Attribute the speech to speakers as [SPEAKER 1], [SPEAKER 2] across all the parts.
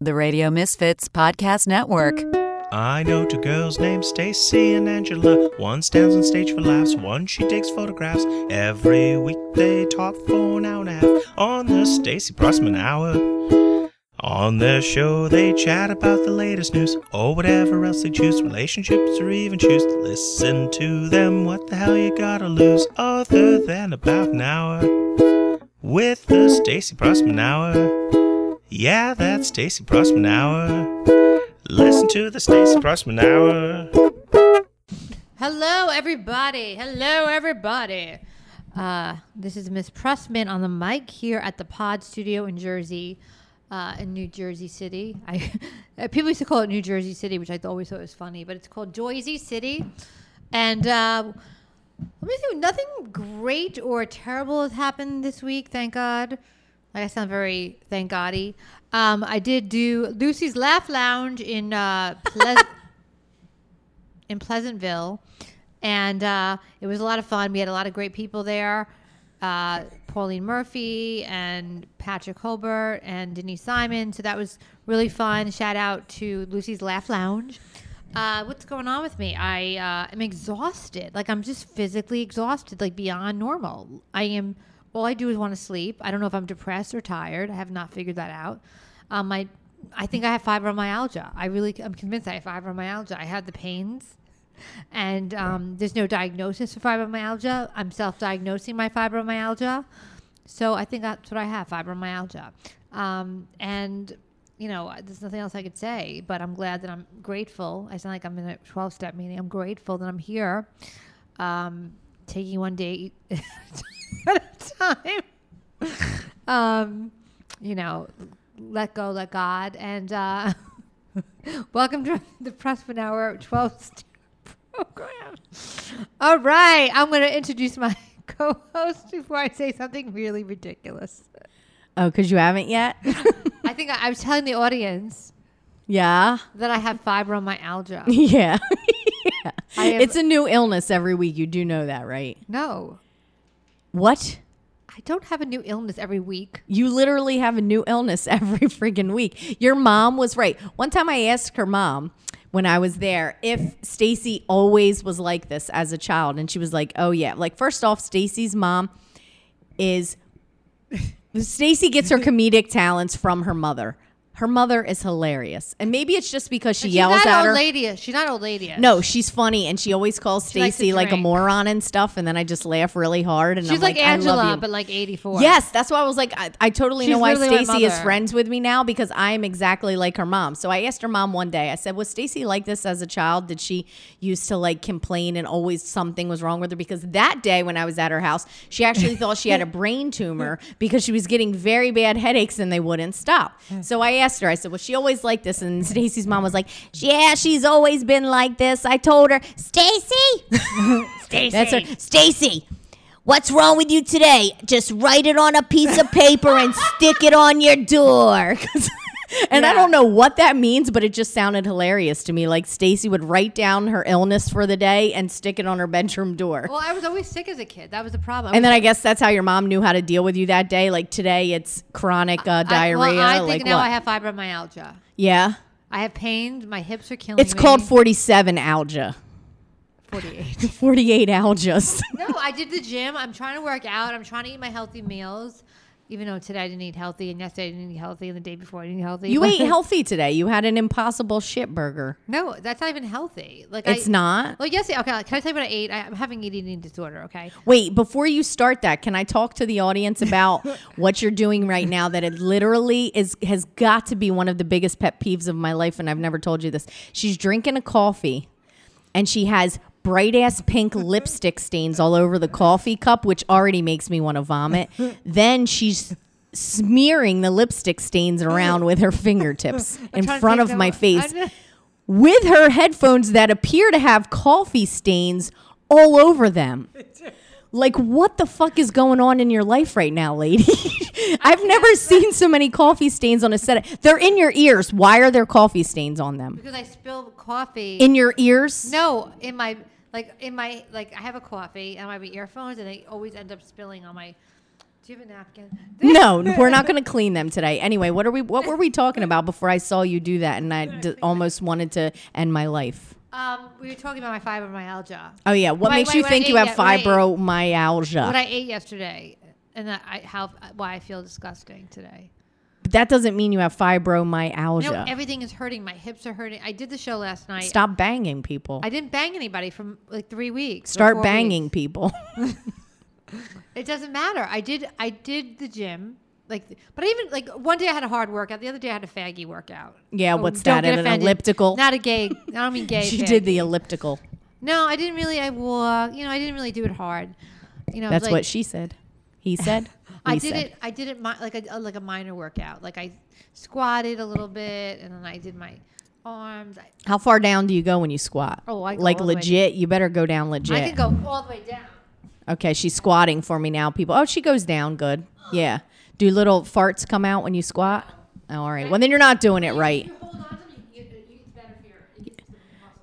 [SPEAKER 1] The Radio Misfits Podcast Network.
[SPEAKER 2] I know two girls named Stacy and Angela. One stands on stage for laughs, one she takes photographs. Every week they talk for an hour and a half on the Stacy Prossman Hour. On their show, they chat about the latest news or whatever else they choose, relationships or even choose. to Listen to them, what the hell you gotta lose other than about an hour with the Stacy Prossman Hour. Yeah, that's Stacy Prossman Hour. Listen to the Stacy Prossman Hour.
[SPEAKER 3] Hello, everybody. Hello, everybody. Uh, this is Miss Pressman on the mic here at the Pod Studio in Jersey, uh, in New Jersey City. I people used to call it New Jersey City, which I always thought was funny, but it's called Jersey City. And uh, let me see, nothing great or terrible has happened this week, thank God. Like I sound very thank Gody. Um, I did do Lucy's Laugh Lounge in uh, Pleas- in Pleasantville, and uh, it was a lot of fun. We had a lot of great people there. Uh, Pauline Murphy and Patrick Holbert and Denise Simon. So that was really fun. Shout out to Lucy's Laugh Lounge. Uh, what's going on with me? I uh, am exhausted. Like I'm just physically exhausted, like beyond normal. I am. All I do is want to sleep. I don't know if I'm depressed or tired. I have not figured that out. Um, my, I think I have fibromyalgia. I really, I'm convinced I have fibromyalgia. I have the pains, and um, there's no diagnosis for fibromyalgia. I'm self-diagnosing my fibromyalgia, so I think that's what I have: fibromyalgia. Um, and you know, there's nothing else I could say, but I'm glad that I'm grateful. I sound like I'm in a 12 step meeting. I'm grateful that I'm here, um, taking one day at a time. um, you know, let go, let God. And uh, welcome to the Pressman Hour 12 step program. All right. I'm going to introduce my co host before I say something really ridiculous.
[SPEAKER 1] Oh, because you haven't yet?
[SPEAKER 3] I think I, I, was telling the audience.
[SPEAKER 1] Yeah.
[SPEAKER 3] That I have fibromyalgia.
[SPEAKER 1] Yeah. yeah. Have, it's a new illness every week. You do know that, right?
[SPEAKER 3] No.
[SPEAKER 1] What?
[SPEAKER 3] I don't have a new illness every week.
[SPEAKER 1] You literally have a new illness every freaking week. Your mom was right. One time I asked her mom when I was there if Stacy always was like this as a child and she was like, "Oh yeah." Like first off, Stacy's mom is Stacy gets her comedic talents from her mother. Her mother is hilarious, and maybe it's just because she yells
[SPEAKER 3] not
[SPEAKER 1] at
[SPEAKER 3] old
[SPEAKER 1] her.
[SPEAKER 3] Lady, she's not old lady.
[SPEAKER 1] No, she's funny, and she always calls Stacy like a moron and stuff. And then I just laugh really hard, and
[SPEAKER 3] she's
[SPEAKER 1] I'm
[SPEAKER 3] like,
[SPEAKER 1] like
[SPEAKER 3] Angela, but like eighty four.
[SPEAKER 1] Yes, that's why I was like, I, I totally she's know why Stacy is friends with me now because I am exactly like her mom. So I asked her mom one day. I said, "Was Stacy like this as a child? Did she used to like complain and always something was wrong with her?" Because that day when I was at her house, she actually thought she had a brain tumor because she was getting very bad headaches and they wouldn't stop. So I asked her. I said, "Was she always like this?" And Stacy's mom was like, "Yeah, she's always been like this." I told her, "Stacy,
[SPEAKER 3] Stacy,
[SPEAKER 1] that's her, Stacy." What's wrong with you today? Just write it on a piece of paper and stick it on your door. and yeah. I don't know what that means, but it just sounded hilarious to me. Like Stacy would write down her illness for the day and stick it on her bedroom door.
[SPEAKER 3] Well, I was always sick as a kid. That was the problem.
[SPEAKER 1] And then I guess that's how your mom knew how to deal with you that day. Like today, it's chronic uh, diarrhea.
[SPEAKER 3] I, well, I think
[SPEAKER 1] like
[SPEAKER 3] now
[SPEAKER 1] what?
[SPEAKER 3] I have fibromyalgia.
[SPEAKER 1] Yeah.
[SPEAKER 3] I have pains. My hips are killing
[SPEAKER 1] it's
[SPEAKER 3] me.
[SPEAKER 1] called 47 algia.
[SPEAKER 3] 48.
[SPEAKER 1] 48 algas.
[SPEAKER 3] no, I did the gym. I'm trying to work out. I'm trying to eat my healthy meals. Even though today I didn't eat healthy, and yesterday I didn't eat healthy, and the day before I didn't eat healthy.
[SPEAKER 1] You ate healthy today. You had an impossible shit burger.
[SPEAKER 3] No, that's not even healthy. Like
[SPEAKER 1] it's
[SPEAKER 3] I,
[SPEAKER 1] not.
[SPEAKER 3] Well, yes. Okay, can I tell you what I ate? I, am having an eating disorder. Okay.
[SPEAKER 1] Wait, before you start that, can I talk to the audience about what you're doing right now? That it literally is has got to be one of the biggest pet peeves of my life, and I've never told you this. She's drinking a coffee, and she has bright ass pink lipstick stains all over the coffee cup, which already makes me want to vomit. Then she's smearing the lipstick stains around with her fingertips in front of my face with her headphones that appear to have coffee stains all over them. Like, what the fuck is going on in your life right now, lady? I've never seen so many coffee stains on a set. They're in your ears. Why are there coffee stains on them?
[SPEAKER 3] Because I spilled coffee.
[SPEAKER 1] In your ears?
[SPEAKER 3] No, in my, like, in my, like, I have a coffee and I have my earphones and they always end up spilling on my Do you have a napkin?
[SPEAKER 1] No, we're not going to clean them today. Anyway, what are we? What were we talking about before I saw you do that and I d- almost wanted to end my life?
[SPEAKER 3] Um, we were talking about my fibromyalgia.
[SPEAKER 1] Oh yeah, what
[SPEAKER 3] Wait,
[SPEAKER 1] makes
[SPEAKER 3] wait,
[SPEAKER 1] you
[SPEAKER 3] wait,
[SPEAKER 1] think you
[SPEAKER 3] yeah,
[SPEAKER 1] have
[SPEAKER 3] wait.
[SPEAKER 1] fibromyalgia?
[SPEAKER 3] What I ate yesterday, and that I how why I feel disgusting today.
[SPEAKER 1] that doesn't mean you have
[SPEAKER 3] No,
[SPEAKER 1] fibromyalgia.
[SPEAKER 3] everything is hurting. My hips are hurting. I did the show last night.
[SPEAKER 1] Stop banging people.
[SPEAKER 3] I didn't bang anybody for like three weeks. or
[SPEAKER 1] Start
[SPEAKER 3] four
[SPEAKER 1] banging
[SPEAKER 3] weeks.
[SPEAKER 1] people.
[SPEAKER 3] It doesn't matter. I did. I did the gym. Like, but I even like one day I had a hard workout. The other day I had a faggy workout.
[SPEAKER 1] Yeah,
[SPEAKER 3] Oh,
[SPEAKER 1] what's
[SPEAKER 3] don't
[SPEAKER 1] that,
[SPEAKER 3] get
[SPEAKER 1] an
[SPEAKER 3] offended.
[SPEAKER 1] elliptical?
[SPEAKER 3] Not a gay. I don't mean gay.
[SPEAKER 1] she did the
[SPEAKER 3] faggy.
[SPEAKER 1] elliptical.
[SPEAKER 3] No, I didn't really. I walk. You know, I didn't really do it hard. You know,
[SPEAKER 1] That's
[SPEAKER 3] like,
[SPEAKER 1] what she said. He said.
[SPEAKER 3] I
[SPEAKER 1] we
[SPEAKER 3] did
[SPEAKER 1] said.
[SPEAKER 3] it. I did it mi- like a like a minor workout. Like I squatted a little bit, and then I did my arms. I,
[SPEAKER 1] How far down do you go when you squat?
[SPEAKER 3] Oh, I go
[SPEAKER 1] like
[SPEAKER 3] all the way-
[SPEAKER 1] legit. You better go down legit.
[SPEAKER 3] I could go all the way down.
[SPEAKER 1] Okay, she's squatting for me now, people. Oh, she goes down. Good. Yeah. Do little farts come out when you squat? Oh, all right. Well, then you're not doing it right.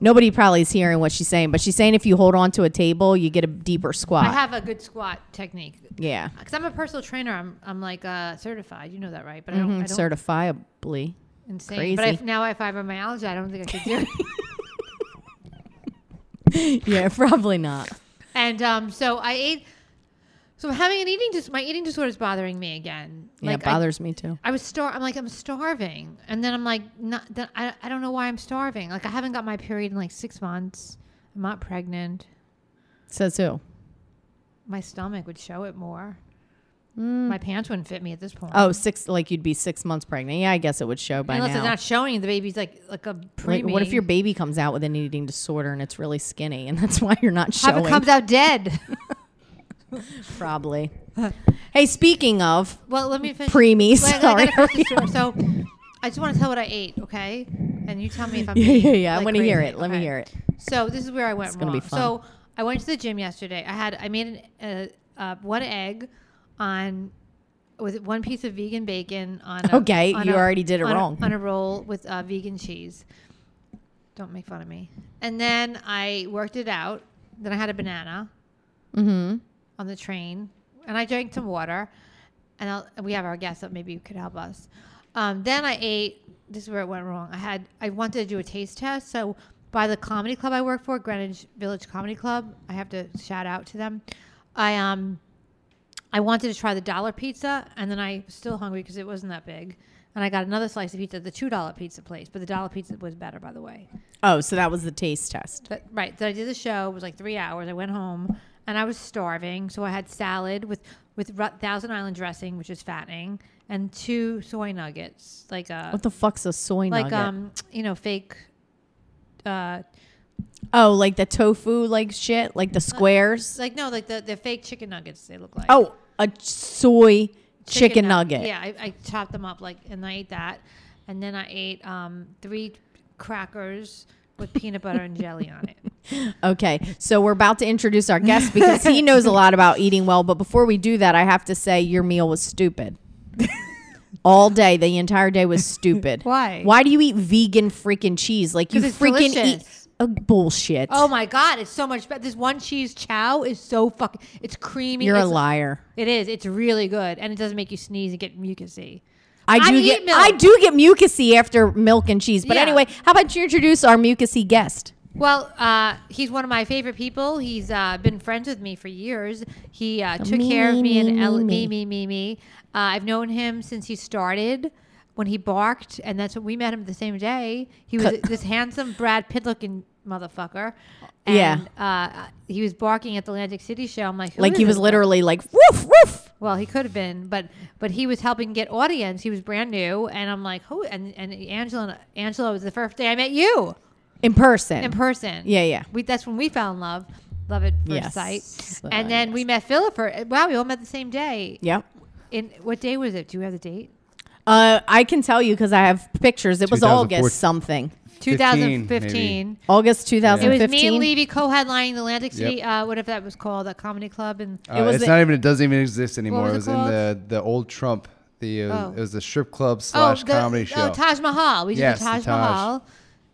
[SPEAKER 1] Nobody probably is hearing what she's saying, but she's saying if you hold on to a table, you get a deeper squat.
[SPEAKER 3] I have a good squat technique
[SPEAKER 1] yeah.
[SPEAKER 3] because I'm a personal trainer. I'm I'm like uh, certified. You know that, right? But I don't. I
[SPEAKER 1] Mhm,
[SPEAKER 3] don't
[SPEAKER 1] Certifiably.
[SPEAKER 3] insane. But I,
[SPEAKER 1] crazy.
[SPEAKER 3] now I have fibromyalgia. I don't think I could do it.
[SPEAKER 1] yeah, probably not.
[SPEAKER 3] And um, so I ate. So I'm having an eating dis- my eating disorder is bothering me again.
[SPEAKER 1] Yeah, it
[SPEAKER 3] I-
[SPEAKER 1] bothers me too.
[SPEAKER 3] I was star. I'm like I'm starving, and then I'm like not. Then I I don't know why I'm starving. Like I haven't got my period in like six months. I'm not pregnant.
[SPEAKER 1] Says who?
[SPEAKER 3] My stomach would show it more. My pants wouldn't fit me at this point.
[SPEAKER 1] Mm. Oh, six. Like you'd be six months pregnant. Yeah, I guess it would show by
[SPEAKER 3] Unless
[SPEAKER 1] now.
[SPEAKER 3] it's not showing, the baby's like like a preemie.
[SPEAKER 1] Like, what if your baby comes out with an eating disorder and it's really skinny, and that's why you're not
[SPEAKER 3] Have
[SPEAKER 1] showing?
[SPEAKER 3] it comes out dead?
[SPEAKER 1] Probably. hey, speaking of
[SPEAKER 3] well, let me finish.
[SPEAKER 1] preemies,
[SPEAKER 3] Wait, I gotta
[SPEAKER 1] sorry.
[SPEAKER 3] finish this story. So I just want to tell what I ate, okay? And you tell me if I'm.
[SPEAKER 1] yeah,
[SPEAKER 3] being,
[SPEAKER 1] yeah, yeah. I
[SPEAKER 3] like,
[SPEAKER 1] want to hear
[SPEAKER 3] crazy,
[SPEAKER 1] it. Let me
[SPEAKER 3] okay?
[SPEAKER 1] hear it.
[SPEAKER 3] So this is where I went
[SPEAKER 1] It's
[SPEAKER 3] wrong.
[SPEAKER 1] gonna be fun.
[SPEAKER 3] So I went to the gym yesterday. I had I made an, uh, uh, one egg on with one piece of vegan bacon on. A,
[SPEAKER 1] Okay,
[SPEAKER 3] on
[SPEAKER 1] you
[SPEAKER 3] a-
[SPEAKER 1] already did it
[SPEAKER 3] on a-
[SPEAKER 1] wrong.
[SPEAKER 3] on a roll with uh, vegan cheese. Don't make fun of me. And then I worked it out. Then I had a banana
[SPEAKER 1] Mm-hmm.
[SPEAKER 3] on the train, and I drank some water. And I'll, we have our guest up. Maybe you could help us. Um, then I ate. This is where it went wrong. I had I wanted to do a taste test. So by the comedy club I work for, Greenwich Village Comedy Club, I have to shout out to them. I um I wanted to try the dollar pizza, and then I was still hungry because it wasn't that big. And I got another slice of pizza, at the two dollar pizza place, but the dollar pizza was better, by the way.
[SPEAKER 1] Oh, so that was the taste test.
[SPEAKER 3] But, right. So I did the show. It was like three hours. I went home and I was starving. So I had salad with with Ru- Thousand Island dressing, which is fattening, and two soy nuggets, like a
[SPEAKER 1] What the fuck's a soy
[SPEAKER 3] like
[SPEAKER 1] nugget?
[SPEAKER 3] um you know fake. Uh,
[SPEAKER 1] oh, like the tofu, like shit, like the squares.
[SPEAKER 3] it's like no, like the the fake chicken nuggets they look like.
[SPEAKER 1] Oh, a soy chicken,
[SPEAKER 3] nug-
[SPEAKER 1] nugget.
[SPEAKER 3] Yeah, I, I chopped them up like, and I ate that, and then I ate um three crackers with peanut butter and jelly on it.
[SPEAKER 1] Okay, so we're about to introduce our guest because he knows a lot about eating well. But before we do that, I have to say your meal was stupid. All day, the entire day was stupid.
[SPEAKER 3] Why?
[SPEAKER 1] Why do you eat vegan freaking cheese? Like you
[SPEAKER 3] 'Cause it's
[SPEAKER 1] freaking
[SPEAKER 3] delicious.
[SPEAKER 1] eat oh, bullshit.
[SPEAKER 3] Oh my god, it's so much better. This one cheese chow is so fucking. It's creamy.
[SPEAKER 1] you're a
[SPEAKER 3] it's-
[SPEAKER 1] liar.
[SPEAKER 3] It is. It's really good, and it doesn't make you sneeze and get mucousy.
[SPEAKER 1] I
[SPEAKER 3] I
[SPEAKER 1] do
[SPEAKER 3] eat
[SPEAKER 1] get
[SPEAKER 3] milk.
[SPEAKER 1] I do get mucusy after milk and cheese. But
[SPEAKER 3] Yeah.
[SPEAKER 1] anyway, how about you introduce our mucusy guest?
[SPEAKER 3] Well, uh, he's one of my favorite people. He's uh, been friends with me for years. He uh, took
[SPEAKER 1] Me,
[SPEAKER 3] care of
[SPEAKER 1] me,
[SPEAKER 3] me and
[SPEAKER 1] me,
[SPEAKER 3] L- me,
[SPEAKER 1] me.
[SPEAKER 3] me, me, me. Uh, I've known him since he started when he barked, and that's when we met him the same day. He was this handsome Brad Pitt looking motherfucker. And,
[SPEAKER 1] Yeah.
[SPEAKER 3] Uh, he was barking at the Atlantic City show. I'm like, who
[SPEAKER 1] Like
[SPEAKER 3] is
[SPEAKER 1] he was
[SPEAKER 3] this guy?
[SPEAKER 1] literally like woof woof.
[SPEAKER 3] Well, he could have been, but but he was helping get audience. He was brand new, and I'm like, who? And and Angela, Angela was the first day I met you
[SPEAKER 1] In person.
[SPEAKER 3] in person.
[SPEAKER 1] Yeah, yeah.
[SPEAKER 3] We that's when we fell in love, love at first
[SPEAKER 1] Yes.
[SPEAKER 3] sight.
[SPEAKER 1] Uh,
[SPEAKER 3] and then we met Philip. For, wow, we all met the same day.
[SPEAKER 1] Yep.
[SPEAKER 3] In what day was it? Do you have the date?
[SPEAKER 1] Uh, I can tell you because I have pictures. It was
[SPEAKER 4] 2014.
[SPEAKER 1] August something.
[SPEAKER 3] 2015.
[SPEAKER 1] August
[SPEAKER 3] It was me and
[SPEAKER 1] 2015.
[SPEAKER 3] Levy co-headlining the Atlantic City.
[SPEAKER 4] Yep.
[SPEAKER 3] Uh, whatever that was called, that comedy club, and
[SPEAKER 4] Uh,
[SPEAKER 1] It was
[SPEAKER 4] it's
[SPEAKER 1] the-
[SPEAKER 4] not even. It doesn't even exist anymore.
[SPEAKER 3] was
[SPEAKER 4] it
[SPEAKER 3] it
[SPEAKER 4] was in
[SPEAKER 3] called?
[SPEAKER 4] the the old Trump. The uh,
[SPEAKER 3] Oh.
[SPEAKER 4] it was the strip club slash
[SPEAKER 3] the-
[SPEAKER 4] comedy
[SPEAKER 1] uh,
[SPEAKER 4] show.
[SPEAKER 3] Oh, Taj Mahal. We did
[SPEAKER 4] Yes,
[SPEAKER 3] the
[SPEAKER 4] the
[SPEAKER 3] Taj,
[SPEAKER 4] Taj.
[SPEAKER 3] Mahal.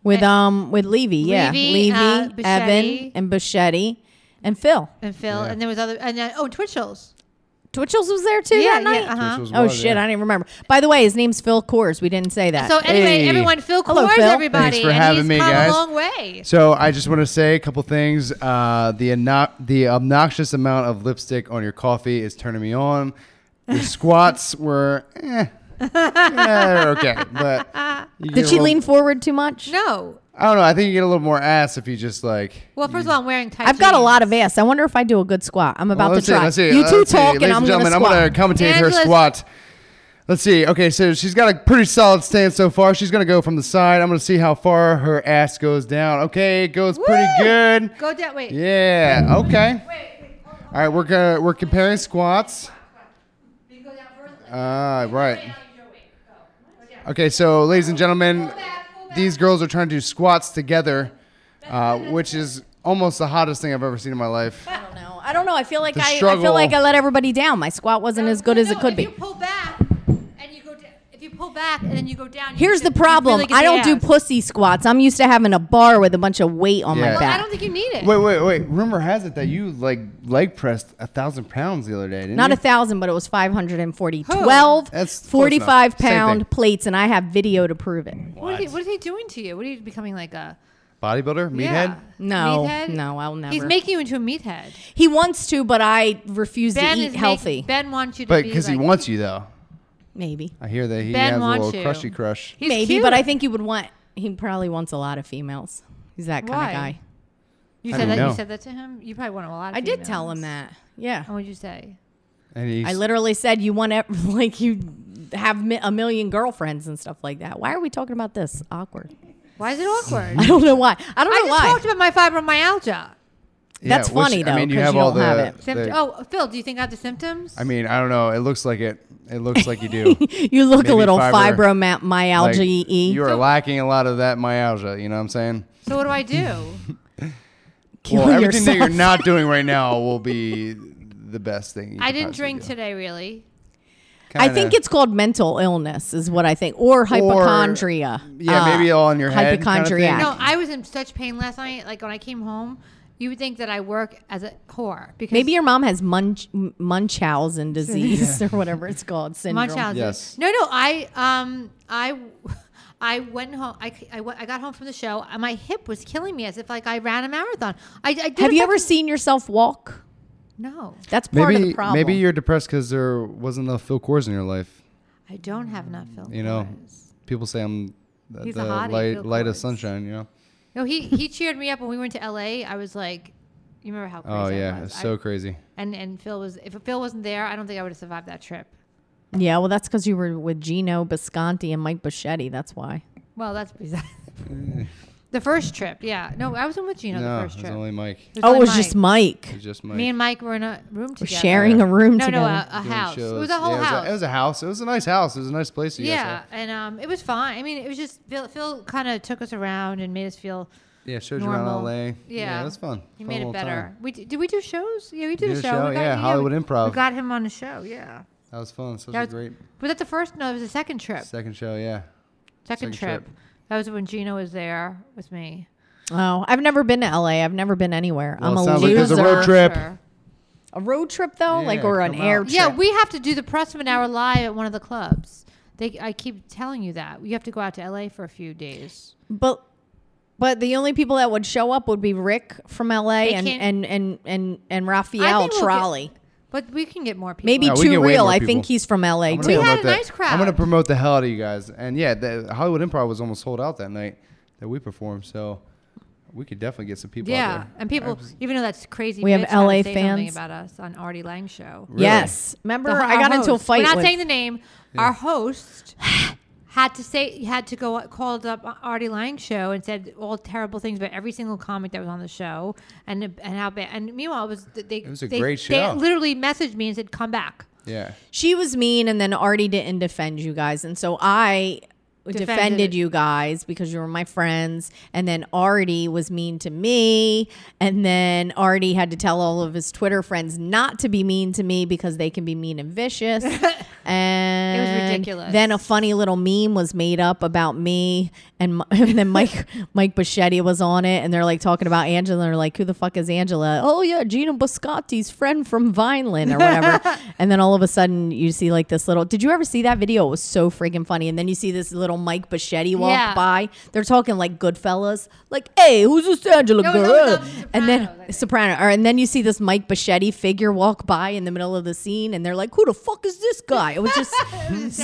[SPEAKER 1] with um with Levy, yeah,
[SPEAKER 3] Levy,
[SPEAKER 1] Levy,
[SPEAKER 3] uh,
[SPEAKER 1] Evan,
[SPEAKER 3] Bichetti.
[SPEAKER 1] and Buschetti, and Phil.
[SPEAKER 3] And Phil,
[SPEAKER 4] Yeah.
[SPEAKER 3] and there was other, and then, oh, Twitchell's.
[SPEAKER 1] Twitchels was there too
[SPEAKER 3] Yeah,
[SPEAKER 1] that
[SPEAKER 3] yeah,
[SPEAKER 1] night.
[SPEAKER 3] uh-huh.
[SPEAKER 4] Twitchell's
[SPEAKER 1] Oh
[SPEAKER 4] was
[SPEAKER 1] shit,
[SPEAKER 4] there.
[SPEAKER 1] I didn't remember. By the way, his name's Phil Kors. We didn't say that.
[SPEAKER 3] So anyway,
[SPEAKER 4] Hey.
[SPEAKER 3] everyone, Phil Kors,
[SPEAKER 1] Hello, Phil.
[SPEAKER 3] everybody,
[SPEAKER 4] Thanks for
[SPEAKER 3] and
[SPEAKER 4] having
[SPEAKER 3] he's
[SPEAKER 4] me,
[SPEAKER 3] come
[SPEAKER 4] guys.
[SPEAKER 3] a long way.
[SPEAKER 4] So I just want to say a couple things. Uh, the ano- the obnoxious amount of lipstick on your coffee is turning me on. Your squats were eh, Yeah, they're okay, but you get
[SPEAKER 1] Did
[SPEAKER 4] a
[SPEAKER 1] she
[SPEAKER 4] little-
[SPEAKER 1] lean forward too much?
[SPEAKER 3] No.
[SPEAKER 4] I don't know. I think you get a little more ass if you just like.
[SPEAKER 3] Well, first of all, I'm wearing tight.
[SPEAKER 1] I've got a
[SPEAKER 3] jeans.
[SPEAKER 1] lot of ass. I wonder if I do a good squat. I'm about
[SPEAKER 4] Well,
[SPEAKER 1] to try.
[SPEAKER 4] let's see, let's see,
[SPEAKER 1] you
[SPEAKER 4] let's
[SPEAKER 1] two
[SPEAKER 4] see.
[SPEAKER 1] talk, and
[SPEAKER 4] Ladies
[SPEAKER 1] I'm
[SPEAKER 4] and
[SPEAKER 1] going to
[SPEAKER 4] gentlemen,
[SPEAKER 1] squat.
[SPEAKER 4] I'm gonna commentate her
[SPEAKER 3] Angela's-
[SPEAKER 4] squat. Let's see. Okay, so she's got a pretty solid stance so far. She's gonna go from the side. I'm gonna see how far her ass goes down. Okay, it goes pretty
[SPEAKER 3] Woo!
[SPEAKER 4] good.
[SPEAKER 3] Go down. Wait.
[SPEAKER 4] Yeah. Okay. All right, we're gonna, we're comparing squats.
[SPEAKER 3] You go down further.
[SPEAKER 4] Uh, right. Okay, so ladies and gentlemen, these girls are trying to do squats together, uh, which is almost the hottest thing I've ever seen in my life.
[SPEAKER 1] I don't know. I don't know. I feel like
[SPEAKER 4] The
[SPEAKER 1] I, I feel
[SPEAKER 4] struggle.
[SPEAKER 1] like I let everybody down. My squat wasn't as good
[SPEAKER 3] No,
[SPEAKER 1] as it
[SPEAKER 3] no,
[SPEAKER 1] could
[SPEAKER 3] if
[SPEAKER 1] be.
[SPEAKER 3] you pull back and you go down, if you pull back and then you go down. you
[SPEAKER 1] Here's
[SPEAKER 3] can-
[SPEAKER 1] the
[SPEAKER 3] you really
[SPEAKER 1] problem.
[SPEAKER 3] get the
[SPEAKER 1] I don't do
[SPEAKER 3] abs.
[SPEAKER 1] pussy squats. I'm used to having a bar with a bunch of weight on
[SPEAKER 4] Yeah.
[SPEAKER 1] my
[SPEAKER 4] Well,
[SPEAKER 3] Well, I
[SPEAKER 1] back.
[SPEAKER 3] don't think you need it.
[SPEAKER 4] Wait, wait, wait. Rumor has it that you like leg pressed a thousand pounds the other day, didn't
[SPEAKER 1] Not
[SPEAKER 4] you?
[SPEAKER 1] a thousand, but it was 540.
[SPEAKER 3] Who?
[SPEAKER 1] 12
[SPEAKER 4] That's close
[SPEAKER 1] 45
[SPEAKER 4] enough. Same
[SPEAKER 1] pound
[SPEAKER 4] thing.
[SPEAKER 1] plates, and I have video to prove it.
[SPEAKER 3] What, is he, what is he doing to you? What are you becoming like a
[SPEAKER 4] Bodybuilder, meathead.
[SPEAKER 3] Yeah.
[SPEAKER 1] No,
[SPEAKER 3] meathead?
[SPEAKER 1] no, I'll
[SPEAKER 3] He's
[SPEAKER 1] never.
[SPEAKER 3] making you into a meathead.
[SPEAKER 1] He wants to, but I refuse
[SPEAKER 3] Ben
[SPEAKER 1] to
[SPEAKER 3] is
[SPEAKER 1] eat
[SPEAKER 3] making-
[SPEAKER 1] healthy.
[SPEAKER 3] ben wants you to
[SPEAKER 4] But
[SPEAKER 3] be
[SPEAKER 4] because
[SPEAKER 3] like,
[SPEAKER 4] he wants you though.
[SPEAKER 1] Maybe.
[SPEAKER 4] I hear that he
[SPEAKER 3] Ben
[SPEAKER 4] has a
[SPEAKER 3] wants
[SPEAKER 4] little
[SPEAKER 3] you.
[SPEAKER 4] crushy crush.
[SPEAKER 3] he's
[SPEAKER 1] Maybe,
[SPEAKER 3] cute.
[SPEAKER 1] but I think he would want, he probably wants a lot of females. He's that kind
[SPEAKER 3] Why?
[SPEAKER 1] of guy.
[SPEAKER 3] you
[SPEAKER 4] I
[SPEAKER 3] said that.
[SPEAKER 4] don't know.
[SPEAKER 3] You said that to him. You probably want a lot. Of
[SPEAKER 1] I did tell him
[SPEAKER 3] females.
[SPEAKER 1] that. Yeah.
[SPEAKER 3] And what'd you say?
[SPEAKER 4] And he's,
[SPEAKER 1] I literally said you want to like you have mi- a million girlfriends and stuff like that. Why are we talking about this? Awkward.
[SPEAKER 3] Why is it awkward?
[SPEAKER 1] I don't know why. I don't
[SPEAKER 3] I
[SPEAKER 1] know
[SPEAKER 3] just
[SPEAKER 1] why.
[SPEAKER 3] talked about my fibromyalgia.
[SPEAKER 4] Yeah,
[SPEAKER 1] That's
[SPEAKER 4] which-
[SPEAKER 1] funny, though,
[SPEAKER 4] I mean, you
[SPEAKER 1] 'cause
[SPEAKER 4] have
[SPEAKER 1] you
[SPEAKER 4] all
[SPEAKER 1] don't
[SPEAKER 4] the.
[SPEAKER 1] have it.
[SPEAKER 3] Sympt-
[SPEAKER 4] the-
[SPEAKER 3] oh, Phil, do you think I have the symptoms?
[SPEAKER 4] I mean, I don't know. It looks like it. It looks like you do.
[SPEAKER 1] you look a
[SPEAKER 4] Maybe
[SPEAKER 1] little
[SPEAKER 4] fiber- Like,
[SPEAKER 1] fibromyalgia
[SPEAKER 4] You
[SPEAKER 1] e.
[SPEAKER 4] are lacking a lot of that myalgia. You know what I'm saying?
[SPEAKER 3] so what do I do?
[SPEAKER 4] well, everything that you're
[SPEAKER 1] yourself.
[SPEAKER 4] not doing right now will be the best thing. you
[SPEAKER 3] I
[SPEAKER 4] could
[SPEAKER 3] didn't
[SPEAKER 4] possibly
[SPEAKER 3] drink
[SPEAKER 4] do.
[SPEAKER 3] today, really.
[SPEAKER 1] I
[SPEAKER 4] Kinda-
[SPEAKER 1] think it's called mental illness, is what I think, or hypochondria.
[SPEAKER 4] yeah,
[SPEAKER 1] Uh,
[SPEAKER 4] maybe all in your head kinda thing.
[SPEAKER 1] Hypochondriac.
[SPEAKER 3] No, I was in such pain last night. Like when I came home, you would think that I work as a whore because
[SPEAKER 1] Maybe your mom has Munch, M- Munchausen disease or whatever it's called syndrome.
[SPEAKER 3] Munchausen.
[SPEAKER 4] Yes.
[SPEAKER 3] No, no. I um I I went home. I, c- I went- I got home from the show, and my hip was killing me as if like I ran a marathon. I, I did
[SPEAKER 1] Have
[SPEAKER 3] a
[SPEAKER 1] you ever
[SPEAKER 3] fucking-
[SPEAKER 1] seen yourself walk?
[SPEAKER 3] No,
[SPEAKER 1] That's part of the
[SPEAKER 4] Maybe
[SPEAKER 1] problem.
[SPEAKER 4] maybe you're depressed because there wasn't enough Phil Kors in your life.
[SPEAKER 3] I don't have enough Phil.
[SPEAKER 4] Mm, You know,
[SPEAKER 3] Kors.
[SPEAKER 4] people say I'm the,
[SPEAKER 3] He's a
[SPEAKER 4] the
[SPEAKER 3] hottie,
[SPEAKER 4] light
[SPEAKER 3] Phil
[SPEAKER 4] light of
[SPEAKER 3] Kors.
[SPEAKER 4] sunshine. You know.
[SPEAKER 3] No, he he cheered me up when we went to L.A. I was like, you remember how? Crazy
[SPEAKER 4] Oh
[SPEAKER 3] I
[SPEAKER 4] yeah,
[SPEAKER 3] was.
[SPEAKER 4] it's so
[SPEAKER 3] I-
[SPEAKER 4] crazy.
[SPEAKER 3] and and Phil was if Phil wasn't there, I don't think I would have survived that trip.
[SPEAKER 1] yeah, well, that's because you were with Gino Bisconti and Mike Boschetti. That's why.
[SPEAKER 3] Well, that's bizarre. the first trip, yeah. No, I was in with Gina the
[SPEAKER 4] no,
[SPEAKER 3] first
[SPEAKER 4] it's
[SPEAKER 3] trip.
[SPEAKER 4] only Mike.
[SPEAKER 3] was
[SPEAKER 1] Oh,
[SPEAKER 3] only
[SPEAKER 1] it was just Mike.
[SPEAKER 4] It's just Mike.
[SPEAKER 3] Me and Mike were in a room
[SPEAKER 1] We're
[SPEAKER 3] together.
[SPEAKER 1] sharing a room
[SPEAKER 3] No, uh, no,
[SPEAKER 1] together.
[SPEAKER 3] a, a
[SPEAKER 4] doing
[SPEAKER 3] house. It was
[SPEAKER 4] shows.
[SPEAKER 3] a whole
[SPEAKER 4] Yeah,
[SPEAKER 3] house.
[SPEAKER 4] It was, a house. It was a nice house. It was a nice place. You guys
[SPEAKER 3] yeah,
[SPEAKER 4] had.
[SPEAKER 3] and um, it was fine. I mean, it was just Phil. Phil kind of took us around and made us feel.
[SPEAKER 4] Yeah, showed
[SPEAKER 3] Normal.
[SPEAKER 4] you around LA.
[SPEAKER 3] Yeah.
[SPEAKER 4] it was fun.
[SPEAKER 3] He
[SPEAKER 4] Fun
[SPEAKER 3] made it
[SPEAKER 4] little
[SPEAKER 3] better.
[SPEAKER 4] time.
[SPEAKER 3] We did, did we do shows? Yeah, we did,
[SPEAKER 4] did
[SPEAKER 3] a
[SPEAKER 4] a
[SPEAKER 3] show.
[SPEAKER 4] show,
[SPEAKER 3] we
[SPEAKER 4] yeah,
[SPEAKER 3] we-
[SPEAKER 4] Hollywood
[SPEAKER 3] we-
[SPEAKER 4] Improv.
[SPEAKER 3] We got him on a show. Yeah.
[SPEAKER 4] That was fun. Such
[SPEAKER 3] That
[SPEAKER 4] a
[SPEAKER 3] was-
[SPEAKER 4] great
[SPEAKER 3] Was that the first? No, it was the second trip.
[SPEAKER 4] second show. Yeah.
[SPEAKER 3] second
[SPEAKER 4] second
[SPEAKER 3] trip.
[SPEAKER 4] trip.
[SPEAKER 3] That was when Gina was there with me.
[SPEAKER 1] Oh, I've never been to LA. I've never been anywhere.
[SPEAKER 4] Well,
[SPEAKER 1] I'm
[SPEAKER 4] it
[SPEAKER 1] a
[SPEAKER 4] sounds like
[SPEAKER 1] loser.
[SPEAKER 4] there's a road trip.
[SPEAKER 3] Sure.
[SPEAKER 1] A road trip though, like
[SPEAKER 4] Yeah,
[SPEAKER 1] or an
[SPEAKER 4] come
[SPEAKER 1] air
[SPEAKER 4] out.
[SPEAKER 1] trip.
[SPEAKER 3] Yeah, we have to do the Pressman Hour live at one of the clubs. They, I keep telling you that you have to go out to LA for a few days.
[SPEAKER 1] but but the only people that would show up would be Rick from LA
[SPEAKER 3] They
[SPEAKER 1] and,
[SPEAKER 3] can't-
[SPEAKER 1] and and and and
[SPEAKER 3] I
[SPEAKER 1] Raphael
[SPEAKER 3] think we'll
[SPEAKER 1] Trolley.
[SPEAKER 3] get- but we can get more people.
[SPEAKER 1] Maybe
[SPEAKER 4] Yeah, we
[SPEAKER 1] too
[SPEAKER 4] get way
[SPEAKER 1] real.
[SPEAKER 4] more
[SPEAKER 1] I
[SPEAKER 4] people.
[SPEAKER 1] think he's from LA
[SPEAKER 4] I'm gonna
[SPEAKER 1] too.
[SPEAKER 3] We had
[SPEAKER 4] promote
[SPEAKER 3] a
[SPEAKER 4] the-
[SPEAKER 3] nice
[SPEAKER 4] I'm gonna
[SPEAKER 3] crowd.
[SPEAKER 4] promote the hell out of you guys. And yeah, the Hollywood Improv was almost sold out that night that we performed. So we could definitely get some people.
[SPEAKER 3] yeah,
[SPEAKER 4] Out there.
[SPEAKER 3] and people, even though that's crazy,
[SPEAKER 1] We have
[SPEAKER 3] bitch had to
[SPEAKER 1] LA
[SPEAKER 3] say something
[SPEAKER 1] fans.
[SPEAKER 3] about us on Artie Lang show.
[SPEAKER 4] Really?
[SPEAKER 1] Yes. Remember
[SPEAKER 3] The-
[SPEAKER 1] I
[SPEAKER 3] our
[SPEAKER 1] got into a
[SPEAKER 3] host-
[SPEAKER 1] fight
[SPEAKER 3] We're not
[SPEAKER 1] with
[SPEAKER 3] saying the name. Our host had to say had to go called up Artie Lang show and said all terrible things about every single comic that was on the show and and how bad. And meanwhile, it was they it
[SPEAKER 4] was a
[SPEAKER 3] they,
[SPEAKER 4] great
[SPEAKER 3] They
[SPEAKER 4] show.
[SPEAKER 3] literally messaged me and said, "Come back."
[SPEAKER 4] Yeah.
[SPEAKER 1] she was mean and then Artie didn't defend you guys. And so I defended,
[SPEAKER 3] Defended.
[SPEAKER 1] you guys because you were my friends. And then Artie was mean to me. And then Artie had to tell all of his Twitter friends not to be mean to me because they can be mean and vicious. And
[SPEAKER 3] ridiculous.
[SPEAKER 1] Then a funny little meme was made up about me, and, Mi- and then Mike Mike Bichetti was on it, and they're like talking about Angela, and they're like, "Who the fuck is Angela?" Oh yeah, Gina Biscotti's friend from Vineland or whatever. and then all of a sudden, you see like this little. Did you ever see that video? It was so freaking funny. And then you see this little Mike Bichetti walk
[SPEAKER 3] Yeah.
[SPEAKER 1] by. They're talking like Goodfellas, like, "Hey, who's this Angela
[SPEAKER 3] No, no,
[SPEAKER 1] girl?"
[SPEAKER 3] no,
[SPEAKER 1] and then
[SPEAKER 3] Sopranos, I
[SPEAKER 1] Soprano, or, and then you see this Mike Bichetti figure walk by in the middle of the scene, and they're like, "Who the fuck is this guy?" It was just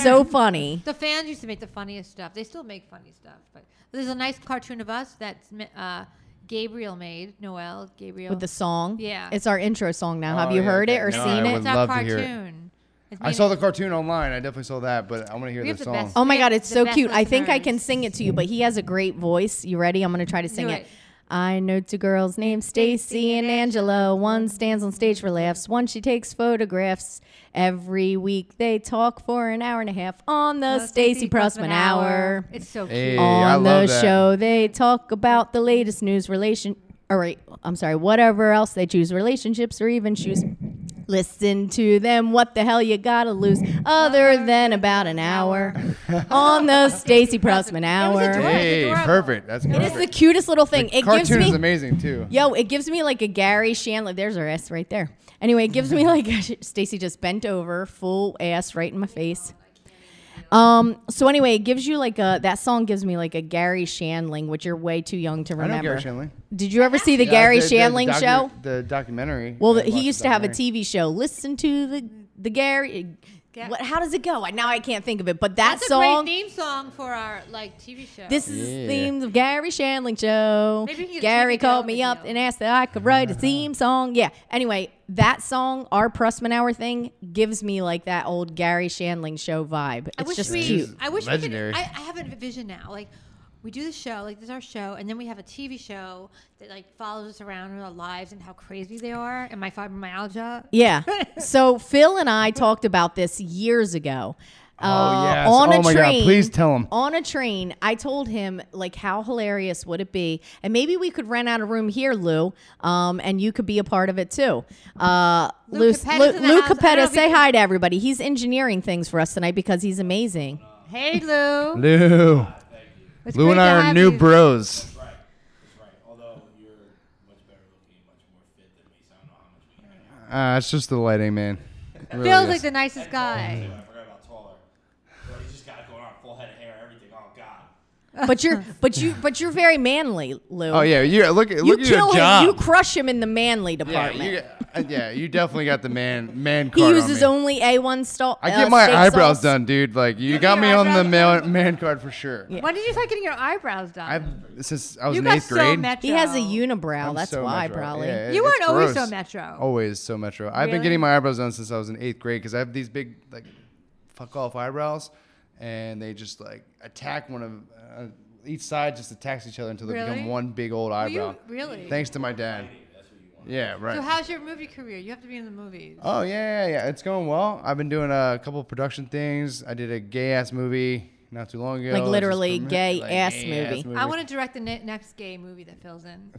[SPEAKER 1] so funny.
[SPEAKER 3] The fans used to make the funniest stuff. They still make funny stuff, but there's a nice cartoon of us that uh, Gabriel made. Noel Gabriel.
[SPEAKER 1] With the song,
[SPEAKER 3] Yeah.
[SPEAKER 1] it's our intro song now. Have
[SPEAKER 4] Oh,
[SPEAKER 1] you
[SPEAKER 4] yeah,
[SPEAKER 1] heard it
[SPEAKER 4] okay.
[SPEAKER 1] or
[SPEAKER 4] No,
[SPEAKER 1] seen
[SPEAKER 4] I
[SPEAKER 1] it?
[SPEAKER 4] would
[SPEAKER 3] it's our
[SPEAKER 4] love to hear it.
[SPEAKER 3] cartoon. It's
[SPEAKER 4] I
[SPEAKER 3] made
[SPEAKER 4] saw
[SPEAKER 3] in-
[SPEAKER 4] the cartoon online. I definitely saw that, but I want to hear
[SPEAKER 3] We
[SPEAKER 4] the
[SPEAKER 3] have the
[SPEAKER 4] song.
[SPEAKER 3] best-
[SPEAKER 1] Oh my
[SPEAKER 3] Yeah,
[SPEAKER 1] god, it's
[SPEAKER 3] the
[SPEAKER 1] so
[SPEAKER 3] best
[SPEAKER 1] cute. I think I
[SPEAKER 3] listeners.
[SPEAKER 1] can sing it to you, but he has a great voice. You ready? I'm gonna try to sing
[SPEAKER 3] Do
[SPEAKER 1] it.
[SPEAKER 3] it.
[SPEAKER 1] I know two girls named Stacy and Angela. One stands on stage for laughs. One she takes photographs. Every week they talk for an hour and a half on the
[SPEAKER 3] Oh,
[SPEAKER 1] Stacy Pressman Hour.
[SPEAKER 3] It's so cute.
[SPEAKER 4] Hey, I
[SPEAKER 1] on the
[SPEAKER 4] love that.
[SPEAKER 1] show they talk about the latest news relation all right i'm sorry whatever else they choose relationships or even choose listen to them what the hell you gotta lose other than about an hour on the stacy pressman hour
[SPEAKER 3] adorable.
[SPEAKER 4] Hey,
[SPEAKER 3] Adorable.
[SPEAKER 4] perfect. That's perfect.
[SPEAKER 1] it's the cutest little thing it gives
[SPEAKER 4] cartoon
[SPEAKER 1] me
[SPEAKER 4] is amazing too.
[SPEAKER 1] Yo, it gives me like a Gary Shandling. There's her ass right there. Anyway, it gives me like Stacy just bent over, full ass right in my face. Um. So anyway, it gives you like a that song gives me like a Gary Shandling, which you're way too young to
[SPEAKER 4] I
[SPEAKER 1] remember.
[SPEAKER 4] know Gary Shandling.
[SPEAKER 1] Did you ever see the
[SPEAKER 4] Yeah,
[SPEAKER 1] Gary
[SPEAKER 4] the- the
[SPEAKER 1] Shandling
[SPEAKER 4] docu-
[SPEAKER 1] show?
[SPEAKER 4] The documentary.
[SPEAKER 1] Well,
[SPEAKER 4] I
[SPEAKER 1] he
[SPEAKER 4] watched
[SPEAKER 1] used
[SPEAKER 4] the
[SPEAKER 1] to have a
[SPEAKER 4] documentary.
[SPEAKER 1] TV show. Listen to the the Gary.
[SPEAKER 3] Ga-
[SPEAKER 1] What? How does it go? I, now I can't think of it. But that
[SPEAKER 3] That's a
[SPEAKER 1] song.
[SPEAKER 3] great theme song for our like TV show.
[SPEAKER 1] This is the
[SPEAKER 4] Yeah.
[SPEAKER 1] theme of Gary Shandling show.
[SPEAKER 3] Maybe he could
[SPEAKER 1] Gary
[SPEAKER 3] take it down
[SPEAKER 1] called me
[SPEAKER 3] with
[SPEAKER 1] up
[SPEAKER 3] you.
[SPEAKER 1] and asked that I could write a theme song. Yeah. Anyway, that song, our Pressman Hour thing, gives me like that old Gary Shandling show vibe.
[SPEAKER 3] I
[SPEAKER 1] It's
[SPEAKER 3] wish
[SPEAKER 1] just
[SPEAKER 3] we,
[SPEAKER 1] cute.
[SPEAKER 3] I wish we
[SPEAKER 4] Legendary.
[SPEAKER 3] could. I, I have a vision now. Like we do the show, like this is our show, and then we have a TV show that like follows us around in our lives and how crazy they are and my fibromyalgia.
[SPEAKER 1] Yeah. So Phil and I talked about this years ago. Uh,
[SPEAKER 4] Oh, yes. Oh, my God. Please tell him.
[SPEAKER 1] On a train, I told him like how hilarious would it be, and maybe we could rent out a room here, Lou, um, and you could be a part of it too. Uh, Lou,
[SPEAKER 3] Lou
[SPEAKER 1] Lou,
[SPEAKER 3] Capetta's in the house. I don't
[SPEAKER 1] Lou
[SPEAKER 3] know
[SPEAKER 1] Capetta,
[SPEAKER 3] if he
[SPEAKER 1] say
[SPEAKER 3] can-
[SPEAKER 1] hi to everybody. He's engineering things for us tonight because he's amazing.
[SPEAKER 3] Hey Lou.
[SPEAKER 4] Lou.
[SPEAKER 3] It's
[SPEAKER 4] Lou
[SPEAKER 3] great
[SPEAKER 4] and
[SPEAKER 3] to
[SPEAKER 4] I are
[SPEAKER 3] have
[SPEAKER 4] new
[SPEAKER 3] you.
[SPEAKER 4] bros. Uh, it's just the lighting, man. It really
[SPEAKER 3] Phil's
[SPEAKER 4] is.
[SPEAKER 3] like the nicest guy.
[SPEAKER 5] I forgot about taller. Bro, you just got it going on, full head of hair, everything. Oh God.
[SPEAKER 1] But you're, but you, but you're very manly, Lou.
[SPEAKER 4] oh yeah, you look at
[SPEAKER 1] You
[SPEAKER 4] look at
[SPEAKER 1] kill
[SPEAKER 4] your
[SPEAKER 1] him.
[SPEAKER 4] job.
[SPEAKER 1] You crush him in the manly
[SPEAKER 4] yeah,
[SPEAKER 1] department.
[SPEAKER 4] you, uh, yeah, you definitely got the man man card.
[SPEAKER 1] he
[SPEAKER 4] on
[SPEAKER 1] uses
[SPEAKER 4] me.
[SPEAKER 1] only A1 stall.
[SPEAKER 4] I get my eyebrows done, dude. Like you got me on the man, man card for sure.
[SPEAKER 1] Yeah.
[SPEAKER 3] When did you start getting your eyebrows done?
[SPEAKER 4] I've since I was
[SPEAKER 3] you
[SPEAKER 4] in
[SPEAKER 3] got
[SPEAKER 4] eighth
[SPEAKER 3] so
[SPEAKER 4] grade.
[SPEAKER 3] metro.
[SPEAKER 1] He has a unibrow.
[SPEAKER 4] I'm
[SPEAKER 1] That's
[SPEAKER 4] so
[SPEAKER 1] why,
[SPEAKER 4] metro.
[SPEAKER 1] probably.
[SPEAKER 4] Yeah, it-
[SPEAKER 3] You
[SPEAKER 4] it's
[SPEAKER 3] weren't always
[SPEAKER 4] gross. Oh,
[SPEAKER 3] so metro.
[SPEAKER 4] Always so metro. I've been
[SPEAKER 3] Really?
[SPEAKER 4] getting my eyebrows done since I was in eighth grade because I have these big like fuck off eyebrows, and they just like attack one of uh, each side just attacks each other until they
[SPEAKER 3] Really?
[SPEAKER 4] become one big old
[SPEAKER 3] Were you-
[SPEAKER 4] eyebrow.
[SPEAKER 3] really?
[SPEAKER 4] Thanks to my dad. Yeah, right.
[SPEAKER 3] So how's your movie career? You have to be in the movies.
[SPEAKER 4] Oh yeah, yeah, yeah. It's going well. I've been doing a couple of production things. I did a gay ass movie not too long ago.
[SPEAKER 1] Like
[SPEAKER 4] It was
[SPEAKER 1] literally
[SPEAKER 4] just-
[SPEAKER 1] gay ass movie.
[SPEAKER 3] I want to direct the ne- next gay movie that Phil's in.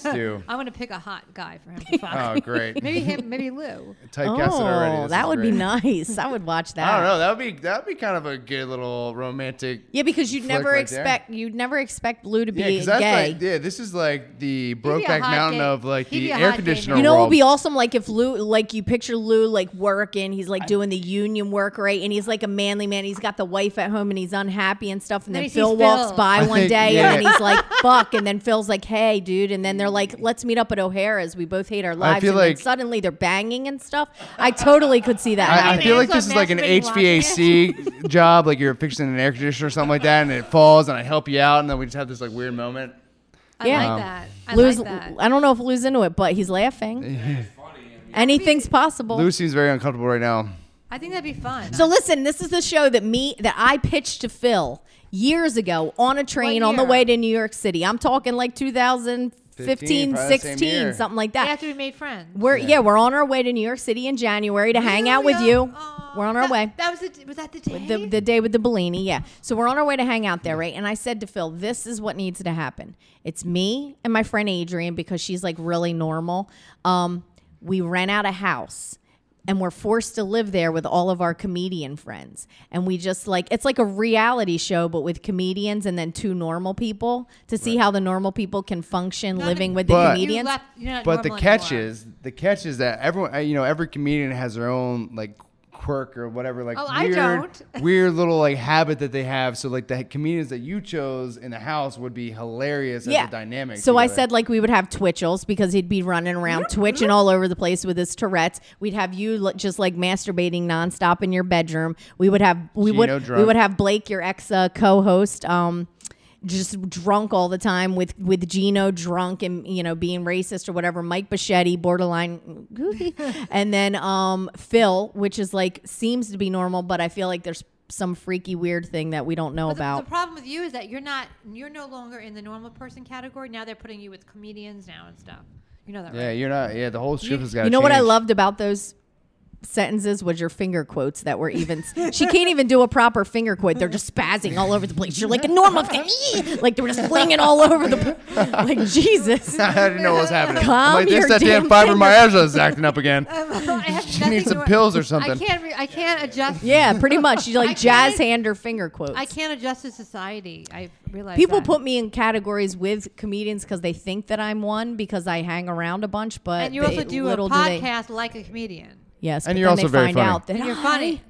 [SPEAKER 4] do.
[SPEAKER 3] I want to pick a hot guy for him to fuck.
[SPEAKER 4] Oh great.
[SPEAKER 3] Maybe him. Maybe Lou.
[SPEAKER 4] Typecasted already.
[SPEAKER 1] Oh,
[SPEAKER 4] This
[SPEAKER 1] that
[SPEAKER 4] is
[SPEAKER 1] would
[SPEAKER 4] great.
[SPEAKER 1] be nice. I would watch that.
[SPEAKER 4] I don't know. That would be that would be kind of a good little romantic.
[SPEAKER 1] Yeah, because you'd
[SPEAKER 4] Flick
[SPEAKER 1] never
[SPEAKER 4] right there.
[SPEAKER 1] expect you'd never expect Lou to be
[SPEAKER 4] Yeah, because that's
[SPEAKER 1] gay.
[SPEAKER 4] like yeah. This is like the
[SPEAKER 3] be a
[SPEAKER 4] Brokeback
[SPEAKER 3] hot
[SPEAKER 4] Mountain
[SPEAKER 3] gay-
[SPEAKER 4] of like
[SPEAKER 3] he'd be
[SPEAKER 4] the
[SPEAKER 3] a
[SPEAKER 4] air
[SPEAKER 3] hot gay man.
[SPEAKER 4] conditioner
[SPEAKER 1] you know, it
[SPEAKER 4] world.
[SPEAKER 1] would be awesome. Like if Lou, like you picture Lou, like working, he's like doing the union work, right? And he's like a manly man. He's got the wife at home, and he's unhappy and stuff. And
[SPEAKER 3] Then
[SPEAKER 1] then,
[SPEAKER 3] he sees
[SPEAKER 1] Phil walks
[SPEAKER 3] Phil.
[SPEAKER 1] by
[SPEAKER 4] I
[SPEAKER 1] one
[SPEAKER 4] think-
[SPEAKER 1] day,
[SPEAKER 4] yeah.
[SPEAKER 1] and then he's like, "Fuck!" And then Phil's like, "Hey, dude!" And then they're like, "Let's meet up at O'Hara's. We both hate our lives."
[SPEAKER 4] feel
[SPEAKER 1] and then
[SPEAKER 4] like-
[SPEAKER 1] suddenly they're banging and stuff. I totally could see that.
[SPEAKER 4] I, I
[SPEAKER 1] happening.
[SPEAKER 4] feel like
[SPEAKER 3] Amazon
[SPEAKER 4] this is like an
[SPEAKER 3] masturbating
[SPEAKER 4] HVAC job. Like you're fixing an air conditioner or something like that, and it falls, and I help you out, and then we just have this like weird moment.
[SPEAKER 3] I
[SPEAKER 1] Yeah.
[SPEAKER 3] like that. I
[SPEAKER 1] Lou's,
[SPEAKER 3] like that.
[SPEAKER 1] I don't know if Lou's into it, but he's laughing. Anything's possible.
[SPEAKER 4] Lou seems very uncomfortable right now.
[SPEAKER 3] I think that'd be fun.
[SPEAKER 1] so listen, this is the show that me that I pitched to Phil years ago on a train
[SPEAKER 3] What
[SPEAKER 1] on the
[SPEAKER 3] year?
[SPEAKER 1] way to New York City. I'm talking like 2015,
[SPEAKER 4] 15, probably the same
[SPEAKER 1] 16,
[SPEAKER 4] year.
[SPEAKER 1] something like that.
[SPEAKER 3] after we made friends.
[SPEAKER 1] we're yeah. we're on our way to New York City in January to hang out with you. We're on our
[SPEAKER 3] that,
[SPEAKER 1] way.
[SPEAKER 3] That was the, d- was that the day?
[SPEAKER 1] the, the day with the Bellini, yeah. So we're on our way to hang out there, right? And I said to Phil, this is what needs to happen. It's me and my friend Adrian because she's like really normal. Um, we rent out a house and we're forced to live there with all of our comedian friends and we just like it's like a reality show but with comedians and then two normal people to see how the normal people can function
[SPEAKER 3] Not
[SPEAKER 1] living
[SPEAKER 3] a-
[SPEAKER 1] with the
[SPEAKER 4] But-
[SPEAKER 3] You
[SPEAKER 1] comedians
[SPEAKER 3] left, you're not
[SPEAKER 4] But the
[SPEAKER 3] normal
[SPEAKER 4] catch
[SPEAKER 3] anymore.
[SPEAKER 4] is the catch is that everyone uh, you know every comedian has their own like quirk or whatever like
[SPEAKER 3] Oh, I
[SPEAKER 4] weird
[SPEAKER 3] don't.
[SPEAKER 4] weird little like habit that they have. So like the comedians that you chose in the house would be hilarious as a dynamic.
[SPEAKER 1] So I
[SPEAKER 4] together.
[SPEAKER 1] said like we would have Twitchels because he'd be running around twitching all over the place with his Tourette's. We'd have you li- just like masturbating nonstop in your bedroom. We would have we
[SPEAKER 4] Gino
[SPEAKER 1] would we
[SPEAKER 4] drunk.
[SPEAKER 1] would have Blake, your ex uh, co-host, um, just drunk all the time with with Gino drunk and you know being racist or whatever. Mike Bichetti, borderline, goofy. and then um, Phil, which is like seems to be normal, but I feel like there's some freaky weird thing that we don't know
[SPEAKER 3] But the-
[SPEAKER 1] about.
[SPEAKER 3] The, problem with you is that you're not you're no longer in the normal person category. Now they're putting you with comedians now and stuff. You know that,
[SPEAKER 4] yeah,
[SPEAKER 3] right?
[SPEAKER 4] you're not. Yeah, the whole script has got.
[SPEAKER 1] You know what I loved about those sentences was your finger quotes that were even. she can't even do a proper finger quote. They're just spazzing all over the place. You're like a normal thing, "Ee!" like they were just flinging all over the. pl- Like Jesus.
[SPEAKER 4] I didn't know what was happening.
[SPEAKER 1] Calm
[SPEAKER 4] I'm like
[SPEAKER 1] your
[SPEAKER 4] this, that
[SPEAKER 1] damn
[SPEAKER 4] damn fibromyalgia is acting up again.
[SPEAKER 3] I have
[SPEAKER 4] She
[SPEAKER 3] nothing
[SPEAKER 4] needs some
[SPEAKER 3] nor-
[SPEAKER 4] pills or
[SPEAKER 3] I
[SPEAKER 4] something.
[SPEAKER 3] can't re- I can't adjust.
[SPEAKER 1] Yeah, pretty much. She
[SPEAKER 3] I
[SPEAKER 1] like jazz
[SPEAKER 3] can't-
[SPEAKER 1] hand her finger quotes.
[SPEAKER 3] I can't adjust to society. I realize
[SPEAKER 1] People
[SPEAKER 3] that.
[SPEAKER 1] put me in categories with comedians because they think that I'm one because I hang around a bunch. But
[SPEAKER 3] and you also
[SPEAKER 1] it-
[SPEAKER 3] do a
[SPEAKER 1] little do they-
[SPEAKER 3] podcast like a comedian.
[SPEAKER 1] yes,
[SPEAKER 4] And
[SPEAKER 1] but
[SPEAKER 4] you're
[SPEAKER 1] then they
[SPEAKER 4] also very
[SPEAKER 1] find
[SPEAKER 4] funny.
[SPEAKER 1] out that
[SPEAKER 3] And you're
[SPEAKER 1] I
[SPEAKER 3] funny.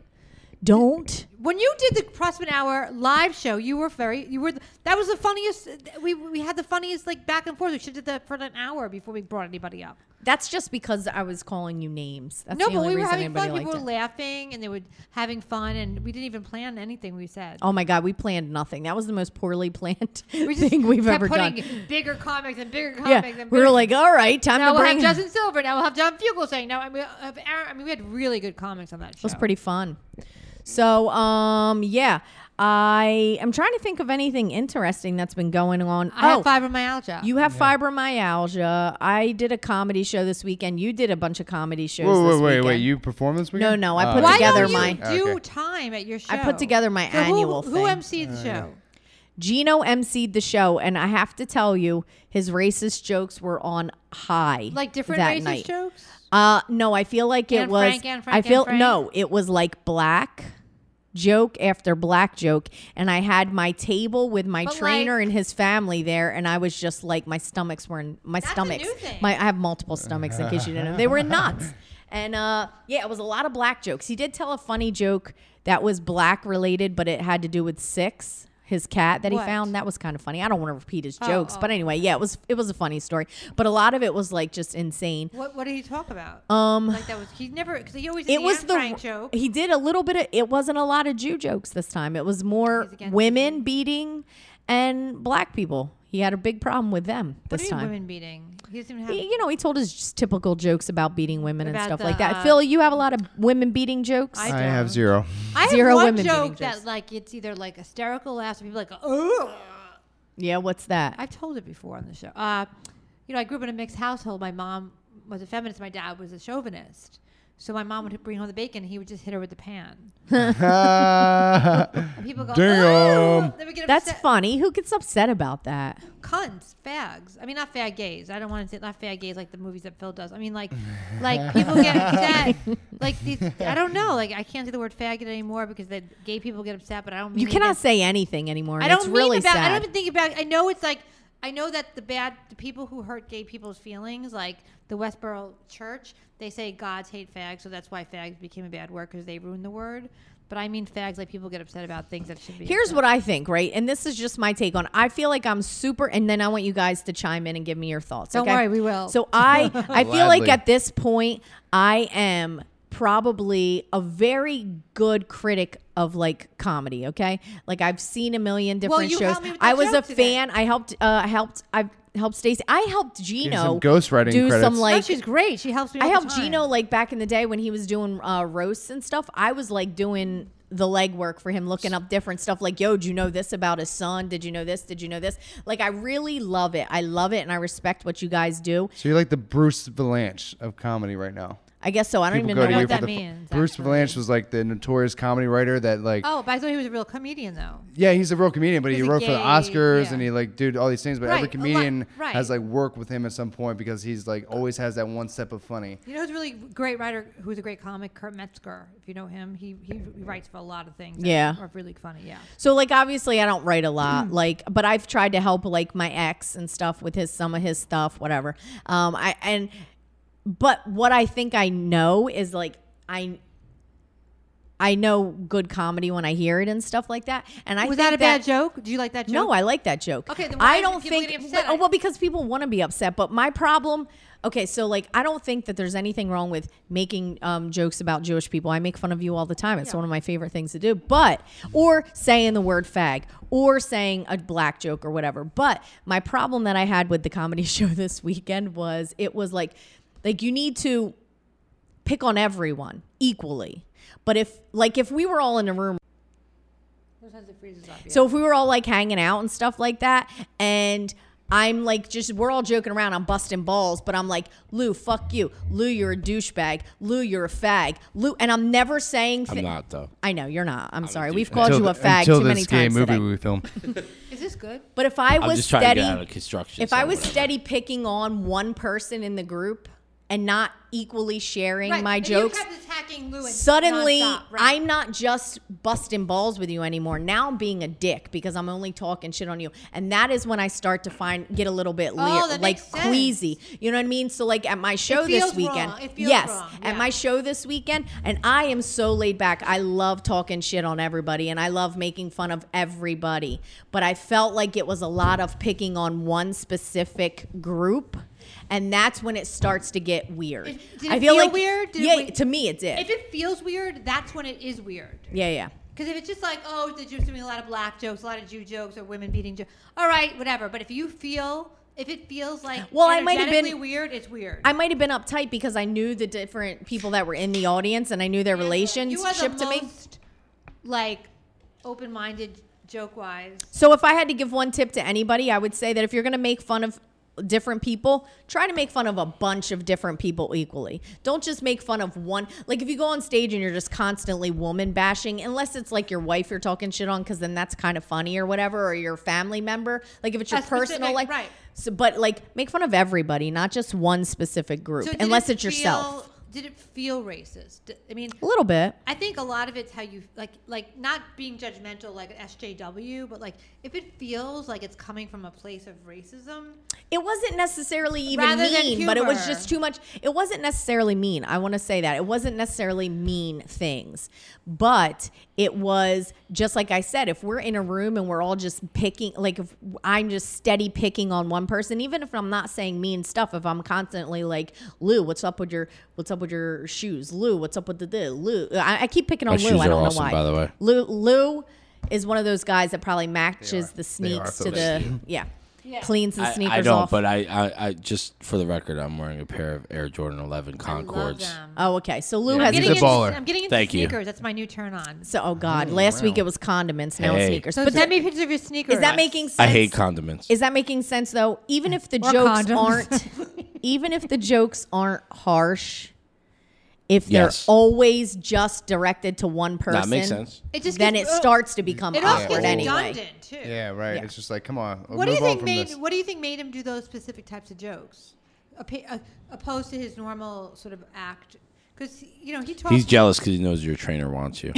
[SPEAKER 1] Don't.
[SPEAKER 3] When you did the Crossman Hour live show, you were very you were that was the funniest. We we had the funniest like back and forth. We should have did that for an hour before we brought anybody up.
[SPEAKER 1] That's just because I was calling you names. That's
[SPEAKER 3] no,
[SPEAKER 1] the
[SPEAKER 3] but
[SPEAKER 1] only
[SPEAKER 3] we were
[SPEAKER 1] reason
[SPEAKER 3] having
[SPEAKER 1] anybody
[SPEAKER 3] fun. People
[SPEAKER 1] liked
[SPEAKER 3] were
[SPEAKER 1] it.
[SPEAKER 3] laughing and they were having fun, and we didn't even plan anything we said.
[SPEAKER 1] Oh my god, we planned nothing. That was the most poorly planned
[SPEAKER 3] we
[SPEAKER 1] thing we've
[SPEAKER 3] kept
[SPEAKER 1] ever done.
[SPEAKER 3] putting bigger comics and bigger comics.
[SPEAKER 1] Yeah,
[SPEAKER 3] and bigger
[SPEAKER 1] we were like, all right, time
[SPEAKER 3] now
[SPEAKER 1] to
[SPEAKER 3] we'll
[SPEAKER 1] bring.
[SPEAKER 3] have Justin Silver. Now we'll have John Fugel saying. Now I mean, we'll have Aaron, I mean, we had really good comics on that show.
[SPEAKER 1] It was pretty fun. So, um, yeah, I am trying to think of anything interesting that's been going on.
[SPEAKER 3] I
[SPEAKER 1] Oh,
[SPEAKER 3] have fibromyalgia.
[SPEAKER 1] You have fibromyalgia. I did a comedy show this weekend. You did a bunch of comedy shows.
[SPEAKER 4] Whoa,
[SPEAKER 1] this
[SPEAKER 4] wait, wait, wait!
[SPEAKER 1] weekend.
[SPEAKER 4] You perform this
[SPEAKER 1] No,
[SPEAKER 4] weekend?
[SPEAKER 1] no, I
[SPEAKER 4] Oh,
[SPEAKER 1] put
[SPEAKER 3] Why
[SPEAKER 1] together
[SPEAKER 3] don't you
[SPEAKER 1] my.
[SPEAKER 3] do
[SPEAKER 4] Okay.
[SPEAKER 3] time at your show?
[SPEAKER 1] I put together my
[SPEAKER 3] So
[SPEAKER 1] annual
[SPEAKER 3] who,
[SPEAKER 1] thing.
[SPEAKER 3] Who emceed the show?
[SPEAKER 1] Gino emceed the show, and I have to tell you, his racist jokes were on high.
[SPEAKER 3] Like different
[SPEAKER 1] that
[SPEAKER 3] racist
[SPEAKER 1] night.
[SPEAKER 3] jokes?
[SPEAKER 1] Uh, no, I feel like it
[SPEAKER 3] Anne
[SPEAKER 1] was.
[SPEAKER 3] Frank, Anne Frank,
[SPEAKER 1] I
[SPEAKER 3] Anne
[SPEAKER 1] feel
[SPEAKER 3] Frank?
[SPEAKER 1] no, it was like black joke after black joke, and I had my table with my
[SPEAKER 3] But,
[SPEAKER 1] trainer
[SPEAKER 3] like-
[SPEAKER 1] and his family there, and I was just like, my stomachs were in my
[SPEAKER 3] a
[SPEAKER 1] stomachs.
[SPEAKER 3] new thing.
[SPEAKER 1] My I have multiple stomachs in case you didn't know. They were in knots. And uh, yeah, it was a lot of black jokes. He did tell a funny joke that was black related, but it had to do with six, his cat that
[SPEAKER 3] What?
[SPEAKER 1] he found. That was kind of funny. I don't want to repeat his
[SPEAKER 3] Oh,
[SPEAKER 1] jokes, but anyway, yeah, it was it was a funny story. But a lot of it was like just insane.
[SPEAKER 3] What What did he talk about? Um, like that was he never because he always did
[SPEAKER 1] It
[SPEAKER 3] the
[SPEAKER 1] was
[SPEAKER 3] Anne
[SPEAKER 1] the
[SPEAKER 3] Frank joke.
[SPEAKER 1] he did a little bit of it wasn't a lot of Jew jokes this time. It was more
[SPEAKER 3] He's against
[SPEAKER 1] women beating and black people. He had a big problem with them
[SPEAKER 3] What
[SPEAKER 1] this
[SPEAKER 3] do you mean
[SPEAKER 1] time.
[SPEAKER 3] women beating? He doesn't even have.
[SPEAKER 1] He- you know, he told his just typical jokes about beating women and
[SPEAKER 3] About
[SPEAKER 1] stuff
[SPEAKER 3] the,
[SPEAKER 1] like that.
[SPEAKER 3] uh,
[SPEAKER 1] Phil, you have a lot of women beating jokes.
[SPEAKER 3] I-
[SPEAKER 4] I have
[SPEAKER 3] don't.
[SPEAKER 4] zero.
[SPEAKER 3] I have
[SPEAKER 1] Zero
[SPEAKER 3] one
[SPEAKER 1] women beating
[SPEAKER 3] joke
[SPEAKER 1] jokes.
[SPEAKER 3] that like it's either like hysterical laughs or people like oh.
[SPEAKER 1] yeah, what's that?
[SPEAKER 3] I've told it before on the show. Uh, you know, I grew up in a mixed household. My mom was a feminist. My dad was a chauvinist. So my mom would bring home the bacon. and He would just hit her with the pan. And people go,
[SPEAKER 4] Damn.
[SPEAKER 3] "Oh!" They would get
[SPEAKER 1] That's
[SPEAKER 3] upset.
[SPEAKER 1] funny. Who gets upset about that?
[SPEAKER 3] cunts, fags. I mean, not fag gays. I don't want to say not fag gays like the movies that Phil does. I mean, like, like people get upset. Like these, I don't know. Like I can't say the word faggot anymore because the gay people get upset. But I don't. Mean
[SPEAKER 1] You
[SPEAKER 3] it
[SPEAKER 1] cannot
[SPEAKER 3] against-
[SPEAKER 1] say anything anymore.
[SPEAKER 3] I
[SPEAKER 1] and
[SPEAKER 3] don't
[SPEAKER 1] it's
[SPEAKER 3] mean
[SPEAKER 1] really
[SPEAKER 3] about.
[SPEAKER 1] sad.
[SPEAKER 3] I don't even think about. I know it's like. I know that the bad the people who hurt gay people's feelings, like the Westboro Church, they say gods hate fags, so that's why fags became a bad word because they ruined the word. But I mean fags, like people get upset about things that should be.
[SPEAKER 1] Here's what I think, right? And this is just my take on. I feel like I'm super, and then I want you guys to chime in and give me your thoughts.
[SPEAKER 3] Don't
[SPEAKER 1] okay?
[SPEAKER 3] worry, we will.
[SPEAKER 1] So I, I feel like
[SPEAKER 4] Gladly.
[SPEAKER 1] at this point, I am probably a very good critic of like comedy. Okay, like I've seen a million different
[SPEAKER 3] you
[SPEAKER 1] shows.
[SPEAKER 3] helped me with
[SPEAKER 1] I
[SPEAKER 3] that
[SPEAKER 1] was
[SPEAKER 3] show
[SPEAKER 1] a
[SPEAKER 3] today.
[SPEAKER 1] fan. I helped. Uh, helped. I helped Stacey. I helped Gino
[SPEAKER 4] some ghostwriting
[SPEAKER 1] do some
[SPEAKER 4] credits.
[SPEAKER 3] No,
[SPEAKER 1] like
[SPEAKER 3] she's great. She helps me.
[SPEAKER 1] I
[SPEAKER 3] all the
[SPEAKER 1] helped
[SPEAKER 3] time.
[SPEAKER 1] Gino like back in the day when he was doing uh, roasts and stuff. I was like doing the legwork for him, looking up different stuff. Like, yo, do you know this about his son? Did you know this? Did you know this? Like, I really love it. I love it, and I respect what you guys do.
[SPEAKER 4] So you're like the Bruce Valanche of comedy right now.
[SPEAKER 1] I guess so. I don't
[SPEAKER 4] People
[SPEAKER 1] even
[SPEAKER 4] go
[SPEAKER 1] know
[SPEAKER 4] to
[SPEAKER 1] what
[SPEAKER 4] you
[SPEAKER 1] that.
[SPEAKER 4] for the.
[SPEAKER 3] means,
[SPEAKER 4] Bruce
[SPEAKER 3] actually.
[SPEAKER 4] Valanche was like the notorious comedy writer that like.
[SPEAKER 3] Oh, but I thought he was a real comedian though.
[SPEAKER 4] Yeah, he's a real comedian, but he
[SPEAKER 3] He's a
[SPEAKER 4] wrote for the
[SPEAKER 3] gay-
[SPEAKER 4] Oscars
[SPEAKER 3] yeah.
[SPEAKER 4] and he like did all these things. But every
[SPEAKER 3] Right, a lot-
[SPEAKER 4] comedian
[SPEAKER 3] right.
[SPEAKER 4] has like worked with him at some point because he's like always has that one step of funny.
[SPEAKER 3] You know who's a really great writer, who's a great comic, Kurt Metzger. If you know him, he he, he writes for a lot of things. that
[SPEAKER 1] Yeah.
[SPEAKER 3] are really funny. Yeah,
[SPEAKER 1] So like obviously I don't write a lot
[SPEAKER 3] Mm.
[SPEAKER 1] like but I've tried to help like my ex and stuff with his some of his stuff whatever. Um I and but what I think I know is like I I know good comedy when I hear it and stuff like that. And I
[SPEAKER 3] was
[SPEAKER 1] think
[SPEAKER 3] that a bad joke? Do you like that joke?
[SPEAKER 1] No, I like that joke.
[SPEAKER 3] Okay, then why
[SPEAKER 1] I
[SPEAKER 3] is it
[SPEAKER 1] don't
[SPEAKER 3] people
[SPEAKER 1] think
[SPEAKER 3] getting upset?
[SPEAKER 1] well, well because people want to be upset, but my problem okay, so like I don't think that there's anything wrong with making um, jokes about Jewish people. I make fun of you all the time. It's one of my favorite things to do. But or saying the word fag or saying a black joke or whatever. But my problem that I had with the comedy show this weekend was it was like like you need to pick on everyone equally. But if like if we were all in a room
[SPEAKER 3] Sometimes it freezes up.
[SPEAKER 1] so if we were all like hanging out and stuff like that, and I'm like just we're all joking around, I'm busting balls, but I'm like, Lou, fuck you. Lou, you're a douchebag. Lou, you're a fag. Lou and I'm never saying
[SPEAKER 6] I'm
[SPEAKER 1] thi-
[SPEAKER 6] not though.
[SPEAKER 1] I know, you're not. I'm, sorry.
[SPEAKER 6] douchebag.
[SPEAKER 1] We've called you a fag too many times.
[SPEAKER 4] movie
[SPEAKER 1] today.
[SPEAKER 4] we film.
[SPEAKER 3] yeah. is this good?
[SPEAKER 1] But if I
[SPEAKER 6] I'm
[SPEAKER 1] was
[SPEAKER 6] just trying
[SPEAKER 1] steady
[SPEAKER 6] to get out of construction.
[SPEAKER 1] if
[SPEAKER 6] so
[SPEAKER 1] I was
[SPEAKER 6] whatever.
[SPEAKER 1] steady picking on one person in the group and not equally sharing
[SPEAKER 3] Right,
[SPEAKER 1] my
[SPEAKER 3] and
[SPEAKER 1] jokes,
[SPEAKER 3] You kept attacking Lou and
[SPEAKER 1] suddenly
[SPEAKER 3] nonstop, right.
[SPEAKER 1] I'm not just busting balls with you anymore. Now I'm being a dick because I'm only talking shit on you. And that is when I start to find get a little bit leer,
[SPEAKER 3] Oh, that
[SPEAKER 1] like
[SPEAKER 3] makes sense.
[SPEAKER 1] queasy. You know what I mean? So like at my show
[SPEAKER 3] feels
[SPEAKER 1] this weekend.
[SPEAKER 3] wrong. It feels
[SPEAKER 1] yes.
[SPEAKER 3] wrong,
[SPEAKER 1] At
[SPEAKER 3] yeah.
[SPEAKER 1] my show this weekend and I am so laid back. I love talking shit on everybody and I love making fun of everybody. But I felt like it was a lot of picking on one specific group. And that's when it starts to get weird.
[SPEAKER 3] It- did it
[SPEAKER 1] I feel,
[SPEAKER 3] feel
[SPEAKER 1] like
[SPEAKER 3] weird? Did
[SPEAKER 1] yeah,
[SPEAKER 3] we-
[SPEAKER 1] to me it did.
[SPEAKER 3] If it feels weird, that's when it is weird.
[SPEAKER 1] yeah, yeah.
[SPEAKER 3] Because if it's just like, oh, the Jews doing a lot of black jokes, a lot of Jew jokes, or women beating Jews, all right, whatever. But if you feel, if it feels like,
[SPEAKER 1] Well, I might have been-
[SPEAKER 3] energetically weird, it's weird.
[SPEAKER 1] I might have been uptight because I knew the different people that were in the audience and I knew their
[SPEAKER 3] you are the
[SPEAKER 1] relationship to me.
[SPEAKER 3] most, like, open-minded joke-wise.
[SPEAKER 1] So if I had to give one tip to anybody, I would say that if you're going to make fun of different people, try to make fun of a bunch of different people equally. Don't just make fun of one. Like if you go on stage and you're just constantly woman bashing, unless it's like your wife you're talking shit on cuz then that's kind of funny or whatever or your family member. Like if it's your
[SPEAKER 3] A specific-
[SPEAKER 1] personal like
[SPEAKER 3] right.
[SPEAKER 1] so, but like make fun of everybody, not just one specific group
[SPEAKER 3] So did
[SPEAKER 1] unless
[SPEAKER 3] it
[SPEAKER 1] it's yourself.
[SPEAKER 3] feel- Did it feel racist? D- I mean,
[SPEAKER 1] A little bit.
[SPEAKER 3] I think a lot of it's how you like, like not being judgmental, like SJW, but like if it feels like it's coming from a place of racism,
[SPEAKER 1] It wasn't necessarily even
[SPEAKER 3] Rather than
[SPEAKER 1] mean, but it was
[SPEAKER 3] humor.
[SPEAKER 1] just too much. It wasn't necessarily mean. I want to say that. It wasn't necessarily mean things, but it was just like I said, if we're in a room and we're all just picking, like if I'm just steady picking on one person, even if I'm not saying mean stuff, if I'm constantly like, Lou, what's up with your, what's up with your shoes? Lou, what's up with the, the Lou? I, I keep picking on
[SPEAKER 6] My
[SPEAKER 1] Lou.
[SPEAKER 6] shoes
[SPEAKER 1] I don't
[SPEAKER 6] are
[SPEAKER 1] know
[SPEAKER 6] awesome,
[SPEAKER 1] why.
[SPEAKER 6] by the way.
[SPEAKER 1] Lou, Lou is one of those guys that probably matches the
[SPEAKER 4] They are
[SPEAKER 1] sneaks to
[SPEAKER 4] folks.
[SPEAKER 1] the, yeah. Cleans the
[SPEAKER 6] I,
[SPEAKER 1] sneakers
[SPEAKER 6] I don't,
[SPEAKER 1] off.
[SPEAKER 6] but I, I, I just for the record, I'm wearing a pair of Air Jordan 11 Concords.
[SPEAKER 3] I love them.
[SPEAKER 1] Oh, okay. So Lou
[SPEAKER 4] Yeah.
[SPEAKER 1] has
[SPEAKER 4] He's
[SPEAKER 3] getting
[SPEAKER 4] a
[SPEAKER 3] into,
[SPEAKER 1] good.
[SPEAKER 4] baller.
[SPEAKER 3] I'm getting into
[SPEAKER 6] Thank you.
[SPEAKER 3] sneakers. That's my new turn on.
[SPEAKER 1] So, oh God, last week it was condiments, now it's
[SPEAKER 6] Hey.
[SPEAKER 1] sneakers.
[SPEAKER 3] So
[SPEAKER 1] but
[SPEAKER 3] send me pictures of your sneakers.
[SPEAKER 1] is that making sense?
[SPEAKER 6] I hate condiments.
[SPEAKER 1] Is that making sense though? Even if the
[SPEAKER 3] Or
[SPEAKER 1] jokes
[SPEAKER 3] condoms.
[SPEAKER 1] aren't, even if the jokes aren't harsh, if
[SPEAKER 6] Yes.
[SPEAKER 1] they're always just directed to one person,
[SPEAKER 6] that makes sense.
[SPEAKER 3] It just
[SPEAKER 1] then it
[SPEAKER 3] gets-
[SPEAKER 1] starts to become
[SPEAKER 3] It also
[SPEAKER 1] awkward
[SPEAKER 3] gets
[SPEAKER 1] anyway.
[SPEAKER 3] redundant too.
[SPEAKER 4] yeah, right.
[SPEAKER 1] Yeah.
[SPEAKER 4] It's just like come on.
[SPEAKER 3] What do
[SPEAKER 4] move
[SPEAKER 3] you
[SPEAKER 4] on
[SPEAKER 3] think
[SPEAKER 4] from
[SPEAKER 3] made
[SPEAKER 4] this.
[SPEAKER 3] What do you think made him do those specific types of jokes, Oppo- uh, opposed to his normal sort of act? Because you know he talks.
[SPEAKER 6] He's jealous because he knows your trainer wants you.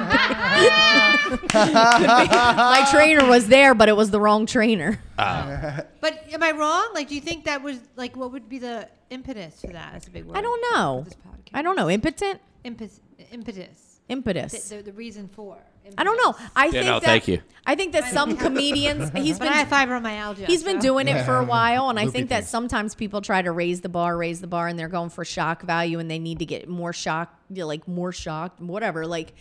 [SPEAKER 1] My
[SPEAKER 6] Ah.
[SPEAKER 1] trainer was there, but it was the wrong trainer.
[SPEAKER 3] but am I wrong? Like, do you think that was like what would be the impetus for that? That's a big word.
[SPEAKER 1] I don't know.
[SPEAKER 3] For this podcast.
[SPEAKER 1] I don't know. Impotent,
[SPEAKER 3] Impus- impetus. The,
[SPEAKER 1] impetus.
[SPEAKER 3] the, the reason for.
[SPEAKER 1] I don't know. I think
[SPEAKER 6] no,
[SPEAKER 1] that,
[SPEAKER 6] thank you.
[SPEAKER 1] I think that some comedians he's
[SPEAKER 3] But
[SPEAKER 1] been
[SPEAKER 3] I have fibromyalgia.
[SPEAKER 1] He's been
[SPEAKER 3] so-
[SPEAKER 1] doing it for a while, and I
[SPEAKER 4] Loopy
[SPEAKER 1] think that
[SPEAKER 4] thing.
[SPEAKER 1] sometimes people try to raise the bar, raise the bar, and they're going for shock value, and they need to get more shock, you know, like more shocked, whatever. Like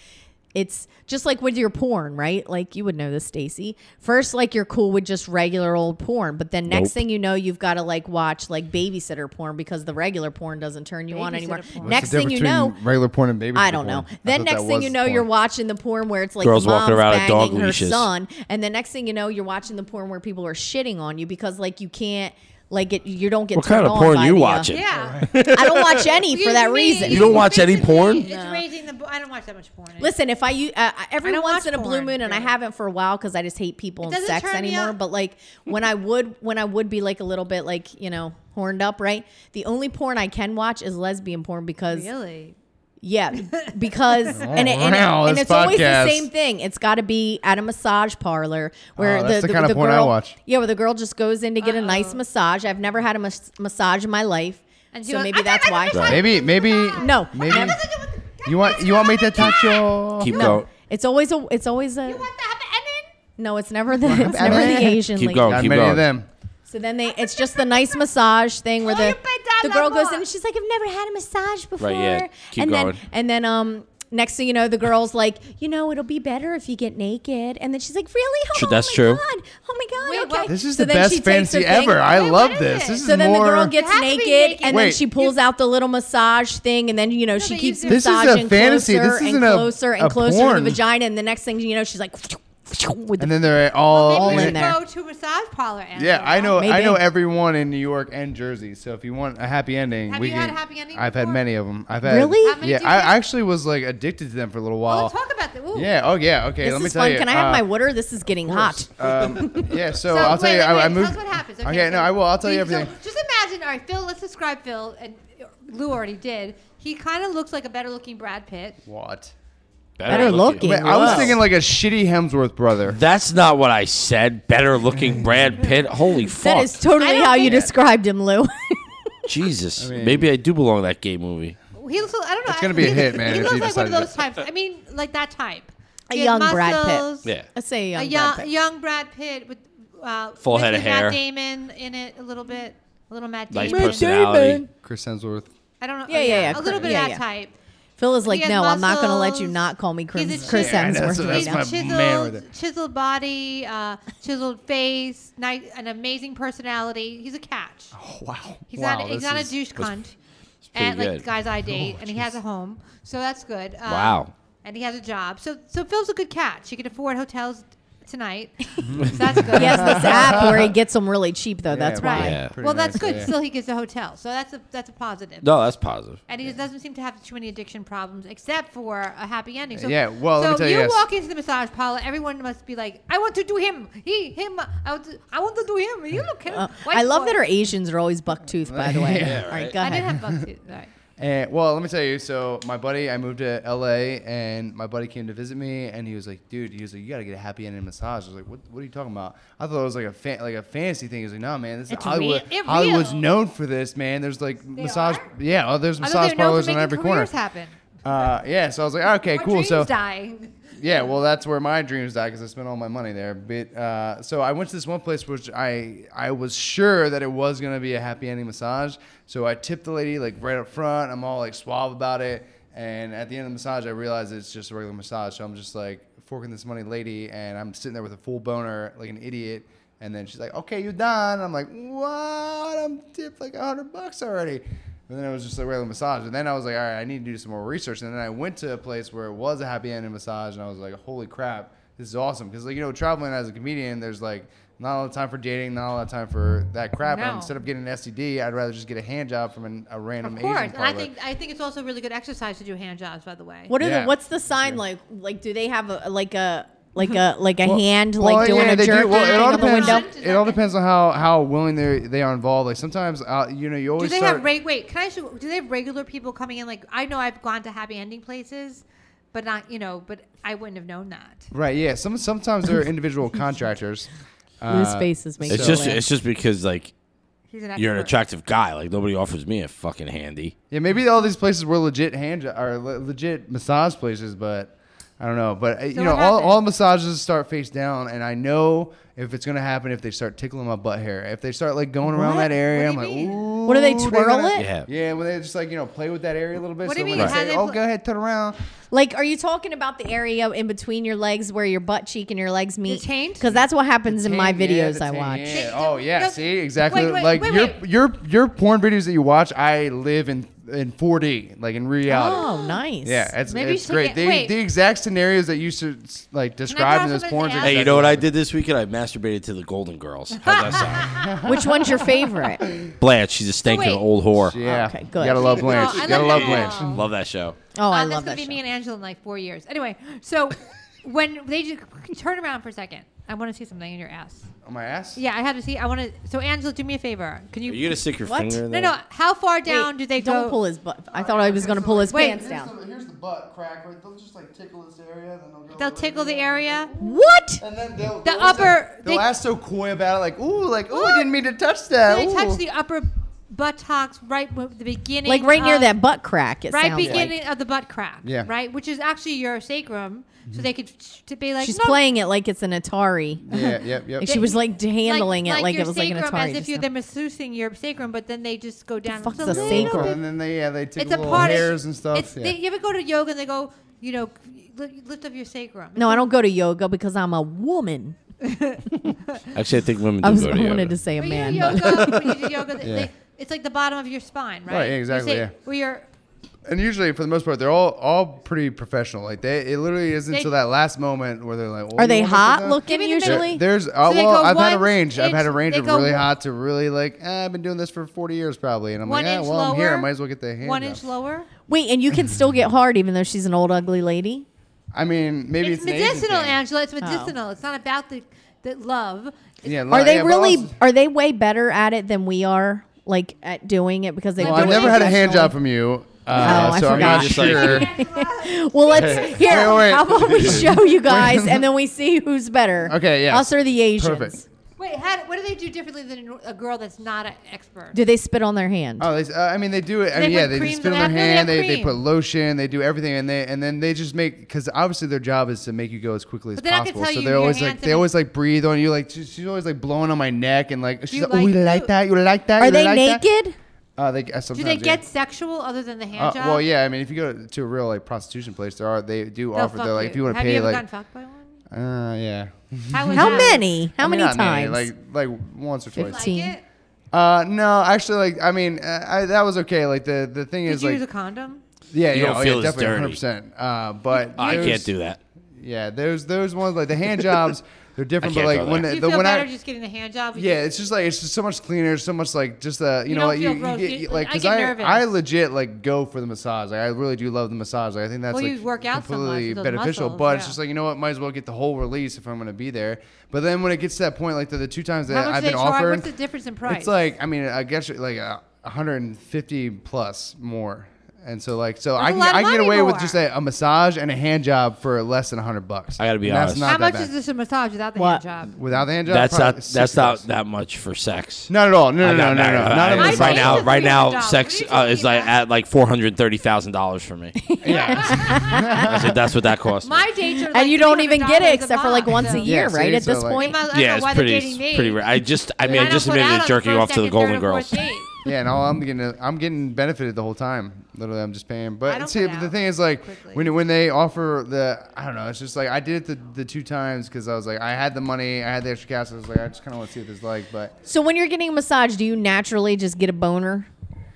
[SPEAKER 1] it's just like with your porn, right? Like you would know this, Stacy. First, like you're cool with just regular old porn, but then next
[SPEAKER 6] Nope.
[SPEAKER 1] thing you know, you've got to like watch like babysitter porn because the regular porn doesn't turn you on anymore.
[SPEAKER 3] Babysitter porn. What's
[SPEAKER 1] Next thing you know.
[SPEAKER 4] regular porn and baby.
[SPEAKER 1] I don't know. Then next thing you know, you're watching the porn where it's like
[SPEAKER 6] Girls
[SPEAKER 1] mom's
[SPEAKER 6] walking around with dog
[SPEAKER 1] banging her
[SPEAKER 6] leashes.
[SPEAKER 1] son, and the next thing you know, you're watching the porn where people are shitting on you because like you can't Like it, you don't get.
[SPEAKER 6] What
[SPEAKER 1] turned
[SPEAKER 6] kind of
[SPEAKER 1] on
[SPEAKER 6] porn
[SPEAKER 1] by
[SPEAKER 6] you
[SPEAKER 1] the, uh,
[SPEAKER 6] watching?
[SPEAKER 3] Yeah.
[SPEAKER 1] I don't watch any for that
[SPEAKER 3] Excuse me,
[SPEAKER 1] reason.
[SPEAKER 6] You don't watch any
[SPEAKER 3] basically,
[SPEAKER 6] porn?
[SPEAKER 3] It's raising the. I don't watch that much porn.
[SPEAKER 1] Listen, if I u- uh, I-
[SPEAKER 3] I
[SPEAKER 1] every
[SPEAKER 3] don't
[SPEAKER 1] once
[SPEAKER 3] watch
[SPEAKER 1] in a blue
[SPEAKER 3] porn,
[SPEAKER 1] moon, and I
[SPEAKER 3] really.
[SPEAKER 1] haven't for a while because I just hate people and
[SPEAKER 3] doesn't
[SPEAKER 1] sex
[SPEAKER 3] turn me
[SPEAKER 1] anymore.
[SPEAKER 3] up.
[SPEAKER 1] But like when I would, when I would be like a little bit like you know horned up, right? The only porn I can watch is lesbian porn because
[SPEAKER 3] really.
[SPEAKER 1] yeah, because and, it, and, it-
[SPEAKER 4] Wow,
[SPEAKER 1] and
[SPEAKER 4] this
[SPEAKER 1] it's always the
[SPEAKER 4] podcast.
[SPEAKER 1] same thing. It's got to be at a massage parlor where
[SPEAKER 4] Oh, that's the
[SPEAKER 1] the
[SPEAKER 4] kind of porn I
[SPEAKER 1] girl,
[SPEAKER 4] watch.
[SPEAKER 1] Yeah, where the girl just goes in to get a nice
[SPEAKER 3] Uh-oh.
[SPEAKER 1] massage. I've never had a mas- massage in my life,
[SPEAKER 3] Oh. And she
[SPEAKER 1] so
[SPEAKER 3] goes,
[SPEAKER 1] maybe
[SPEAKER 3] "I've
[SPEAKER 1] that's
[SPEAKER 3] never
[SPEAKER 1] why.
[SPEAKER 3] had a massage."
[SPEAKER 4] Maybe, maybe.
[SPEAKER 1] No,
[SPEAKER 4] Maybe.
[SPEAKER 1] never-
[SPEAKER 4] You want you want me to touch your?
[SPEAKER 6] Keep
[SPEAKER 1] no.
[SPEAKER 6] going.
[SPEAKER 1] It's always a. It's always a.
[SPEAKER 3] What the happening?
[SPEAKER 1] No, it's never the. It's never the Asian.
[SPEAKER 6] Keep
[SPEAKER 1] lady.
[SPEAKER 6] going.
[SPEAKER 4] Got many
[SPEAKER 6] going.
[SPEAKER 4] of them.
[SPEAKER 1] So then they, it's just the nice massage thing
[SPEAKER 3] Oh,
[SPEAKER 1] where the
[SPEAKER 3] Olipedala
[SPEAKER 1] the girl goes in
[SPEAKER 3] more.
[SPEAKER 1] and she's like, I've never had a massage before.
[SPEAKER 6] yeah. Keep
[SPEAKER 1] and
[SPEAKER 6] going.
[SPEAKER 1] then and then um next thing you know, the girl's like, you know, it'll be better if you get naked. And then she's like, really? Oh,
[SPEAKER 6] True, that's
[SPEAKER 1] my
[SPEAKER 6] true.
[SPEAKER 1] God. Oh my god.
[SPEAKER 3] Wait,
[SPEAKER 1] okay.
[SPEAKER 3] what?
[SPEAKER 4] This is
[SPEAKER 1] So
[SPEAKER 4] the
[SPEAKER 1] then
[SPEAKER 4] best
[SPEAKER 1] she takes her
[SPEAKER 4] fancy
[SPEAKER 1] thing-
[SPEAKER 4] ever. I
[SPEAKER 3] Wait,
[SPEAKER 4] love
[SPEAKER 3] what is
[SPEAKER 4] this.
[SPEAKER 3] it?
[SPEAKER 4] This is
[SPEAKER 1] So then
[SPEAKER 4] more.
[SPEAKER 1] the girl gets
[SPEAKER 3] It has to be
[SPEAKER 1] naked,
[SPEAKER 3] naked.
[SPEAKER 1] and then
[SPEAKER 4] Wait.
[SPEAKER 1] she pulls out the little massage thing, and then you know she
[SPEAKER 3] but
[SPEAKER 1] keeps
[SPEAKER 3] you do-
[SPEAKER 4] This is a
[SPEAKER 1] massaging
[SPEAKER 4] fantasy.
[SPEAKER 1] closer
[SPEAKER 4] This
[SPEAKER 1] and
[SPEAKER 4] isn't a-
[SPEAKER 1] closer
[SPEAKER 4] a
[SPEAKER 1] and closer to
[SPEAKER 4] porn.
[SPEAKER 1] the vagina, and the next thing you know, she's like, with
[SPEAKER 4] and
[SPEAKER 1] the,
[SPEAKER 4] then they're all,
[SPEAKER 1] All
[SPEAKER 3] Maybe
[SPEAKER 1] in
[SPEAKER 3] you
[SPEAKER 1] there.
[SPEAKER 3] Go to a massage parlor. After
[SPEAKER 4] Yeah, I
[SPEAKER 3] that.
[SPEAKER 4] know. I
[SPEAKER 1] Maybe.
[SPEAKER 4] know everyone in New York and Jersey. So if you want a happy ending,
[SPEAKER 3] Have
[SPEAKER 4] we
[SPEAKER 3] you
[SPEAKER 4] can,
[SPEAKER 3] had a happy ending
[SPEAKER 4] I've had
[SPEAKER 3] before?
[SPEAKER 4] many of them. I've had
[SPEAKER 1] Really?
[SPEAKER 3] How many
[SPEAKER 4] Yeah,
[SPEAKER 3] do you
[SPEAKER 4] I
[SPEAKER 3] have?
[SPEAKER 4] actually was like addicted to them for a little
[SPEAKER 3] Well,
[SPEAKER 4] while.
[SPEAKER 3] let's talk about that. Ooh.
[SPEAKER 4] yeah. Oh yeah. Okay.
[SPEAKER 1] this
[SPEAKER 4] let me
[SPEAKER 1] is
[SPEAKER 4] tell
[SPEAKER 1] fun.
[SPEAKER 4] you.
[SPEAKER 1] Can I have
[SPEAKER 4] uh,
[SPEAKER 1] my water? This is getting hot.
[SPEAKER 4] Um, yeah.
[SPEAKER 3] So,
[SPEAKER 4] So, I'll
[SPEAKER 3] wait,
[SPEAKER 4] tell you.
[SPEAKER 3] wait,
[SPEAKER 4] I,
[SPEAKER 3] wait,
[SPEAKER 4] I
[SPEAKER 3] tell
[SPEAKER 4] moved.
[SPEAKER 3] us what happens.
[SPEAKER 4] Okay. no,
[SPEAKER 3] so-
[SPEAKER 4] I will. I'll tell
[SPEAKER 3] so-
[SPEAKER 4] you everything.
[SPEAKER 3] So just imagine. All right, Phil. Let's describe Phil, and Lou already did. He kind of looks like a better looking Brad Pitt.
[SPEAKER 4] what?
[SPEAKER 1] Better looking.
[SPEAKER 4] Wait, I was
[SPEAKER 1] Wow.
[SPEAKER 4] thinking like a shitty Hemsworth brother.
[SPEAKER 6] That's not what I said. Better looking Brad Pitt. Holy fuck.
[SPEAKER 1] That is totally
[SPEAKER 3] don't
[SPEAKER 1] how you
[SPEAKER 3] think-
[SPEAKER 1] described him, Lou.
[SPEAKER 6] Jesus.
[SPEAKER 4] I mean-
[SPEAKER 6] Maybe I do belong to that gay movie.
[SPEAKER 3] He looks. I don't know.
[SPEAKER 4] It's gonna be a
[SPEAKER 3] he-
[SPEAKER 4] hit, man,
[SPEAKER 3] He
[SPEAKER 4] if
[SPEAKER 3] looks
[SPEAKER 4] you
[SPEAKER 3] like one of
[SPEAKER 4] decided
[SPEAKER 3] those types. I mean, like that type.
[SPEAKER 1] A
[SPEAKER 3] He had
[SPEAKER 1] young Brad Pitt.
[SPEAKER 3] muscles,
[SPEAKER 6] Yeah.
[SPEAKER 1] I say
[SPEAKER 3] A
[SPEAKER 1] young,
[SPEAKER 3] young,
[SPEAKER 1] Brad Pitt.
[SPEAKER 3] young Brad Pitt with uh,
[SPEAKER 6] Full
[SPEAKER 3] with-
[SPEAKER 6] head of
[SPEAKER 3] with
[SPEAKER 6] hair.
[SPEAKER 3] Matt Damon in it a little bit. A little Matt
[SPEAKER 6] Nice
[SPEAKER 3] Damon.
[SPEAKER 6] personality.
[SPEAKER 4] Chris Hemsworth.
[SPEAKER 3] I don't know.
[SPEAKER 1] Yeah,
[SPEAKER 3] oh,
[SPEAKER 1] yeah, yeah,
[SPEAKER 3] A little bit
[SPEAKER 1] yeah,
[SPEAKER 3] of that
[SPEAKER 1] yeah.
[SPEAKER 3] type.
[SPEAKER 1] Phil is like,
[SPEAKER 3] has
[SPEAKER 1] no, I'm not going to let you
[SPEAKER 3] muscles.
[SPEAKER 1] not call me
[SPEAKER 3] He's
[SPEAKER 1] Chris,
[SPEAKER 3] a
[SPEAKER 1] Chris
[SPEAKER 3] chick. Yeah,
[SPEAKER 1] Hemsworth
[SPEAKER 4] that's-
[SPEAKER 1] right
[SPEAKER 4] that's
[SPEAKER 1] now.
[SPEAKER 4] my
[SPEAKER 3] chiseled,
[SPEAKER 4] man right there.
[SPEAKER 3] chiseled body, uh, chiseled face, nice, an amazing personality. He's a catch.
[SPEAKER 4] Wow.
[SPEAKER 3] He's
[SPEAKER 4] wow,
[SPEAKER 3] not. He's
[SPEAKER 4] this
[SPEAKER 3] not
[SPEAKER 4] is-
[SPEAKER 3] a douche cunt.
[SPEAKER 6] pretty
[SPEAKER 3] And like
[SPEAKER 6] good.
[SPEAKER 3] guys I date, and he has a home, so that's good. Um,
[SPEAKER 6] Wow.
[SPEAKER 3] And he has a job, so so Phil's a good catch. He can afford hotels tonight, so that's good.
[SPEAKER 1] He has this app where he gets them really cheap, though. that's
[SPEAKER 4] Yeah,
[SPEAKER 1] why.
[SPEAKER 3] right.
[SPEAKER 6] Yeah.
[SPEAKER 4] Pretty
[SPEAKER 3] Well,
[SPEAKER 4] nice,
[SPEAKER 3] that's good.
[SPEAKER 4] yeah.
[SPEAKER 3] Still, he gets a hotel, so that's a that's a positive.
[SPEAKER 6] No, that's positive.
[SPEAKER 3] And he doesn't seem to have too many addiction problems, except for a happy ending. So,
[SPEAKER 4] Yeah, well,
[SPEAKER 3] so
[SPEAKER 4] let me tell you this.
[SPEAKER 3] walk into the massage parlor, everyone must be like, "I want to do him, he, him. I want to, I want to do him. You look him."
[SPEAKER 1] Uh,
[SPEAKER 3] white
[SPEAKER 1] I love
[SPEAKER 3] boy."
[SPEAKER 1] that our Asians are always buck tooth, by the way. All right, go
[SPEAKER 3] I didn't
[SPEAKER 1] ahead.
[SPEAKER 3] have buck tooth. All right.
[SPEAKER 4] And well, let me tell you. So my buddy, I moved to LA, and my buddy came to visit me, and he was like, "Dude, he was like, you gotta get a happy ending massage." I was like, "What? What are you talking about?" I thought it was like a fan, like a fantasy thing. He's like, "No, man, this is
[SPEAKER 3] It's
[SPEAKER 4] Hollywood.
[SPEAKER 3] real- it
[SPEAKER 4] Hollywood's
[SPEAKER 3] real."
[SPEAKER 4] known for this, man. There's like massage,
[SPEAKER 3] are?
[SPEAKER 4] yeah. Oh, there's
[SPEAKER 3] I thought
[SPEAKER 4] massage
[SPEAKER 3] they were known
[SPEAKER 4] parlors
[SPEAKER 3] for
[SPEAKER 4] on
[SPEAKER 3] making
[SPEAKER 4] every
[SPEAKER 3] careers
[SPEAKER 4] corner.
[SPEAKER 3] happen.
[SPEAKER 4] Uh, yeah. So I was like, "Okay,
[SPEAKER 3] Our
[SPEAKER 4] cool."
[SPEAKER 3] dreams
[SPEAKER 4] So
[SPEAKER 3] die.
[SPEAKER 4] yeah, well, that's where my dreams died because I spent all my money there. But uh, so I went to this one place which I I was sure that it was gonna be a happy ending massage. So I tipped the lady like right up front. I'm all like suave about it, and at the end of the massage, I realized it's just a regular massage. So I'm just like forking this money lady, and I'm sitting there with a full boner like an idiot. And then she's like, "Okay, you done?" I'm like, "What? I'm tipped like a hundred bucks already." And then it was just a regular massage. And then I was like, all right, I need to do some more research. And then I went to a place where it was a happy ending massage, and I was like, holy crap, this is awesome. Because like you know, traveling as a comedian, there's like not a lot of time for dating, not a lot of time for that crap. And
[SPEAKER 3] No.
[SPEAKER 4] instead of getting an STD, I'd rather just get a hand job from an, a random
[SPEAKER 3] of course,
[SPEAKER 4] Asian
[SPEAKER 3] and I
[SPEAKER 4] parlor.
[SPEAKER 3] think I think it's also really good exercise to do hand jobs. By the way,
[SPEAKER 1] What are
[SPEAKER 4] Yeah.
[SPEAKER 1] the? What's the sign like? Like, do they have a like a like a like a hand
[SPEAKER 4] Well,
[SPEAKER 1] like doing
[SPEAKER 4] yeah,
[SPEAKER 1] a
[SPEAKER 4] they do.
[SPEAKER 1] jerk
[SPEAKER 4] Well, it
[SPEAKER 1] thing
[SPEAKER 4] all
[SPEAKER 1] out the
[SPEAKER 4] depends.
[SPEAKER 1] window?
[SPEAKER 3] window?
[SPEAKER 4] It all depends on how how willing they they are involved. Like sometimes, uh, you know, you
[SPEAKER 3] do
[SPEAKER 4] always
[SPEAKER 3] they
[SPEAKER 4] start.
[SPEAKER 3] have reg- wait? Can I? Show, do they have regular people coming in? Like I know I've gone to happy ending places, but not you know. But I wouldn't have known that.
[SPEAKER 4] right? Yeah. Some sometimes they're individual contractors.
[SPEAKER 1] Lou's
[SPEAKER 4] Uh,
[SPEAKER 1] face is making
[SPEAKER 6] It's
[SPEAKER 1] me
[SPEAKER 6] just
[SPEAKER 1] laugh.
[SPEAKER 6] it's just because like
[SPEAKER 3] He's an
[SPEAKER 6] you're an
[SPEAKER 3] expert.
[SPEAKER 6] attractive guy. Like nobody offers me a fucking handy.
[SPEAKER 4] Yeah, maybe all these places were legit hand jo- or le- legit massage places, but I don't know. But uh, you
[SPEAKER 3] what
[SPEAKER 4] know, all,
[SPEAKER 3] happened?
[SPEAKER 4] all massages start face down, and I know if it's gonna happen if they start tickling my butt hair. If they start like going around
[SPEAKER 1] What?
[SPEAKER 4] that area, I'm
[SPEAKER 3] What do
[SPEAKER 4] like,
[SPEAKER 3] you
[SPEAKER 4] ooh.
[SPEAKER 1] What do they
[SPEAKER 4] they're
[SPEAKER 1] twirl
[SPEAKER 4] gonna-
[SPEAKER 1] it?
[SPEAKER 6] Yeah.
[SPEAKER 4] Yeah, when they just like you know play with that area a little bit.
[SPEAKER 3] What
[SPEAKER 4] so
[SPEAKER 3] do you
[SPEAKER 4] when
[SPEAKER 3] mean?
[SPEAKER 4] they
[SPEAKER 3] How
[SPEAKER 4] say,
[SPEAKER 3] they
[SPEAKER 4] oh,
[SPEAKER 3] pl-
[SPEAKER 4] go ahead, turn around.
[SPEAKER 1] Like, are you talking about the area in between your legs where your butt cheek and your legs meet?
[SPEAKER 3] taint?
[SPEAKER 1] Because that's what happens in my
[SPEAKER 4] Tang, yeah,
[SPEAKER 1] videos
[SPEAKER 4] the
[SPEAKER 1] I
[SPEAKER 4] tang,
[SPEAKER 1] watch.
[SPEAKER 4] yeah.
[SPEAKER 3] They-
[SPEAKER 4] Oh yeah,
[SPEAKER 3] no,
[SPEAKER 4] see exactly
[SPEAKER 3] wait, wait,
[SPEAKER 4] like
[SPEAKER 3] wait,
[SPEAKER 4] your
[SPEAKER 3] wait.
[SPEAKER 4] your your porn videos that you watch. I live in in 4D, like in reality.
[SPEAKER 1] Oh, nice.
[SPEAKER 4] Yeah, it's,
[SPEAKER 3] Maybe
[SPEAKER 4] it's
[SPEAKER 3] she'll
[SPEAKER 4] great.
[SPEAKER 3] get-
[SPEAKER 4] the,
[SPEAKER 3] wait.
[SPEAKER 4] the exact scenarios that you should like describe
[SPEAKER 3] draw
[SPEAKER 4] in those
[SPEAKER 3] something
[SPEAKER 4] porns. are
[SPEAKER 3] else?
[SPEAKER 6] Hey, you
[SPEAKER 4] exactly
[SPEAKER 6] know what I
[SPEAKER 4] what-
[SPEAKER 6] did this weekend? I masturbated to the Golden Girls. How's that sound?
[SPEAKER 1] Which one's your favorite? Oh,
[SPEAKER 6] Blanche, she's a stinking
[SPEAKER 3] Wait.
[SPEAKER 6] old whore.
[SPEAKER 4] Yeah,
[SPEAKER 1] Okay, good.
[SPEAKER 4] You gotta love
[SPEAKER 3] Girl,
[SPEAKER 4] Blanche.
[SPEAKER 3] I
[SPEAKER 4] You gotta
[SPEAKER 3] love
[SPEAKER 4] love Blanche.
[SPEAKER 3] Blanche.
[SPEAKER 6] Love that show.
[SPEAKER 1] Oh,
[SPEAKER 3] Uh,
[SPEAKER 1] I
[SPEAKER 3] that's
[SPEAKER 1] love that
[SPEAKER 3] gonna be
[SPEAKER 1] show.
[SPEAKER 3] me and Angela in like four years. Anyway, so when they just turn around for a second, I want to see something in your ass.
[SPEAKER 4] On my ass?
[SPEAKER 3] Yeah, I had to see. I want to. So Angela, do me a favor. Can you?
[SPEAKER 6] Are you gonna stick your
[SPEAKER 1] What?
[SPEAKER 6] finger in
[SPEAKER 3] no,
[SPEAKER 6] there?
[SPEAKER 3] no. How far down
[SPEAKER 1] Wait,
[SPEAKER 3] do they
[SPEAKER 1] Don't
[SPEAKER 3] go?
[SPEAKER 1] pull his butt. I thought I was going to pull his
[SPEAKER 3] Wait.
[SPEAKER 1] pants down.
[SPEAKER 4] here's the butt crack. Right? They'll just like tickle this area, then they'll go.
[SPEAKER 3] They'll tickle the area.
[SPEAKER 1] What?
[SPEAKER 4] And then they'll
[SPEAKER 3] The upper.
[SPEAKER 4] They'll
[SPEAKER 3] They,
[SPEAKER 4] ask so coy about it, like, ooh, like, ooh,
[SPEAKER 3] Ooh.
[SPEAKER 4] I didn't mean to touch that.
[SPEAKER 3] they
[SPEAKER 4] ooh.
[SPEAKER 3] touch the upper buttocks right at the beginning.
[SPEAKER 1] Like right near
[SPEAKER 3] of-
[SPEAKER 1] that butt crack. It
[SPEAKER 3] Right
[SPEAKER 1] sounds
[SPEAKER 3] beginning
[SPEAKER 1] Like.
[SPEAKER 3] of the butt crack.
[SPEAKER 4] Yeah. Mm-hmm.
[SPEAKER 3] Right, which is actually your sacrum. So they could sh- to be like.
[SPEAKER 1] She's
[SPEAKER 3] no,
[SPEAKER 1] playing it like it's an Atari.
[SPEAKER 4] yeah, yep, yep.
[SPEAKER 1] Like she was like handling it like
[SPEAKER 3] your
[SPEAKER 1] it was like an
[SPEAKER 3] sacrum,
[SPEAKER 1] Atari.
[SPEAKER 3] As if
[SPEAKER 1] just
[SPEAKER 3] you're
[SPEAKER 1] now.
[SPEAKER 3] they're masseusing your sacrum, but then they just go down.
[SPEAKER 1] fuck's
[SPEAKER 3] just
[SPEAKER 1] a
[SPEAKER 3] little
[SPEAKER 1] sacrum?
[SPEAKER 3] bit.
[SPEAKER 4] And then they yeah they tickle
[SPEAKER 3] It's a
[SPEAKER 4] little
[SPEAKER 3] part of-
[SPEAKER 4] hairs and stuff.
[SPEAKER 3] It's,
[SPEAKER 4] yeah.
[SPEAKER 3] they, you ever go to yoga and they go, you know, li- lift up your sacrum.
[SPEAKER 1] no, I don't go to yoga because I'm a woman.
[SPEAKER 6] Actually, I think women
[SPEAKER 1] I
[SPEAKER 6] do
[SPEAKER 1] was
[SPEAKER 6] go
[SPEAKER 1] I
[SPEAKER 6] to yoga.
[SPEAKER 1] wanted to say a
[SPEAKER 3] When you do
[SPEAKER 1] man. but-
[SPEAKER 3] yoga, when you do yoga, they-
[SPEAKER 4] Yeah.
[SPEAKER 3] they- it's like the bottom of your spine, right?
[SPEAKER 4] Right, yeah,
[SPEAKER 3] You
[SPEAKER 4] exactly,
[SPEAKER 3] say-
[SPEAKER 4] yeah.
[SPEAKER 3] Where you're,
[SPEAKER 4] and usually, for the most part, they're all all pretty professional. Like they, it literally is
[SPEAKER 3] They-
[SPEAKER 4] until that last moment where they're like, well,
[SPEAKER 1] Are
[SPEAKER 4] you
[SPEAKER 1] they
[SPEAKER 4] want this
[SPEAKER 1] hot
[SPEAKER 4] and that?
[SPEAKER 1] looking
[SPEAKER 3] Give me the
[SPEAKER 4] There-
[SPEAKER 1] usually?
[SPEAKER 4] There's uh,
[SPEAKER 3] So they
[SPEAKER 4] well,
[SPEAKER 3] go
[SPEAKER 4] I've had a
[SPEAKER 3] one
[SPEAKER 4] range. I've had a
[SPEAKER 3] inch-
[SPEAKER 4] range
[SPEAKER 3] they
[SPEAKER 4] of
[SPEAKER 3] go
[SPEAKER 4] really
[SPEAKER 3] one-
[SPEAKER 4] hot to really like. eh, I've been doing this for 40 years probably, and I'm
[SPEAKER 3] one
[SPEAKER 4] like, eh,
[SPEAKER 3] inch
[SPEAKER 4] well,
[SPEAKER 3] lower.
[SPEAKER 4] I'm here. I might as well get the hand.
[SPEAKER 3] One
[SPEAKER 4] up.
[SPEAKER 3] inch lower.
[SPEAKER 1] Wait, and you can still get hard even though she's an old ugly lady?
[SPEAKER 4] I mean, maybe
[SPEAKER 3] It's
[SPEAKER 4] it's, Oh. an Asian
[SPEAKER 3] medicinal,
[SPEAKER 4] thing.
[SPEAKER 3] Angela. It's medicinal. It's not about the, the love. It's-
[SPEAKER 4] Yeah,
[SPEAKER 1] Are
[SPEAKER 4] like-
[SPEAKER 1] they
[SPEAKER 4] yeah, but
[SPEAKER 1] really
[SPEAKER 4] also-
[SPEAKER 1] are they way better at it than we are like at doing it because they
[SPEAKER 4] Well,
[SPEAKER 1] do
[SPEAKER 4] I
[SPEAKER 1] it
[SPEAKER 4] never had a hand
[SPEAKER 1] professionally?
[SPEAKER 4] job from you. Uh,
[SPEAKER 1] Oh, I
[SPEAKER 4] so I'm
[SPEAKER 1] forgot.
[SPEAKER 4] not
[SPEAKER 6] Just like-
[SPEAKER 4] sure.
[SPEAKER 1] Well, let's here.
[SPEAKER 4] Wait, wait.
[SPEAKER 1] How about we show you guys and then we see who's better?
[SPEAKER 4] Okay, yes.
[SPEAKER 1] Us or the Asians?
[SPEAKER 4] Perfect.
[SPEAKER 3] Wait, how, what do they do differently than a girl that's not an expert?
[SPEAKER 1] Do they spit on their hand?
[SPEAKER 4] Oh, they, s- uh, I mean, they do it. I
[SPEAKER 3] They
[SPEAKER 4] mean, yeah,
[SPEAKER 3] put
[SPEAKER 4] they
[SPEAKER 3] creams
[SPEAKER 4] just spit
[SPEAKER 3] on
[SPEAKER 4] on
[SPEAKER 3] that?
[SPEAKER 4] their
[SPEAKER 3] No, they have
[SPEAKER 4] hand. They, they
[SPEAKER 3] cream.
[SPEAKER 4] put lotion. They do everything, and they and then they just make because obviously their job is to make you go as quickly as
[SPEAKER 3] But they're not gonna
[SPEAKER 4] possible.
[SPEAKER 3] tell
[SPEAKER 4] So
[SPEAKER 3] you
[SPEAKER 4] they
[SPEAKER 3] your
[SPEAKER 4] always
[SPEAKER 3] hands
[SPEAKER 4] like
[SPEAKER 3] to
[SPEAKER 4] they
[SPEAKER 3] be-
[SPEAKER 4] always like breathe on you. Like she's, she's always like blowing on my neck and like she's
[SPEAKER 3] you
[SPEAKER 4] like, oh,
[SPEAKER 3] like-
[SPEAKER 4] you like that? You like that?
[SPEAKER 1] are
[SPEAKER 4] You
[SPEAKER 1] they
[SPEAKER 4] like that?"
[SPEAKER 1] naked?
[SPEAKER 4] Uh, they, uh,
[SPEAKER 3] do they
[SPEAKER 4] sometimes, yeah.
[SPEAKER 3] get sexual other than the hand
[SPEAKER 4] Uh,
[SPEAKER 3] job?
[SPEAKER 4] well, yeah. I mean, if you go to a real like prostitution place, there are they do
[SPEAKER 3] They'll
[SPEAKER 4] offer
[SPEAKER 3] fuck
[SPEAKER 4] the like if you want to
[SPEAKER 3] Have
[SPEAKER 4] pay
[SPEAKER 3] ever
[SPEAKER 4] like
[SPEAKER 3] gotten fucked by one?
[SPEAKER 4] uh yeah.
[SPEAKER 3] was
[SPEAKER 1] How
[SPEAKER 3] that?
[SPEAKER 1] many? How
[SPEAKER 4] I mean,
[SPEAKER 1] many
[SPEAKER 4] not
[SPEAKER 1] times?
[SPEAKER 4] Like like once or twice.
[SPEAKER 3] Like
[SPEAKER 1] Fifteen.
[SPEAKER 3] it?
[SPEAKER 4] Uh no, actually like I mean uh, I, that was okay. Like the the thing
[SPEAKER 3] Did
[SPEAKER 4] is
[SPEAKER 3] you
[SPEAKER 4] like
[SPEAKER 3] use a condom?
[SPEAKER 4] yeah
[SPEAKER 6] You
[SPEAKER 4] yeah,
[SPEAKER 6] don't
[SPEAKER 4] oh,
[SPEAKER 6] feel
[SPEAKER 4] yeah
[SPEAKER 6] as
[SPEAKER 4] definitely
[SPEAKER 6] dirty.
[SPEAKER 4] 100. percent Uh, but
[SPEAKER 6] Oh, I
[SPEAKER 4] there's-
[SPEAKER 6] can't do that.
[SPEAKER 4] Yeah, there's those ones like the hand jobs. They're different, but
[SPEAKER 6] can't
[SPEAKER 4] like
[SPEAKER 6] go
[SPEAKER 4] when
[SPEAKER 6] there.
[SPEAKER 3] Do
[SPEAKER 4] the,
[SPEAKER 3] you feel
[SPEAKER 4] when
[SPEAKER 3] better
[SPEAKER 4] I
[SPEAKER 3] just getting the hand job? You
[SPEAKER 4] yeah, it's just like it's just so much cleaner, so much like just uh, you,
[SPEAKER 3] You
[SPEAKER 4] know
[SPEAKER 3] don't
[SPEAKER 4] like you,
[SPEAKER 3] feel gross.
[SPEAKER 4] get
[SPEAKER 3] You-
[SPEAKER 4] you- like
[SPEAKER 3] I
[SPEAKER 4] because
[SPEAKER 3] get
[SPEAKER 4] I,
[SPEAKER 3] nervous.
[SPEAKER 4] I legit like go for the massage. Like I really do love the massage. Like I think that's
[SPEAKER 3] Well,
[SPEAKER 4] like
[SPEAKER 3] you work out so much
[SPEAKER 4] completely
[SPEAKER 3] with those
[SPEAKER 4] beneficial.
[SPEAKER 3] muscles,
[SPEAKER 4] but it's
[SPEAKER 3] yeah.
[SPEAKER 4] just like you know what, might as well get the whole release if I'm gonna be there. But then when it gets to that point, like the, the two times
[SPEAKER 3] How much
[SPEAKER 4] that uh, I've
[SPEAKER 3] do
[SPEAKER 4] been
[SPEAKER 3] they
[SPEAKER 4] offered,
[SPEAKER 3] charge? What's the difference in price?
[SPEAKER 4] it's like I mean I guess like uh, 150 plus more. And so like so I
[SPEAKER 3] That's a
[SPEAKER 4] can,
[SPEAKER 3] lot of
[SPEAKER 4] I can get
[SPEAKER 3] money
[SPEAKER 4] away with
[SPEAKER 3] more.
[SPEAKER 4] just a, a massage and a hand job for less than 100 bucks.
[SPEAKER 6] I gotta be
[SPEAKER 4] And
[SPEAKER 6] honest.
[SPEAKER 4] That's not
[SPEAKER 3] how
[SPEAKER 4] that
[SPEAKER 3] much
[SPEAKER 4] bad.
[SPEAKER 3] is this a massage without the
[SPEAKER 1] What?
[SPEAKER 3] hand job?
[SPEAKER 4] Without the hand job,
[SPEAKER 6] That's
[SPEAKER 4] probably
[SPEAKER 6] not
[SPEAKER 4] six
[SPEAKER 6] that's
[SPEAKER 4] bucks.
[SPEAKER 6] not that much for sex.
[SPEAKER 4] Not at all. No,
[SPEAKER 6] I-
[SPEAKER 4] no, no, no, no. Not
[SPEAKER 6] I-
[SPEAKER 4] on the
[SPEAKER 6] right
[SPEAKER 4] side.
[SPEAKER 6] now,
[SPEAKER 3] It's
[SPEAKER 6] right now,
[SPEAKER 3] $300.
[SPEAKER 6] sex
[SPEAKER 3] What are you
[SPEAKER 6] uh, is
[SPEAKER 3] talking
[SPEAKER 6] like
[SPEAKER 3] about?
[SPEAKER 6] at like four hundred thirty thousand dollars for me. that's, what, that's what that costs. me.
[SPEAKER 3] My dates are like
[SPEAKER 1] and you don't even get
[SPEAKER 3] $300 a
[SPEAKER 1] it except for like
[SPEAKER 3] box,
[SPEAKER 1] once
[SPEAKER 3] so-
[SPEAKER 1] a year,
[SPEAKER 4] Yeah,
[SPEAKER 1] right?
[SPEAKER 4] see,
[SPEAKER 1] At
[SPEAKER 4] so,
[SPEAKER 1] this
[SPEAKER 4] like-
[SPEAKER 1] point,
[SPEAKER 3] I don't
[SPEAKER 6] yeah,
[SPEAKER 3] know
[SPEAKER 6] it's
[SPEAKER 3] why
[SPEAKER 6] pretty
[SPEAKER 3] they're
[SPEAKER 6] it's
[SPEAKER 3] dating me.
[SPEAKER 6] pretty rare. I just I mean I
[SPEAKER 3] don't
[SPEAKER 6] just
[SPEAKER 3] put out on
[SPEAKER 6] admitted
[SPEAKER 3] the
[SPEAKER 6] to jerking
[SPEAKER 3] first,
[SPEAKER 6] off to the
[SPEAKER 3] second, third,
[SPEAKER 6] Golden
[SPEAKER 3] or fourth
[SPEAKER 6] Girls.
[SPEAKER 3] date.
[SPEAKER 4] Yeah, no, I'm getting i I'm getting benefited the whole time. Literally, I'm just paying.
[SPEAKER 3] I don't
[SPEAKER 4] But see,
[SPEAKER 3] put
[SPEAKER 4] but the
[SPEAKER 3] out
[SPEAKER 4] thing is, like
[SPEAKER 3] quickly.
[SPEAKER 4] when when they offer the, I don't know. It's just like I did it the, the two times because I was like I had the money, I had the extra cash. I was like I just kind of want to see what this is like. But
[SPEAKER 1] so when you're getting a massage, do you naturally just get a boner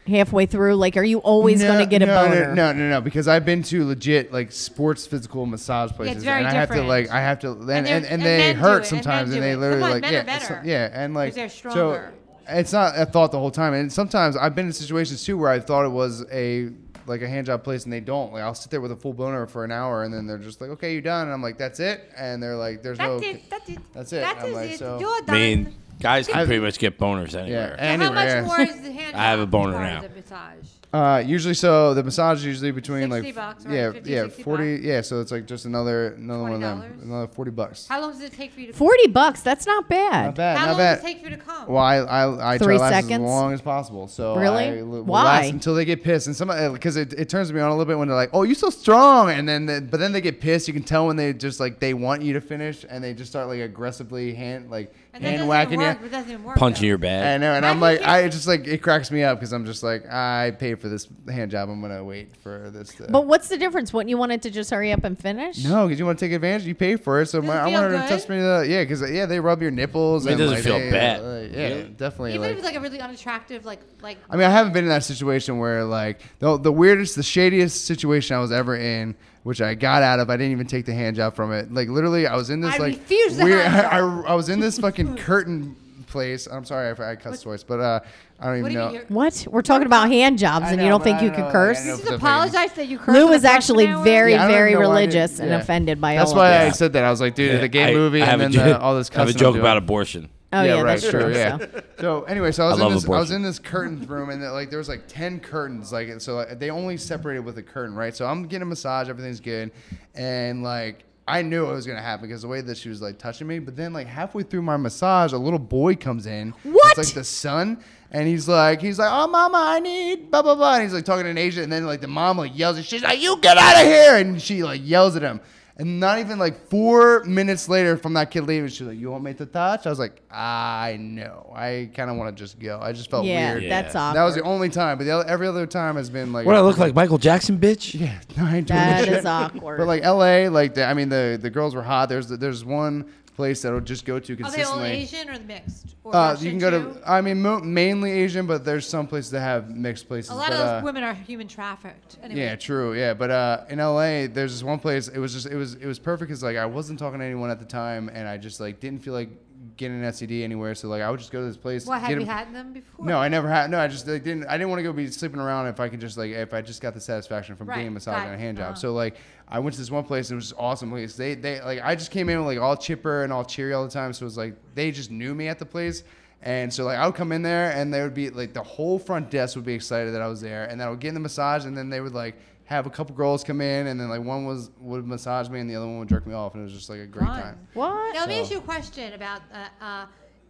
[SPEAKER 1] halfway through? Like, are you always going to get a
[SPEAKER 4] no,
[SPEAKER 1] boner?
[SPEAKER 4] No, no, no, no, because I've been to legit like sports physical massage places,
[SPEAKER 3] very
[SPEAKER 4] and I have to
[SPEAKER 3] different.
[SPEAKER 4] like I have to, and and,
[SPEAKER 3] they're-
[SPEAKER 4] and,
[SPEAKER 3] and
[SPEAKER 4] they
[SPEAKER 3] men do it,
[SPEAKER 4] hurt
[SPEAKER 3] and
[SPEAKER 4] sometimes,
[SPEAKER 3] men do
[SPEAKER 4] and they
[SPEAKER 3] it.
[SPEAKER 4] literally
[SPEAKER 3] Sometimes
[SPEAKER 4] like
[SPEAKER 3] men are
[SPEAKER 4] yeah, it's-
[SPEAKER 3] better,
[SPEAKER 4] yeah, and like
[SPEAKER 3] 'cause they're
[SPEAKER 4] so.
[SPEAKER 3] stronger.
[SPEAKER 4] It's not a thought the whole time, and sometimes I've been in situations too where I thought it was a like a hand job place, and they don't. Like I'll sit there with a full boner for an hour, and then they're just like, "Okay, you done," and I'm like, "That's it," and they're like, "There's no."
[SPEAKER 3] That's it. That's it.
[SPEAKER 4] That's it.
[SPEAKER 3] That
[SPEAKER 4] I'm
[SPEAKER 3] is
[SPEAKER 4] like,
[SPEAKER 3] it.
[SPEAKER 4] so-
[SPEAKER 3] You're
[SPEAKER 6] I
[SPEAKER 3] done.
[SPEAKER 6] mean, guys can
[SPEAKER 4] I've-
[SPEAKER 6] pretty much get boners
[SPEAKER 4] Yeah,
[SPEAKER 6] anywhere.
[SPEAKER 4] anywhere.
[SPEAKER 3] How much
[SPEAKER 4] yeah.
[SPEAKER 3] more is the hand
[SPEAKER 6] I have a
[SPEAKER 3] job
[SPEAKER 6] boner
[SPEAKER 3] part of
[SPEAKER 6] now.
[SPEAKER 3] the massage?
[SPEAKER 4] Uh, usually, so the massage is usually between
[SPEAKER 3] 60
[SPEAKER 4] like
[SPEAKER 3] bucks, right?
[SPEAKER 4] yeah,
[SPEAKER 3] 50,
[SPEAKER 4] yeah,
[SPEAKER 3] 60
[SPEAKER 4] forty, yeah. So it's like just another another one of them,
[SPEAKER 3] $20?
[SPEAKER 4] another forty bucks.
[SPEAKER 3] How long does it take for you to?
[SPEAKER 1] Forty bucks. That's not bad.
[SPEAKER 4] Not bad,
[SPEAKER 3] how
[SPEAKER 4] not
[SPEAKER 3] long
[SPEAKER 4] bad.
[SPEAKER 3] does it take for you to come?
[SPEAKER 4] Well, I I, I
[SPEAKER 1] Three
[SPEAKER 4] try to last
[SPEAKER 1] seconds?
[SPEAKER 4] as long as possible. So
[SPEAKER 1] Really?
[SPEAKER 4] I will
[SPEAKER 1] Why?
[SPEAKER 4] last until they get pissed, and some because it, it turns me on a little bit when they're like, "Oh, you're so strong," and then the, but then they get pissed. You can tell when they just like they want you to finish, and they just start like aggressively hand like
[SPEAKER 3] and that
[SPEAKER 4] hand
[SPEAKER 3] doesn't
[SPEAKER 4] whacking
[SPEAKER 3] even
[SPEAKER 4] you.
[SPEAKER 3] work, It doesn't even work.
[SPEAKER 6] Punching
[SPEAKER 3] though.
[SPEAKER 6] your
[SPEAKER 4] I
[SPEAKER 6] bag.
[SPEAKER 4] know, and I'm
[SPEAKER 3] Why do you
[SPEAKER 4] like,
[SPEAKER 3] care?
[SPEAKER 4] I it just like it cracks me up because I'm just like, I paid for this hand job. I'm gonna wait for this. To...
[SPEAKER 1] But what's the difference? Wouldn't you want it to just hurry up and finish?
[SPEAKER 4] no, because you want to take advantage. You pay for it, so my,
[SPEAKER 3] it
[SPEAKER 4] I
[SPEAKER 3] feel
[SPEAKER 4] want her to
[SPEAKER 3] good?
[SPEAKER 4] touch me. The, yeah, because yeah, they rub your nipples.
[SPEAKER 6] It
[SPEAKER 4] and,
[SPEAKER 6] doesn't
[SPEAKER 4] like,
[SPEAKER 6] feel
[SPEAKER 4] they-
[SPEAKER 6] bad.
[SPEAKER 4] like, yeah,
[SPEAKER 6] Really?
[SPEAKER 4] definitely.
[SPEAKER 3] Even
[SPEAKER 4] like-
[SPEAKER 3] if it's like a really unattractive, like like
[SPEAKER 4] I mean, I haven't been in that situation where like the the weirdest, the shadiest situation I was ever in, which I got out of. I didn't even take the hand job from it. Like literally, I was in this
[SPEAKER 3] I
[SPEAKER 4] like
[SPEAKER 3] refuse the
[SPEAKER 4] weird.
[SPEAKER 3] hand
[SPEAKER 4] I, I was in this fucking curtain place. I'm sorry if I cussed twice, but uh, I don't even
[SPEAKER 3] what do you
[SPEAKER 4] know.
[SPEAKER 3] mean? You're,
[SPEAKER 1] What? We're talking about hand jobs,
[SPEAKER 4] I
[SPEAKER 1] and
[SPEAKER 4] know,
[SPEAKER 1] you don't
[SPEAKER 4] but
[SPEAKER 1] think
[SPEAKER 4] I
[SPEAKER 1] you
[SPEAKER 4] don't
[SPEAKER 1] could
[SPEAKER 4] know, like, I
[SPEAKER 1] curse?
[SPEAKER 4] don't know if
[SPEAKER 3] just
[SPEAKER 4] they're
[SPEAKER 3] apologize
[SPEAKER 4] fucking-
[SPEAKER 3] that you cursed.
[SPEAKER 1] Lou
[SPEAKER 3] on the
[SPEAKER 1] was
[SPEAKER 3] front
[SPEAKER 1] actually
[SPEAKER 3] now.
[SPEAKER 1] very,
[SPEAKER 4] Yeah, I don't
[SPEAKER 1] very
[SPEAKER 4] know why I did-
[SPEAKER 1] religious and
[SPEAKER 4] yeah.
[SPEAKER 1] offended by
[SPEAKER 4] That's
[SPEAKER 1] all
[SPEAKER 4] why
[SPEAKER 1] of
[SPEAKER 4] I
[SPEAKER 1] this.
[SPEAKER 4] said that. I was like, dude, the gay
[SPEAKER 6] I-
[SPEAKER 4] movie
[SPEAKER 6] I have
[SPEAKER 4] and
[SPEAKER 6] a
[SPEAKER 4] then
[SPEAKER 6] jo-
[SPEAKER 4] uh, all this
[SPEAKER 6] I have a
[SPEAKER 4] cussing I'm
[SPEAKER 6] joke
[SPEAKER 4] doing.
[SPEAKER 6] about abortion.
[SPEAKER 1] oh yeah,
[SPEAKER 4] right,
[SPEAKER 1] that's
[SPEAKER 4] sure,
[SPEAKER 1] true.
[SPEAKER 4] yeah.
[SPEAKER 1] so.
[SPEAKER 4] So anyway, so I was
[SPEAKER 6] I
[SPEAKER 4] in this
[SPEAKER 6] love
[SPEAKER 4] I was
[SPEAKER 6] abortion.
[SPEAKER 4] in this curtain room and there, like there was like ten curtains, like so like, they only separated with a curtain, right? So I'm getting a massage, everything's good, and like I knew it was gonna happen because the way that she was like touching me, but then like halfway through my massage, a little boy comes in.
[SPEAKER 1] What?
[SPEAKER 4] It's like the son, and he's like, he's like, oh mama, I need blah blah blah. And he's like talking in Asian, and then like the mom like yells, and she's like, you get out of here, and she like yells at him. And not even like four minutes later from that kid leaving, she's like, "You want me to touch?" I was like, "I know. I kind of want to just go. I just felt
[SPEAKER 1] yeah,
[SPEAKER 4] weird."
[SPEAKER 1] that's
[SPEAKER 6] Yeah.
[SPEAKER 1] awkward.
[SPEAKER 4] That was the only time, but the other, every other time has been like,
[SPEAKER 6] What I look like, Michael Jackson, bitch?
[SPEAKER 4] Yeah, no, I ain't doing
[SPEAKER 1] That
[SPEAKER 4] this shit.
[SPEAKER 1] is awkward.
[SPEAKER 4] But like L.A., like the, I mean, the the girls were hot. There's there's one place that I'll just go to
[SPEAKER 3] Are they all
[SPEAKER 4] consistently.
[SPEAKER 3] Oh, Asian or mixed? Or
[SPEAKER 4] Uh,
[SPEAKER 3] Russian
[SPEAKER 4] you can go
[SPEAKER 3] too?
[SPEAKER 4] to, I mean, mo- mainly Asian, but there's some places that have mixed places.
[SPEAKER 3] A lot
[SPEAKER 4] but,
[SPEAKER 3] of
[SPEAKER 4] uh,
[SPEAKER 3] those women are human trafficked. Anyway.
[SPEAKER 4] Yeah, true. Yeah, but uh, in LA, there's this one place. It was just it was it was perfect because like I wasn't talking to anyone at the time, and I just like didn't feel like getting an STD anywhere. So like I would just go to this place.
[SPEAKER 3] What
[SPEAKER 4] get
[SPEAKER 3] have you
[SPEAKER 4] a-
[SPEAKER 3] had them before?
[SPEAKER 4] No, I never had. No, I just like, didn't. I didn't want to go be sleeping around if I could just like if I just got the satisfaction from
[SPEAKER 3] Right,
[SPEAKER 4] getting a massage
[SPEAKER 3] got
[SPEAKER 4] and a
[SPEAKER 3] it.
[SPEAKER 4] hand job.
[SPEAKER 3] Uh-huh.
[SPEAKER 4] So like I went to this one place. It was awesome place. They they like I just came in like all chipper and all cheery all the time. So it was like they just knew me at the place. And so like I would come in there and they would be like the whole front desk would be excited that I was there. And then I would get in the massage and then they would like have a couple girls come in and then like one was would massage me and the other one would jerk me off and it was just like a great
[SPEAKER 3] Fun.
[SPEAKER 4] time.
[SPEAKER 1] what?
[SPEAKER 3] Now, let me
[SPEAKER 4] So-
[SPEAKER 3] ask you a question about. Uh, uh,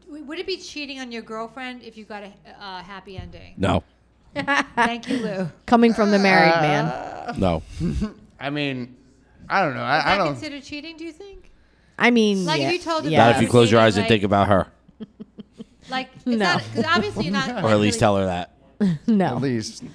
[SPEAKER 3] w- would it be cheating on your girlfriend if you got a uh, happy ending?
[SPEAKER 6] No,
[SPEAKER 3] Thank you, Lou.
[SPEAKER 1] Coming from the
[SPEAKER 4] Uh,
[SPEAKER 1] married man.
[SPEAKER 6] no.
[SPEAKER 4] I mean, I don't know. I, I
[SPEAKER 3] Is that
[SPEAKER 4] don't.
[SPEAKER 3] considered cheating? Do you think?
[SPEAKER 1] I mean,
[SPEAKER 3] Like, if
[SPEAKER 1] yeah,
[SPEAKER 3] you told him
[SPEAKER 1] yeah.
[SPEAKER 6] Not if you close your eyes and think about her,
[SPEAKER 3] Like, it's
[SPEAKER 1] No.
[SPEAKER 3] not because obviously you're not.
[SPEAKER 6] or at least tell her that.
[SPEAKER 1] no,
[SPEAKER 4] At least don't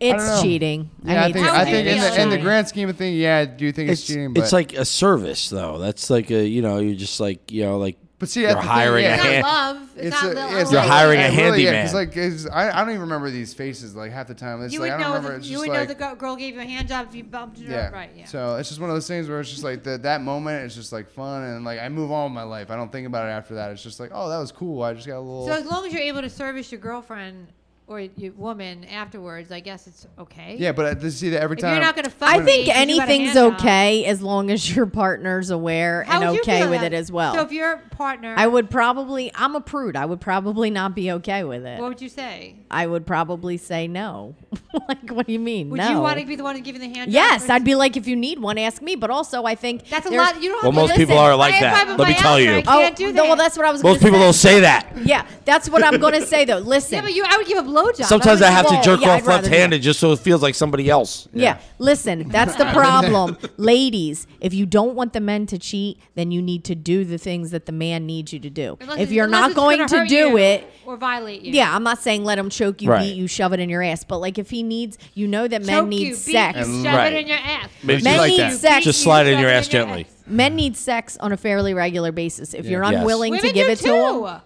[SPEAKER 1] it's
[SPEAKER 4] know.
[SPEAKER 1] cheating.
[SPEAKER 4] Yeah, I,
[SPEAKER 1] mean,
[SPEAKER 4] think,
[SPEAKER 1] it's
[SPEAKER 3] how
[SPEAKER 4] I
[SPEAKER 3] would you
[SPEAKER 4] think in
[SPEAKER 1] cheating.
[SPEAKER 3] feel
[SPEAKER 4] the, in the
[SPEAKER 3] about it?
[SPEAKER 4] grand scheme of things, yeah, I do think it's, cheating. But
[SPEAKER 6] it's like a service though. That's like a you know you're just like you know like
[SPEAKER 4] But see,
[SPEAKER 6] you're
[SPEAKER 4] that's the thing,
[SPEAKER 6] hiring
[SPEAKER 4] yeah.
[SPEAKER 6] a
[SPEAKER 3] It's not
[SPEAKER 6] hand.
[SPEAKER 3] love. It's, not.
[SPEAKER 4] yeah,
[SPEAKER 3] love.
[SPEAKER 4] it's
[SPEAKER 6] You're
[SPEAKER 4] like-
[SPEAKER 6] hiring a
[SPEAKER 4] yeah, really, yeah,
[SPEAKER 6] handyman.
[SPEAKER 4] 'cause, like, 'cause I, I don't even remember these faces like half the time. It's
[SPEAKER 3] You
[SPEAKER 4] like
[SPEAKER 3] would
[SPEAKER 4] I don't
[SPEAKER 3] know.
[SPEAKER 4] remember.
[SPEAKER 3] The,
[SPEAKER 4] it's
[SPEAKER 3] you
[SPEAKER 4] just
[SPEAKER 3] would know
[SPEAKER 4] like
[SPEAKER 3] the girl girl gave you a hand job if you bumped her.
[SPEAKER 4] yeah.
[SPEAKER 3] up. Right. Yeah.
[SPEAKER 4] So it's just one of those things where it's just like the, that moment. It's just like fun and like I move on with my life. I don't think about it after that. It's just like oh that was cool. I just got a little.
[SPEAKER 3] So as long as you're able to service your girlfriend or your woman afterwards, I guess it's okay.
[SPEAKER 4] yeah, but uh, to see that every
[SPEAKER 3] If
[SPEAKER 4] time.
[SPEAKER 3] you're not gonna fuck,
[SPEAKER 1] I
[SPEAKER 3] me
[SPEAKER 1] think
[SPEAKER 3] 'cause you got a
[SPEAKER 1] anything's
[SPEAKER 3] hand job,
[SPEAKER 1] okay as long as your partner's aware
[SPEAKER 3] how would
[SPEAKER 1] and
[SPEAKER 3] you
[SPEAKER 1] okay
[SPEAKER 3] feel
[SPEAKER 1] with
[SPEAKER 3] about-
[SPEAKER 1] it as well.
[SPEAKER 3] So if your partner,
[SPEAKER 1] I would probably, I'm a prude. I would probably not be okay with it.
[SPEAKER 3] what would you say?
[SPEAKER 1] I would probably say no. like, what do you mean?
[SPEAKER 3] Would
[SPEAKER 1] no.
[SPEAKER 3] you want to be the one giving the hand?
[SPEAKER 1] Yes,
[SPEAKER 3] job
[SPEAKER 1] I'd be like, if you need one, ask me. But also, I think
[SPEAKER 3] That's a
[SPEAKER 1] there's-
[SPEAKER 3] lot. You don't.
[SPEAKER 6] Well,
[SPEAKER 3] have
[SPEAKER 6] most
[SPEAKER 3] to
[SPEAKER 6] people
[SPEAKER 3] listen.
[SPEAKER 6] are like
[SPEAKER 3] I am
[SPEAKER 6] that.
[SPEAKER 3] five
[SPEAKER 6] Let me
[SPEAKER 3] by
[SPEAKER 6] tell
[SPEAKER 3] hour,
[SPEAKER 6] you.
[SPEAKER 3] I
[SPEAKER 6] Oh,
[SPEAKER 1] Oh,
[SPEAKER 3] can't do that.
[SPEAKER 1] no, well, that's what I was.
[SPEAKER 6] Most
[SPEAKER 1] gonna
[SPEAKER 6] people
[SPEAKER 1] say.
[SPEAKER 6] don't say that.
[SPEAKER 1] Yeah, that's what I'm going to say though. Listen,
[SPEAKER 3] yeah, but you, I would give a blowjob.
[SPEAKER 6] Sometimes
[SPEAKER 3] That
[SPEAKER 6] I
[SPEAKER 3] would
[SPEAKER 6] have
[SPEAKER 3] be
[SPEAKER 6] to
[SPEAKER 3] cool.
[SPEAKER 6] jerk
[SPEAKER 1] Yeah, I'd
[SPEAKER 6] off
[SPEAKER 1] rather
[SPEAKER 6] left-handed just so it feels like somebody else.
[SPEAKER 1] Yeah. Listen, that's the problem. Ladies, if you don't want the men to cheat, then you need to do the things that the man needs you to do.
[SPEAKER 3] Unless
[SPEAKER 1] if
[SPEAKER 3] it-
[SPEAKER 1] you're
[SPEAKER 3] unless
[SPEAKER 1] not
[SPEAKER 3] it's
[SPEAKER 1] going
[SPEAKER 3] gonna
[SPEAKER 1] to
[SPEAKER 3] hurt
[SPEAKER 1] do
[SPEAKER 3] you
[SPEAKER 1] it,
[SPEAKER 3] or violate you.
[SPEAKER 1] yeah, I'm not saying let him choke you,
[SPEAKER 6] Right.
[SPEAKER 1] beat you, shove it in your ass, but like if he needs, you know that
[SPEAKER 3] Choke
[SPEAKER 1] men need
[SPEAKER 3] you, beat
[SPEAKER 1] sex.
[SPEAKER 3] You, shove
[SPEAKER 6] Right.
[SPEAKER 3] it in your ass.
[SPEAKER 6] Maybe
[SPEAKER 1] Men
[SPEAKER 6] just
[SPEAKER 1] need
[SPEAKER 6] that.
[SPEAKER 1] sex.
[SPEAKER 6] Just slide it in
[SPEAKER 3] Shove
[SPEAKER 6] your
[SPEAKER 3] it
[SPEAKER 6] ass
[SPEAKER 3] in your
[SPEAKER 6] gently.
[SPEAKER 3] ass.
[SPEAKER 1] men need sex on a fairly regular basis. If you're
[SPEAKER 4] Yeah.
[SPEAKER 6] Yes.
[SPEAKER 1] unwilling
[SPEAKER 3] Women
[SPEAKER 1] to give
[SPEAKER 3] do
[SPEAKER 1] it to
[SPEAKER 3] too.
[SPEAKER 1] him,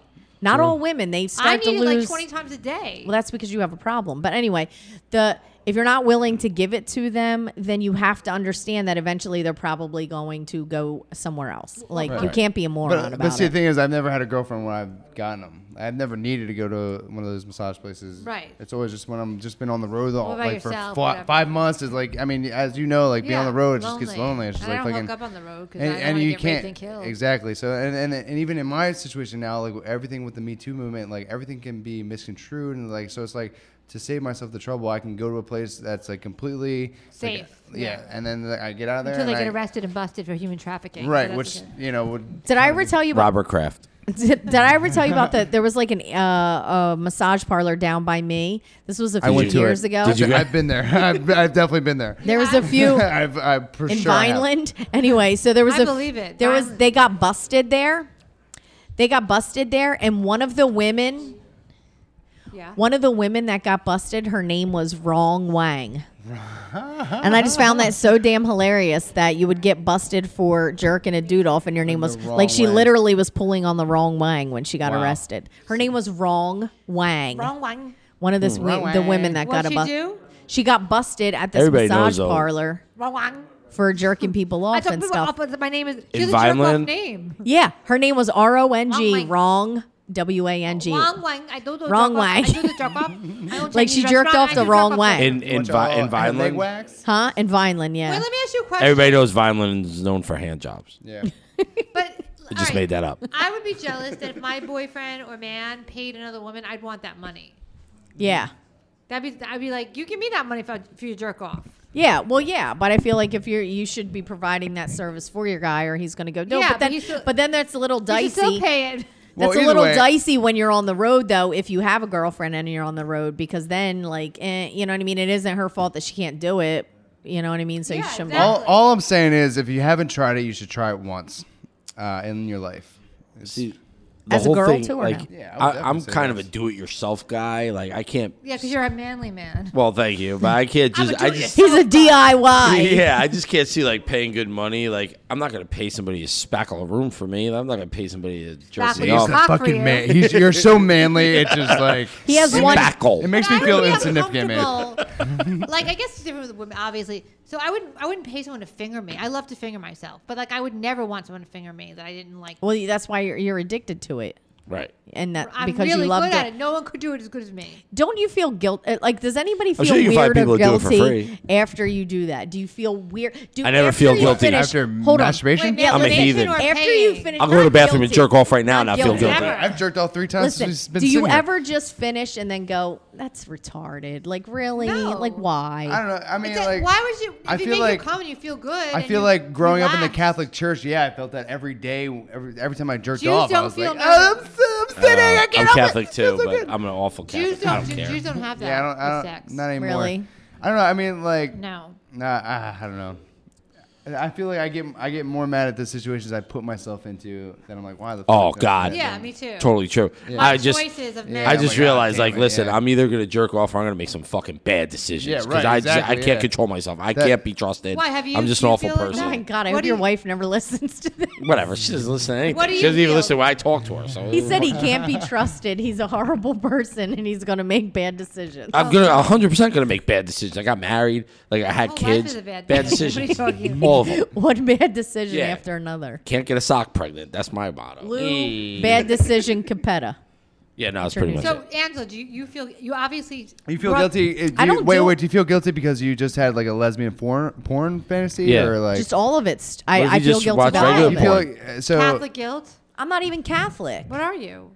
[SPEAKER 1] not all women, they
[SPEAKER 3] I
[SPEAKER 1] start
[SPEAKER 3] need
[SPEAKER 1] to
[SPEAKER 3] it like
[SPEAKER 1] lose
[SPEAKER 3] 20 times a day.
[SPEAKER 1] Well, that's because you have a problem. But anyway, the if you're not willing to give it to them, then you have to understand that eventually they're probably going to go somewhere else. Like you
[SPEAKER 4] Right.
[SPEAKER 1] can't be a moron
[SPEAKER 4] But,
[SPEAKER 1] about
[SPEAKER 4] but see,
[SPEAKER 1] it.
[SPEAKER 4] the thing is, I've never had a girlfriend when I've gotten them. I've never needed to go to one of those massage places.
[SPEAKER 3] Right.
[SPEAKER 4] It's always just when I'm just been on the road all
[SPEAKER 3] What about
[SPEAKER 4] like for
[SPEAKER 3] yourself,
[SPEAKER 4] fi-
[SPEAKER 3] whatever.
[SPEAKER 4] five months. Is like, I mean, as you know, like being on the
[SPEAKER 3] Yeah,
[SPEAKER 4] road, it just gets lonely. It's just
[SPEAKER 3] And
[SPEAKER 4] like
[SPEAKER 3] I don't
[SPEAKER 4] fucking.
[SPEAKER 3] hook up on the road because
[SPEAKER 4] and,
[SPEAKER 3] I don't
[SPEAKER 4] and
[SPEAKER 3] wanna
[SPEAKER 4] you
[SPEAKER 3] get raped and
[SPEAKER 4] can't
[SPEAKER 3] killed.
[SPEAKER 4] exactly so and, and and even in my situation now like everything with the me too movement like everything can be misconstrued and like so it's like to save myself the trouble i can go to a place that's like completely like,
[SPEAKER 3] Safe,
[SPEAKER 4] yeah,
[SPEAKER 3] yeah.
[SPEAKER 4] and then like, i get out of there
[SPEAKER 3] Until they
[SPEAKER 4] and
[SPEAKER 3] get
[SPEAKER 4] I-
[SPEAKER 3] arrested and busted for human trafficking. so
[SPEAKER 4] right
[SPEAKER 3] that's
[SPEAKER 4] which
[SPEAKER 3] okay.
[SPEAKER 4] you know would
[SPEAKER 1] Did I ever tell you about
[SPEAKER 6] Robert Kraft.
[SPEAKER 1] did, did I ever tell you about the there was like an uh, uh, massage parlor down by me? This was a few
[SPEAKER 4] went to
[SPEAKER 1] years
[SPEAKER 4] it.
[SPEAKER 1] ago.
[SPEAKER 6] Did you go-
[SPEAKER 4] I've been there. I've, I've definitely been there.
[SPEAKER 1] there was a few
[SPEAKER 4] I've, I for
[SPEAKER 1] in
[SPEAKER 4] sure have.
[SPEAKER 1] Vineland. Anyway, so there was
[SPEAKER 3] I
[SPEAKER 1] a
[SPEAKER 3] believe it.
[SPEAKER 1] There was
[SPEAKER 3] Vineland.
[SPEAKER 1] they got busted there. They got busted there, and one of the women
[SPEAKER 3] Yeah.
[SPEAKER 1] One of the women that got busted, her name was Wrong Wang. and I just found that so damn hilarious that you would get busted for jerking a dude off and your name was
[SPEAKER 4] the wrong
[SPEAKER 1] like she
[SPEAKER 4] Wang.
[SPEAKER 1] literally was pulling on the wrong Wang when she got
[SPEAKER 4] Wow.
[SPEAKER 1] arrested. Her name was Wrong Wang.
[SPEAKER 3] Wrong one.
[SPEAKER 1] One of this
[SPEAKER 4] Wrong
[SPEAKER 1] wo- the women that
[SPEAKER 3] What
[SPEAKER 1] got
[SPEAKER 3] she
[SPEAKER 1] busted.
[SPEAKER 3] do?
[SPEAKER 1] She got busted at this
[SPEAKER 6] Everybody
[SPEAKER 1] massage
[SPEAKER 6] knows all-
[SPEAKER 1] parlor
[SPEAKER 3] Wrong one.
[SPEAKER 1] for jerking people
[SPEAKER 3] I
[SPEAKER 1] off
[SPEAKER 3] took
[SPEAKER 1] and
[SPEAKER 3] people
[SPEAKER 1] stuff.
[SPEAKER 3] off, but my name is. She's a jerk off
[SPEAKER 6] Vineland?
[SPEAKER 3] name.
[SPEAKER 1] Yeah, her name was R O N
[SPEAKER 3] Wrong
[SPEAKER 1] G
[SPEAKER 3] Wang.
[SPEAKER 1] wrong W A N G.
[SPEAKER 3] Oh Wrong one. I do the
[SPEAKER 1] Wrong
[SPEAKER 3] jerk off. I
[SPEAKER 1] one.
[SPEAKER 3] do the jerk off. I don't
[SPEAKER 1] Like
[SPEAKER 3] Chinese
[SPEAKER 1] she jerked
[SPEAKER 3] restaurant.
[SPEAKER 1] off
[SPEAKER 3] I
[SPEAKER 1] the
[SPEAKER 3] do jerk
[SPEAKER 1] wrong
[SPEAKER 3] off
[SPEAKER 1] way.
[SPEAKER 6] In in,
[SPEAKER 4] Bunch of
[SPEAKER 6] Vi-
[SPEAKER 4] all-
[SPEAKER 6] in
[SPEAKER 4] and leg
[SPEAKER 6] Vineland,
[SPEAKER 4] wax.
[SPEAKER 1] Huh? In Vineland,
[SPEAKER 3] Wait,
[SPEAKER 1] yeah.
[SPEAKER 3] let me ask you a question.
[SPEAKER 6] everybody knows Vineland is known for hand jobs.
[SPEAKER 4] Yeah.
[SPEAKER 3] But
[SPEAKER 6] I just made that up.
[SPEAKER 3] I would be jealous that if my boyfriend or man paid another woman, I'd want that money.
[SPEAKER 1] Yeah.
[SPEAKER 3] That'd be I'd be like, you give me that money for, for your jerk off.
[SPEAKER 1] Yeah, well, yeah, but I feel like if you're, you should be providing that service for your guy, or he's going to go no.
[SPEAKER 3] Yeah,
[SPEAKER 1] but
[SPEAKER 3] but
[SPEAKER 1] then,
[SPEAKER 3] you
[SPEAKER 1] but,
[SPEAKER 3] still-
[SPEAKER 1] then that's a little
[SPEAKER 3] You
[SPEAKER 1] dicey.
[SPEAKER 3] should still pay it.
[SPEAKER 4] Well,
[SPEAKER 1] that's a
[SPEAKER 4] either
[SPEAKER 1] little
[SPEAKER 4] way-
[SPEAKER 1] dicey when you're on the road, though. If you have a girlfriend and you're on the road, because then, like, eh, you know what I mean. It isn't her fault that she can't do it. You know what I mean. So you
[SPEAKER 3] Yeah,
[SPEAKER 1] shouldn't.
[SPEAKER 3] exactly.
[SPEAKER 4] all, all I'm saying is, if you haven't tried it, you should try it once uh, in your life. It's-
[SPEAKER 6] See,
[SPEAKER 1] As a girl, too, or no?
[SPEAKER 6] like
[SPEAKER 4] Yeah, I would
[SPEAKER 6] I,
[SPEAKER 4] definitely
[SPEAKER 6] I'm
[SPEAKER 4] say
[SPEAKER 6] kind of a
[SPEAKER 4] yes.
[SPEAKER 6] do-it-yourself guy. Like I can't.
[SPEAKER 3] Yeah, because you're a manly man.
[SPEAKER 6] Well, thank you, but I can't
[SPEAKER 3] I'm
[SPEAKER 6] just.
[SPEAKER 3] a
[SPEAKER 6] I
[SPEAKER 3] do-it-
[SPEAKER 6] just.
[SPEAKER 1] He's a DIY.
[SPEAKER 6] Yeah, I just can't see like paying good money. Like I'm not gonna pay somebody to spackle a room for me. I'm not gonna pay somebody to jerk
[SPEAKER 3] Spackle
[SPEAKER 6] me
[SPEAKER 3] your
[SPEAKER 6] off.
[SPEAKER 3] cock. for you.
[SPEAKER 4] man. He's, you're so manly. It's just like
[SPEAKER 1] He has one.
[SPEAKER 4] it
[SPEAKER 6] Spackle.
[SPEAKER 4] makes me
[SPEAKER 3] But I
[SPEAKER 4] feel
[SPEAKER 3] would be
[SPEAKER 4] insignificant, man.
[SPEAKER 3] uncomfortable. like I guess it's different with women, obviously. So I wouldn't, I wouldn't pay someone to finger me. I love to finger myself, but like I would never want someone to finger me that I didn't like.
[SPEAKER 1] Well, that's why you're, you're addicted to it,
[SPEAKER 6] Right.
[SPEAKER 1] and that
[SPEAKER 3] I'm
[SPEAKER 1] because
[SPEAKER 3] really
[SPEAKER 1] you love
[SPEAKER 3] good
[SPEAKER 1] it.
[SPEAKER 3] at it. No one could do it as good as me.
[SPEAKER 1] Don't you feel guilt? uh, Like, does anybody feel
[SPEAKER 6] sure you can find
[SPEAKER 1] weird or
[SPEAKER 6] people that do it for
[SPEAKER 1] guilty
[SPEAKER 6] free.
[SPEAKER 1] after you do that? Do you feel weird? Do,
[SPEAKER 6] I never
[SPEAKER 1] after
[SPEAKER 6] feel
[SPEAKER 1] you
[SPEAKER 6] guilty.
[SPEAKER 1] finish-
[SPEAKER 4] After
[SPEAKER 1] hold on.
[SPEAKER 4] masturbation?
[SPEAKER 1] Yeah,
[SPEAKER 6] I'm a
[SPEAKER 1] listen,
[SPEAKER 6] heathen.
[SPEAKER 3] Or
[SPEAKER 1] After
[SPEAKER 3] paying.
[SPEAKER 1] you finish,
[SPEAKER 6] I'll go to the
[SPEAKER 1] I'm
[SPEAKER 6] bathroom and
[SPEAKER 1] guilty.
[SPEAKER 6] jerk off right now, and I
[SPEAKER 1] Not
[SPEAKER 6] feel
[SPEAKER 1] guilty.
[SPEAKER 6] guilty.
[SPEAKER 3] Never.
[SPEAKER 4] I've jerked off three times.
[SPEAKER 1] Listen,
[SPEAKER 4] since he's been
[SPEAKER 1] do you
[SPEAKER 4] sitting here.
[SPEAKER 1] ever just finish and then go, "That's retarded"? Like, really?
[SPEAKER 3] No.
[SPEAKER 1] Like, why?
[SPEAKER 4] I don't know. I mean,
[SPEAKER 3] It's like,
[SPEAKER 4] like
[SPEAKER 3] why would you? If
[SPEAKER 4] I
[SPEAKER 3] you
[SPEAKER 4] feel
[SPEAKER 3] make you
[SPEAKER 4] like-
[SPEAKER 3] come and you feel good.
[SPEAKER 4] I
[SPEAKER 3] and
[SPEAKER 4] feel
[SPEAKER 3] you
[SPEAKER 4] like growing up in the
[SPEAKER 3] relax.
[SPEAKER 4] Catholic Church, yeah, I felt that every day. Every, every time I jerked
[SPEAKER 3] Jews
[SPEAKER 4] off, I
[SPEAKER 3] don't
[SPEAKER 4] was
[SPEAKER 3] feel
[SPEAKER 4] like,
[SPEAKER 3] nervous.
[SPEAKER 4] "Oh, I'm, so- I'm sitting. I
[SPEAKER 6] Uh, I'm
[SPEAKER 4] can't help it.
[SPEAKER 6] Catholic
[SPEAKER 4] It
[SPEAKER 6] too,
[SPEAKER 4] feels so
[SPEAKER 6] but
[SPEAKER 4] good."
[SPEAKER 6] I'm an awful
[SPEAKER 3] Jews
[SPEAKER 6] Catholic. I
[SPEAKER 3] don't,
[SPEAKER 6] don't care.
[SPEAKER 3] Jews don't have that.
[SPEAKER 4] yeah, I don't. I
[SPEAKER 3] with
[SPEAKER 4] don't
[SPEAKER 3] sex.
[SPEAKER 4] Not anymore.
[SPEAKER 1] Really?
[SPEAKER 4] I don't know. I mean, like,
[SPEAKER 3] no.
[SPEAKER 4] Nah, I, I don't know. I feel like I get I get more mad at the situations I put myself into than I'm like, why the?
[SPEAKER 6] Oh,
[SPEAKER 4] fuck did I put
[SPEAKER 6] God.
[SPEAKER 4] that
[SPEAKER 3] Yeah,
[SPEAKER 4] in?
[SPEAKER 3] me too.
[SPEAKER 6] Totally true.
[SPEAKER 3] My
[SPEAKER 6] I just.
[SPEAKER 3] choices of
[SPEAKER 4] Yeah,
[SPEAKER 3] men.
[SPEAKER 6] I
[SPEAKER 4] I'm
[SPEAKER 6] just
[SPEAKER 4] like, God
[SPEAKER 6] realized,
[SPEAKER 4] damn
[SPEAKER 6] like,
[SPEAKER 4] it,
[SPEAKER 6] listen,
[SPEAKER 4] yeah.
[SPEAKER 6] I'm either gonna jerk off or I'm gonna make some fucking bad decisions.
[SPEAKER 4] Yeah,
[SPEAKER 6] 'cause
[SPEAKER 4] right,
[SPEAKER 6] I,
[SPEAKER 4] exactly,
[SPEAKER 6] I
[SPEAKER 4] yeah.
[SPEAKER 6] can't control myself. I
[SPEAKER 4] That-
[SPEAKER 6] can't be trusted.
[SPEAKER 3] Why, have you-
[SPEAKER 6] I'm just
[SPEAKER 3] do
[SPEAKER 6] an
[SPEAKER 3] you
[SPEAKER 6] awful
[SPEAKER 3] feel like
[SPEAKER 6] person.
[SPEAKER 1] oh
[SPEAKER 3] that?
[SPEAKER 1] my god! I
[SPEAKER 3] What
[SPEAKER 1] hope
[SPEAKER 3] do
[SPEAKER 1] your
[SPEAKER 3] you-
[SPEAKER 1] wife never listens to this.
[SPEAKER 6] Whatever. She doesn't listen to anything.
[SPEAKER 3] What do
[SPEAKER 6] she
[SPEAKER 3] you
[SPEAKER 6] doesn't even
[SPEAKER 3] feel?
[SPEAKER 6] listen when I talk to her. So
[SPEAKER 1] He said he can't be trusted. He's a horrible person, and he's going to make bad decisions.
[SPEAKER 6] I'm gonna 100 percent gonna make bad decisions. I got married. Like I had
[SPEAKER 3] Oh, life
[SPEAKER 6] kids.
[SPEAKER 3] is a bad
[SPEAKER 6] bad
[SPEAKER 3] thing. What are you
[SPEAKER 6] decisions.
[SPEAKER 3] talking
[SPEAKER 6] All of them.
[SPEAKER 1] One bad decision
[SPEAKER 6] Yeah.
[SPEAKER 1] after another.
[SPEAKER 6] Can't get a sock pregnant. That's my motto.
[SPEAKER 1] Lou,
[SPEAKER 6] Hey.
[SPEAKER 1] bad decision, Capetta.
[SPEAKER 6] Yeah, no, that's pretty much
[SPEAKER 3] So,
[SPEAKER 6] it.
[SPEAKER 3] Angela, do you, you feel you obviously
[SPEAKER 4] You feel
[SPEAKER 3] grew up-
[SPEAKER 4] guilty? uh, Do
[SPEAKER 1] I
[SPEAKER 4] you-
[SPEAKER 1] don't
[SPEAKER 4] wait,
[SPEAKER 1] do-
[SPEAKER 4] wait. Do you feel guilty because you just had like a lesbian porn porn fantasy,
[SPEAKER 6] Yeah.
[SPEAKER 4] or like
[SPEAKER 1] Just all of it. st- I,
[SPEAKER 6] What if
[SPEAKER 1] I
[SPEAKER 6] you
[SPEAKER 1] feel
[SPEAKER 6] just
[SPEAKER 1] guilty
[SPEAKER 6] watch
[SPEAKER 1] about all
[SPEAKER 6] regular
[SPEAKER 1] of
[SPEAKER 4] you
[SPEAKER 1] it.
[SPEAKER 4] feel like, uh, so
[SPEAKER 3] Catholic guilt.
[SPEAKER 1] I'm not even Catholic.
[SPEAKER 3] What are you?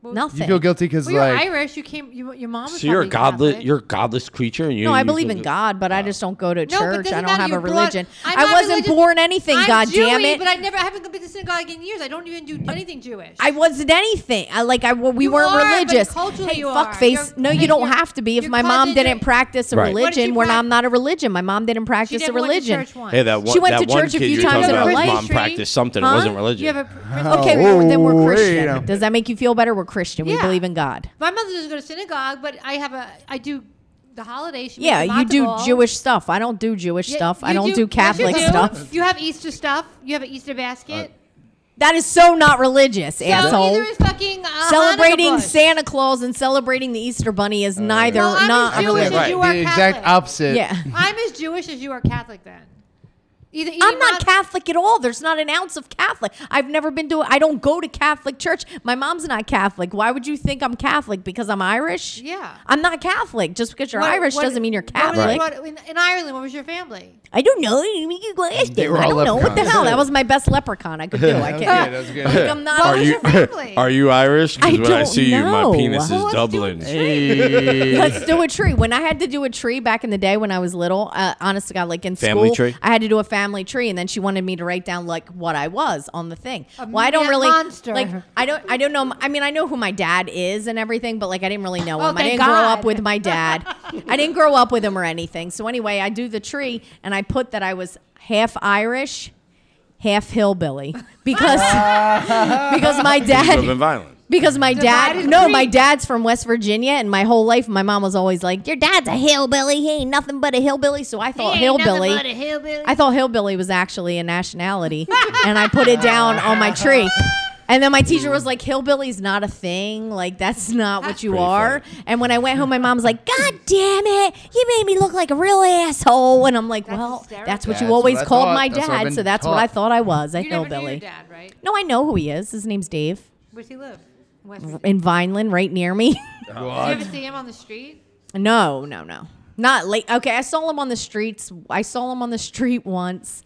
[SPEAKER 3] Well,
[SPEAKER 1] Nothing.
[SPEAKER 4] you feel guilty because
[SPEAKER 3] Well, you're
[SPEAKER 4] like
[SPEAKER 3] Irish. You came. You, your mom was.
[SPEAKER 6] So you're a
[SPEAKER 3] probably
[SPEAKER 6] godless,
[SPEAKER 3] Catholic.
[SPEAKER 6] you're a godless creature, and you.
[SPEAKER 1] No, I
[SPEAKER 6] you
[SPEAKER 1] believe
[SPEAKER 6] feel
[SPEAKER 1] in
[SPEAKER 6] good-
[SPEAKER 1] God, but I just don't go
[SPEAKER 3] No,
[SPEAKER 1] to
[SPEAKER 3] but
[SPEAKER 1] church.
[SPEAKER 3] doesn't
[SPEAKER 1] I don't
[SPEAKER 3] matter,
[SPEAKER 1] have a
[SPEAKER 3] you're brought-
[SPEAKER 1] religion.
[SPEAKER 3] I'm
[SPEAKER 1] I
[SPEAKER 3] not
[SPEAKER 1] wasn't
[SPEAKER 3] religious.
[SPEAKER 1] born anything.
[SPEAKER 3] I'm
[SPEAKER 1] God damn
[SPEAKER 3] Jewy,
[SPEAKER 1] it!
[SPEAKER 3] But I never. I haven't been to synagogue in years. I don't even do anything Jewish.
[SPEAKER 1] I wasn't anything. I like I we
[SPEAKER 3] You
[SPEAKER 1] weren't
[SPEAKER 3] are, but
[SPEAKER 1] religious.
[SPEAKER 3] culturally
[SPEAKER 1] hey,
[SPEAKER 3] you
[SPEAKER 1] fuck
[SPEAKER 3] are.
[SPEAKER 1] face.
[SPEAKER 3] You're-
[SPEAKER 1] no, you
[SPEAKER 3] you're-
[SPEAKER 1] don't have to be. If
[SPEAKER 3] you're
[SPEAKER 1] my mom
[SPEAKER 3] causing
[SPEAKER 1] didn't
[SPEAKER 3] your-
[SPEAKER 1] practice a
[SPEAKER 6] Right. What
[SPEAKER 3] did
[SPEAKER 1] religion,
[SPEAKER 3] you
[SPEAKER 1] when
[SPEAKER 3] prac-
[SPEAKER 1] I'm not a religion, my mom didn't
[SPEAKER 3] She
[SPEAKER 1] practice a
[SPEAKER 3] never went to
[SPEAKER 1] religion.
[SPEAKER 3] church once.
[SPEAKER 6] Hey, that one,
[SPEAKER 1] She went
[SPEAKER 6] that
[SPEAKER 1] to
[SPEAKER 6] one
[SPEAKER 1] church a
[SPEAKER 6] kid
[SPEAKER 1] few
[SPEAKER 6] you were
[SPEAKER 1] times
[SPEAKER 6] talking
[SPEAKER 1] in her
[SPEAKER 6] about,
[SPEAKER 1] life.
[SPEAKER 6] Mom practiced something.
[SPEAKER 1] Huh?
[SPEAKER 6] It wasn't religion.
[SPEAKER 3] You have a Christian-
[SPEAKER 1] Okay,
[SPEAKER 4] Oh,
[SPEAKER 1] well, then we're
[SPEAKER 4] wait
[SPEAKER 1] Christian.
[SPEAKER 4] a-
[SPEAKER 1] Does that make you feel better? We're Christian. We
[SPEAKER 3] Yeah.
[SPEAKER 1] believe in God.
[SPEAKER 6] Oh.
[SPEAKER 3] My mother doesn't go to synagogue, but I have a. I do the holiday. She
[SPEAKER 1] Yeah,
[SPEAKER 3] makes
[SPEAKER 1] you
[SPEAKER 3] matzo
[SPEAKER 1] do
[SPEAKER 3] balls.
[SPEAKER 1] Jewish stuff. I don't do Jewish
[SPEAKER 3] Yeah,
[SPEAKER 1] stuff. I
[SPEAKER 3] you
[SPEAKER 1] don't do,
[SPEAKER 3] yes, you
[SPEAKER 1] Catholic
[SPEAKER 3] do.
[SPEAKER 1] stuff.
[SPEAKER 3] You have Easter stuff. You have an Easter
[SPEAKER 6] Uh,
[SPEAKER 3] basket.
[SPEAKER 1] That is so not religious,
[SPEAKER 3] so
[SPEAKER 1] asshole.
[SPEAKER 3] neither is fucking uh, Hanukkah
[SPEAKER 1] celebrating
[SPEAKER 3] bush.
[SPEAKER 1] Santa Claus and celebrating the Easter Bunny
[SPEAKER 4] Oh,
[SPEAKER 1] is neither
[SPEAKER 3] Well, I'm
[SPEAKER 1] not
[SPEAKER 3] as
[SPEAKER 1] a
[SPEAKER 3] Jewish
[SPEAKER 1] religion.
[SPEAKER 3] as
[SPEAKER 6] Right.
[SPEAKER 3] you are
[SPEAKER 4] the exact
[SPEAKER 3] Catholic.
[SPEAKER 4] opposite.
[SPEAKER 1] Yeah.
[SPEAKER 3] I'm as Jewish as you are Catholic. Then. Either, either
[SPEAKER 1] I'm not Catholic at all. There's not an ounce of Catholic. I've never been to. I don't go to Catholic church. My mom's not Catholic. Why would you think I'm Catholic because I'm Irish?
[SPEAKER 3] Yeah.
[SPEAKER 1] I'm not Catholic. Just because you're
[SPEAKER 3] What-
[SPEAKER 1] Irish
[SPEAKER 3] what-
[SPEAKER 1] doesn't mean you're
[SPEAKER 3] what
[SPEAKER 1] Catholic.
[SPEAKER 3] was- what- in, in Ireland, what was your family?
[SPEAKER 1] I don't know. You mean you glass
[SPEAKER 4] They were
[SPEAKER 1] I
[SPEAKER 4] all
[SPEAKER 1] don't know what the
[SPEAKER 4] leprechauns.
[SPEAKER 1] hell. That was my best leprechaun I could do. I
[SPEAKER 4] That was
[SPEAKER 1] can't.
[SPEAKER 4] good, that was good.
[SPEAKER 1] Like, I'm not.
[SPEAKER 3] What
[SPEAKER 6] Are
[SPEAKER 3] was
[SPEAKER 6] you
[SPEAKER 3] your family?
[SPEAKER 6] are you Irish?
[SPEAKER 1] I
[SPEAKER 6] Because when I
[SPEAKER 1] don't
[SPEAKER 6] see you,
[SPEAKER 1] know.
[SPEAKER 6] my penis
[SPEAKER 1] Well,
[SPEAKER 6] is
[SPEAKER 3] let's do
[SPEAKER 6] doubling.
[SPEAKER 1] Let's do a tree. When I had to do a tree back in the day when I was little, uh, honest to God, like in
[SPEAKER 6] Family
[SPEAKER 1] school,
[SPEAKER 6] tree?
[SPEAKER 1] I had to do a family tree, and then she wanted me to write down like what I was on the thing. well, I don't
[SPEAKER 3] man-
[SPEAKER 1] really
[SPEAKER 3] monster.
[SPEAKER 1] like. I don't. I don't know. m- I mean, I know who my dad is and everything, but like I didn't really know
[SPEAKER 3] Oh,
[SPEAKER 1] him. I
[SPEAKER 3] thank
[SPEAKER 1] didn't grow
[SPEAKER 3] God.
[SPEAKER 1] up with my dad. I didn't grow up with him or anything. So anyway, I do the tree, and I put that I was half Irish, half hillbilly because because my
[SPEAKER 6] You live
[SPEAKER 1] dad
[SPEAKER 6] in Vineland.
[SPEAKER 1] Because my dad,
[SPEAKER 3] Divided
[SPEAKER 1] no, my
[SPEAKER 3] creek.
[SPEAKER 1] dad's from West Virginia, and my whole life, my mom was always like, "Your dad's a hillbilly. He ain't nothing but a hillbilly." So I thought Oh, hillbilly.
[SPEAKER 3] hillbilly.
[SPEAKER 1] I thought hillbilly was actually a nationality, and I put it down on my tree. And then my teacher was like, "Hillbilly's not a thing. Like that's not what you
[SPEAKER 6] Pretty
[SPEAKER 1] are." And when I went home, my mom was like, "God damn it, you made me look like a real asshole." And I'm like, "Well,
[SPEAKER 3] hysterical.
[SPEAKER 1] that's what
[SPEAKER 4] That's
[SPEAKER 1] you always
[SPEAKER 4] what I
[SPEAKER 1] called
[SPEAKER 4] thought.
[SPEAKER 1] my
[SPEAKER 4] That's what I've
[SPEAKER 1] dad,
[SPEAKER 4] been
[SPEAKER 1] so that's what I
[SPEAKER 4] taught.
[SPEAKER 1] thought I was a
[SPEAKER 3] you never knew your
[SPEAKER 1] hillbilly."
[SPEAKER 3] dad, right?
[SPEAKER 1] No, I know who he is. His name's Dave
[SPEAKER 3] Where's he live? In West Virginia.
[SPEAKER 1] in Vineland, right near me.
[SPEAKER 3] Did you ever see him on the street?
[SPEAKER 1] No, no, no. Not late. Okay, I saw him on the streets. I saw him on the street once.